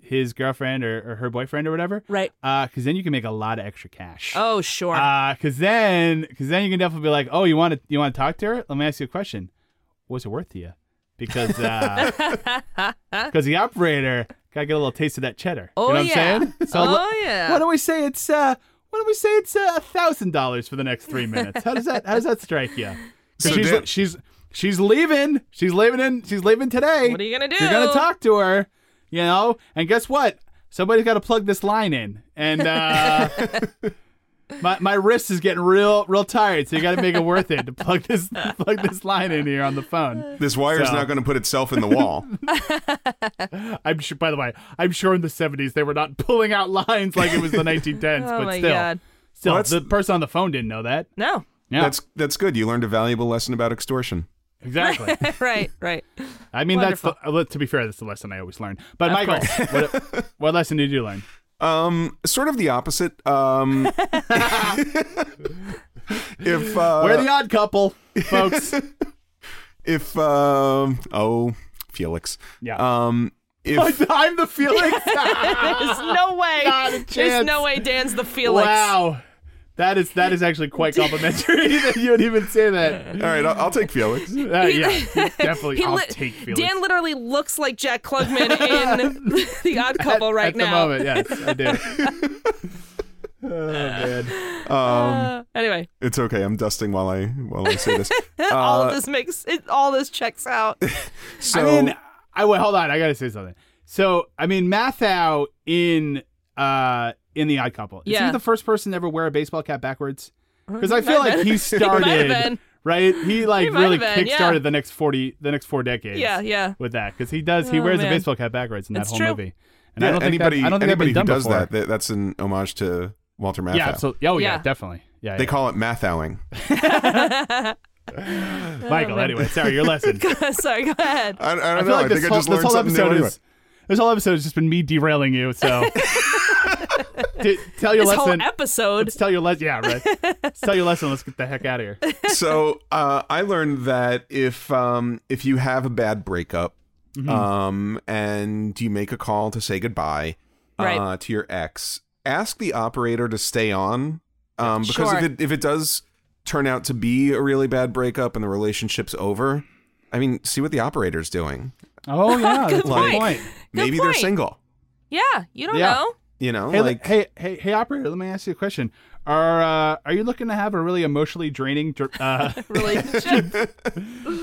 [SPEAKER 4] his girlfriend or, or her boyfriend or whatever,
[SPEAKER 5] Right.
[SPEAKER 4] Because then you can make a lot of extra cash.
[SPEAKER 5] Oh, sure.
[SPEAKER 4] Because Uh, then, because then you can definitely be like, oh, you want to, you want to talk to her? Let me ask you a question. What's it worth to you? Because, because the operator gotta get a little taste of that cheddar.
[SPEAKER 5] Oh,
[SPEAKER 4] you know what
[SPEAKER 5] yeah.
[SPEAKER 4] I'm saying?
[SPEAKER 5] Oh,
[SPEAKER 4] le-
[SPEAKER 5] yeah.
[SPEAKER 4] Why don't we say it's, uh, why don't we say it's uh, a thousand dollars for the next three minutes? How does that, how does that strike you?
[SPEAKER 2] So
[SPEAKER 4] 'Cause she's,
[SPEAKER 2] Dan-
[SPEAKER 4] she's, she's leaving. She's leaving in. She's leaving today.
[SPEAKER 5] What are you gonna
[SPEAKER 4] You're gonna
[SPEAKER 5] do?
[SPEAKER 4] talk to her, you know. And guess what? Somebody's got to plug this line in, and uh, my my wrist is getting real real tired, so you got to make it worth it to plug this plug this line in here on the phone.
[SPEAKER 2] This wire's
[SPEAKER 4] So-
[SPEAKER 2] not going to put itself in the wall.
[SPEAKER 4] I'm sure. By the way, I'm sure in the '70s they were not pulling out lines like it was the 1910s,
[SPEAKER 5] Oh
[SPEAKER 4] but
[SPEAKER 5] my
[SPEAKER 4] still,
[SPEAKER 5] God.
[SPEAKER 4] still,
[SPEAKER 2] Well, that's-
[SPEAKER 4] the person on the phone didn't know that.
[SPEAKER 5] No.
[SPEAKER 4] Yeah,
[SPEAKER 2] That's that's good. You learned a valuable lesson about extortion.
[SPEAKER 4] exactly.
[SPEAKER 5] right, right.
[SPEAKER 4] I mean, that's the,
[SPEAKER 5] Wonderful.
[SPEAKER 4] uh, to be fair, that's the lesson I always learn. But
[SPEAKER 5] Of
[SPEAKER 4] Michael, what, what lesson did you learn?
[SPEAKER 2] Um, sort of the opposite. Um, if uh,
[SPEAKER 4] We're the odd couple, folks.
[SPEAKER 2] if um, oh Felix,
[SPEAKER 4] Yeah.
[SPEAKER 2] Um, if
[SPEAKER 4] I'm the Felix.
[SPEAKER 5] There's no way.
[SPEAKER 4] Not a
[SPEAKER 5] There's
[SPEAKER 4] chance.
[SPEAKER 5] no way Dan's the Felix.
[SPEAKER 4] wow, that is that is actually quite complimentary that you would even say that.
[SPEAKER 2] all right, I'll, I'll take Felix.
[SPEAKER 4] Uh, yeah, definitely.
[SPEAKER 5] He
[SPEAKER 4] I'll
[SPEAKER 5] li-
[SPEAKER 4] take Felix.
[SPEAKER 5] Dan literally looks like Jack Klugman in The Odd Couple right
[SPEAKER 4] at
[SPEAKER 5] now.
[SPEAKER 4] the moment, yes, I do. oh man.
[SPEAKER 5] Uh, anyway,
[SPEAKER 2] Um, It's okay. I'm dusting while I while I say this.
[SPEAKER 5] all
[SPEAKER 2] Uh,
[SPEAKER 5] of this makes it. All this checks out.
[SPEAKER 2] So
[SPEAKER 4] I mean, I wait. Hold on. I gotta say something. So, I mean, Mathau in uh in the Odd Couple. Is
[SPEAKER 5] Yeah.
[SPEAKER 4] he the first person to ever wear a baseball cap backwards? Because I feel
[SPEAKER 5] might have
[SPEAKER 4] like
[SPEAKER 5] been. He
[SPEAKER 4] he
[SPEAKER 5] might have
[SPEAKER 4] started
[SPEAKER 5] been.
[SPEAKER 4] right. He like
[SPEAKER 5] He might
[SPEAKER 4] really
[SPEAKER 5] have been,
[SPEAKER 4] kickstarted
[SPEAKER 5] yeah.
[SPEAKER 4] started the next forty, the next four decades.
[SPEAKER 5] Yeah, yeah.
[SPEAKER 4] With that, because he does, he
[SPEAKER 5] Oh,
[SPEAKER 4] wears
[SPEAKER 5] man.
[SPEAKER 4] a baseball cap backwards in that
[SPEAKER 5] It's
[SPEAKER 4] whole
[SPEAKER 5] true.
[SPEAKER 4] movie. And
[SPEAKER 2] yeah,
[SPEAKER 4] I don't think
[SPEAKER 2] anybody
[SPEAKER 4] that, I don't think
[SPEAKER 2] anybody
[SPEAKER 4] that
[SPEAKER 2] who
[SPEAKER 4] been done
[SPEAKER 2] does
[SPEAKER 4] before.
[SPEAKER 2] that, that that's an homage to Walter Matthau.
[SPEAKER 4] yeah, absolutely. Oh yeah,
[SPEAKER 5] Yeah.
[SPEAKER 4] definitely. Yeah,
[SPEAKER 2] they
[SPEAKER 4] yeah.
[SPEAKER 2] call it mathowing.
[SPEAKER 4] Michael, anyway, sorry, your lesson.
[SPEAKER 5] Sorry, go ahead.
[SPEAKER 2] I, I don't know.
[SPEAKER 4] feel like
[SPEAKER 2] I
[SPEAKER 4] this
[SPEAKER 2] think I
[SPEAKER 4] whole,
[SPEAKER 2] just
[SPEAKER 4] this
[SPEAKER 2] learned
[SPEAKER 4] whole
[SPEAKER 2] something new
[SPEAKER 4] episode
[SPEAKER 2] anyway.
[SPEAKER 4] is this whole episode has just been me derailing you. So D- tell your
[SPEAKER 5] This whole
[SPEAKER 4] lesson.
[SPEAKER 5] episode.
[SPEAKER 4] Let's tell your lesson. Yeah, right. Let's tell your lesson. Let's get the heck out of here.
[SPEAKER 2] so uh, I learned that if um, if you have a bad breakup
[SPEAKER 5] Mm-hmm.
[SPEAKER 2] um, and you make a call to say goodbye uh,
[SPEAKER 5] Right.
[SPEAKER 2] to your ex, ask the operator to stay on um, because if
[SPEAKER 5] Sure.
[SPEAKER 2] it if it does turn out to be a really bad breakup and the relationship's over, I mean, see what the operator's doing.
[SPEAKER 4] Oh yeah,
[SPEAKER 5] Good
[SPEAKER 4] that's a good
[SPEAKER 5] point.
[SPEAKER 4] point.
[SPEAKER 2] Maybe they're
[SPEAKER 5] point.
[SPEAKER 2] single.
[SPEAKER 5] Yeah, you don't
[SPEAKER 4] Yeah.
[SPEAKER 5] know.
[SPEAKER 2] You know,
[SPEAKER 4] Hey,
[SPEAKER 2] like
[SPEAKER 4] hey, hey, hey, operator. Let me ask you a question. Are uh, are you looking to have a really emotionally draining, dr- uh,
[SPEAKER 5] Relationship.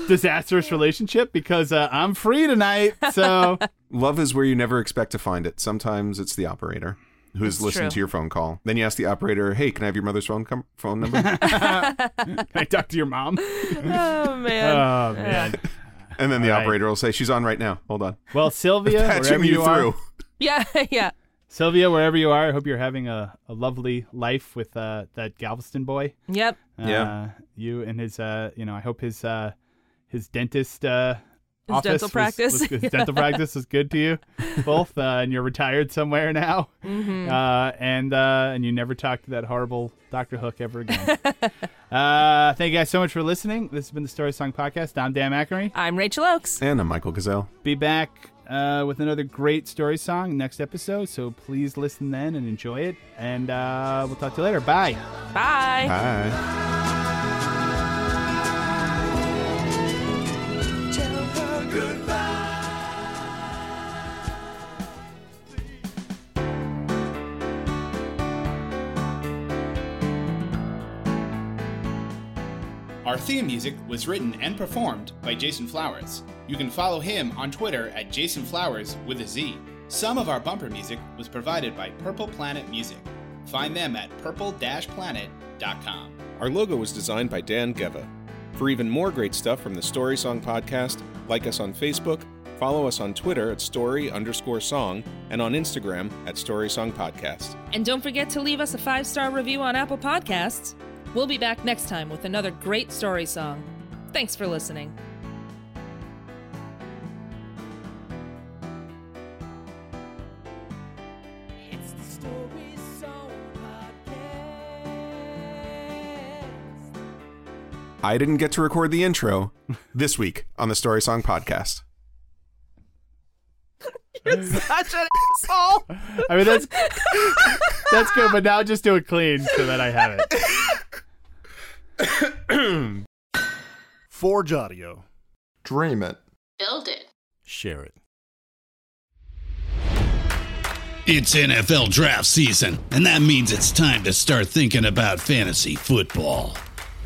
[SPEAKER 4] disastrous relationship? Because uh, I'm free tonight, so
[SPEAKER 2] love is where you never expect to find it. Sometimes it's the operator who's
[SPEAKER 5] That's
[SPEAKER 2] listening
[SPEAKER 5] true.
[SPEAKER 2] to your phone call. Then you ask the operator, "Hey, can I have your mother's phone com- phone number?"
[SPEAKER 4] can I talk to your mom?
[SPEAKER 5] oh man.
[SPEAKER 2] Uh.
[SPEAKER 4] Oh man.
[SPEAKER 2] And then the
[SPEAKER 4] All right.
[SPEAKER 2] operator will say, "She's on right now. Hold on,
[SPEAKER 4] Well, Sylvia,
[SPEAKER 2] patching
[SPEAKER 4] wherever
[SPEAKER 2] you,
[SPEAKER 4] you,
[SPEAKER 2] through."
[SPEAKER 4] are,
[SPEAKER 5] yeah, yeah.
[SPEAKER 4] Sylvia, wherever you are, I hope you're having a, a lovely life with uh, that Galveston boy.
[SPEAKER 5] Yep.
[SPEAKER 4] Uh,
[SPEAKER 2] Yeah.
[SPEAKER 4] You and his, uh, you know, I hope his uh, his dentist uh,
[SPEAKER 5] His
[SPEAKER 4] office
[SPEAKER 5] dental
[SPEAKER 4] was-
[SPEAKER 5] practice.
[SPEAKER 4] was good- his dental practice was good to you both, uh, and you're retired somewhere now,
[SPEAKER 5] Mm-hmm.
[SPEAKER 4] uh, and uh, and you never talk to that horrible Doctor Hook ever again. uh, thank you guys so much for listening. This has been the Story Song Podcast. I'm Dan McInerney.
[SPEAKER 5] I'm Rachel Oakes.
[SPEAKER 2] And I'm Michael Gazelle.
[SPEAKER 4] Be back uh, with another great story song next episode. So please listen then and enjoy it. And uh, we'll talk to you later. Bye.
[SPEAKER 5] Bye.
[SPEAKER 2] Hi.
[SPEAKER 6] Tell her goodbye.
[SPEAKER 4] Our theme music was written and performed by Jason Flowers. You can follow him on Twitter at Jason Flowers with a Z. Some of our bumper music was provided by Purple Planet Music. Find them at purple-planet.com.
[SPEAKER 9] Our logo was designed by Dan Geva. For even more great stuff from the Story Song Podcast, like us on Facebook, follow us on Twitter at story underscore song, and on Instagram at Story Song Podcast.
[SPEAKER 5] And don't forget to leave us a five star review on Apple Podcasts. We'll be back next time with another great story song. Thanks for listening.
[SPEAKER 10] It's the Story Song Podcast.
[SPEAKER 2] I didn't get to record the intro this week on the Story Song Podcast.
[SPEAKER 5] Such an asshole.
[SPEAKER 4] I mean, that's, that's good, but now just do it clean so that I have it.
[SPEAKER 8] Forge Audio.
[SPEAKER 11] Dream it.
[SPEAKER 12] Build it.
[SPEAKER 8] Share it.
[SPEAKER 13] It's NFL draft season, and that means it's time to start thinking about fantasy football.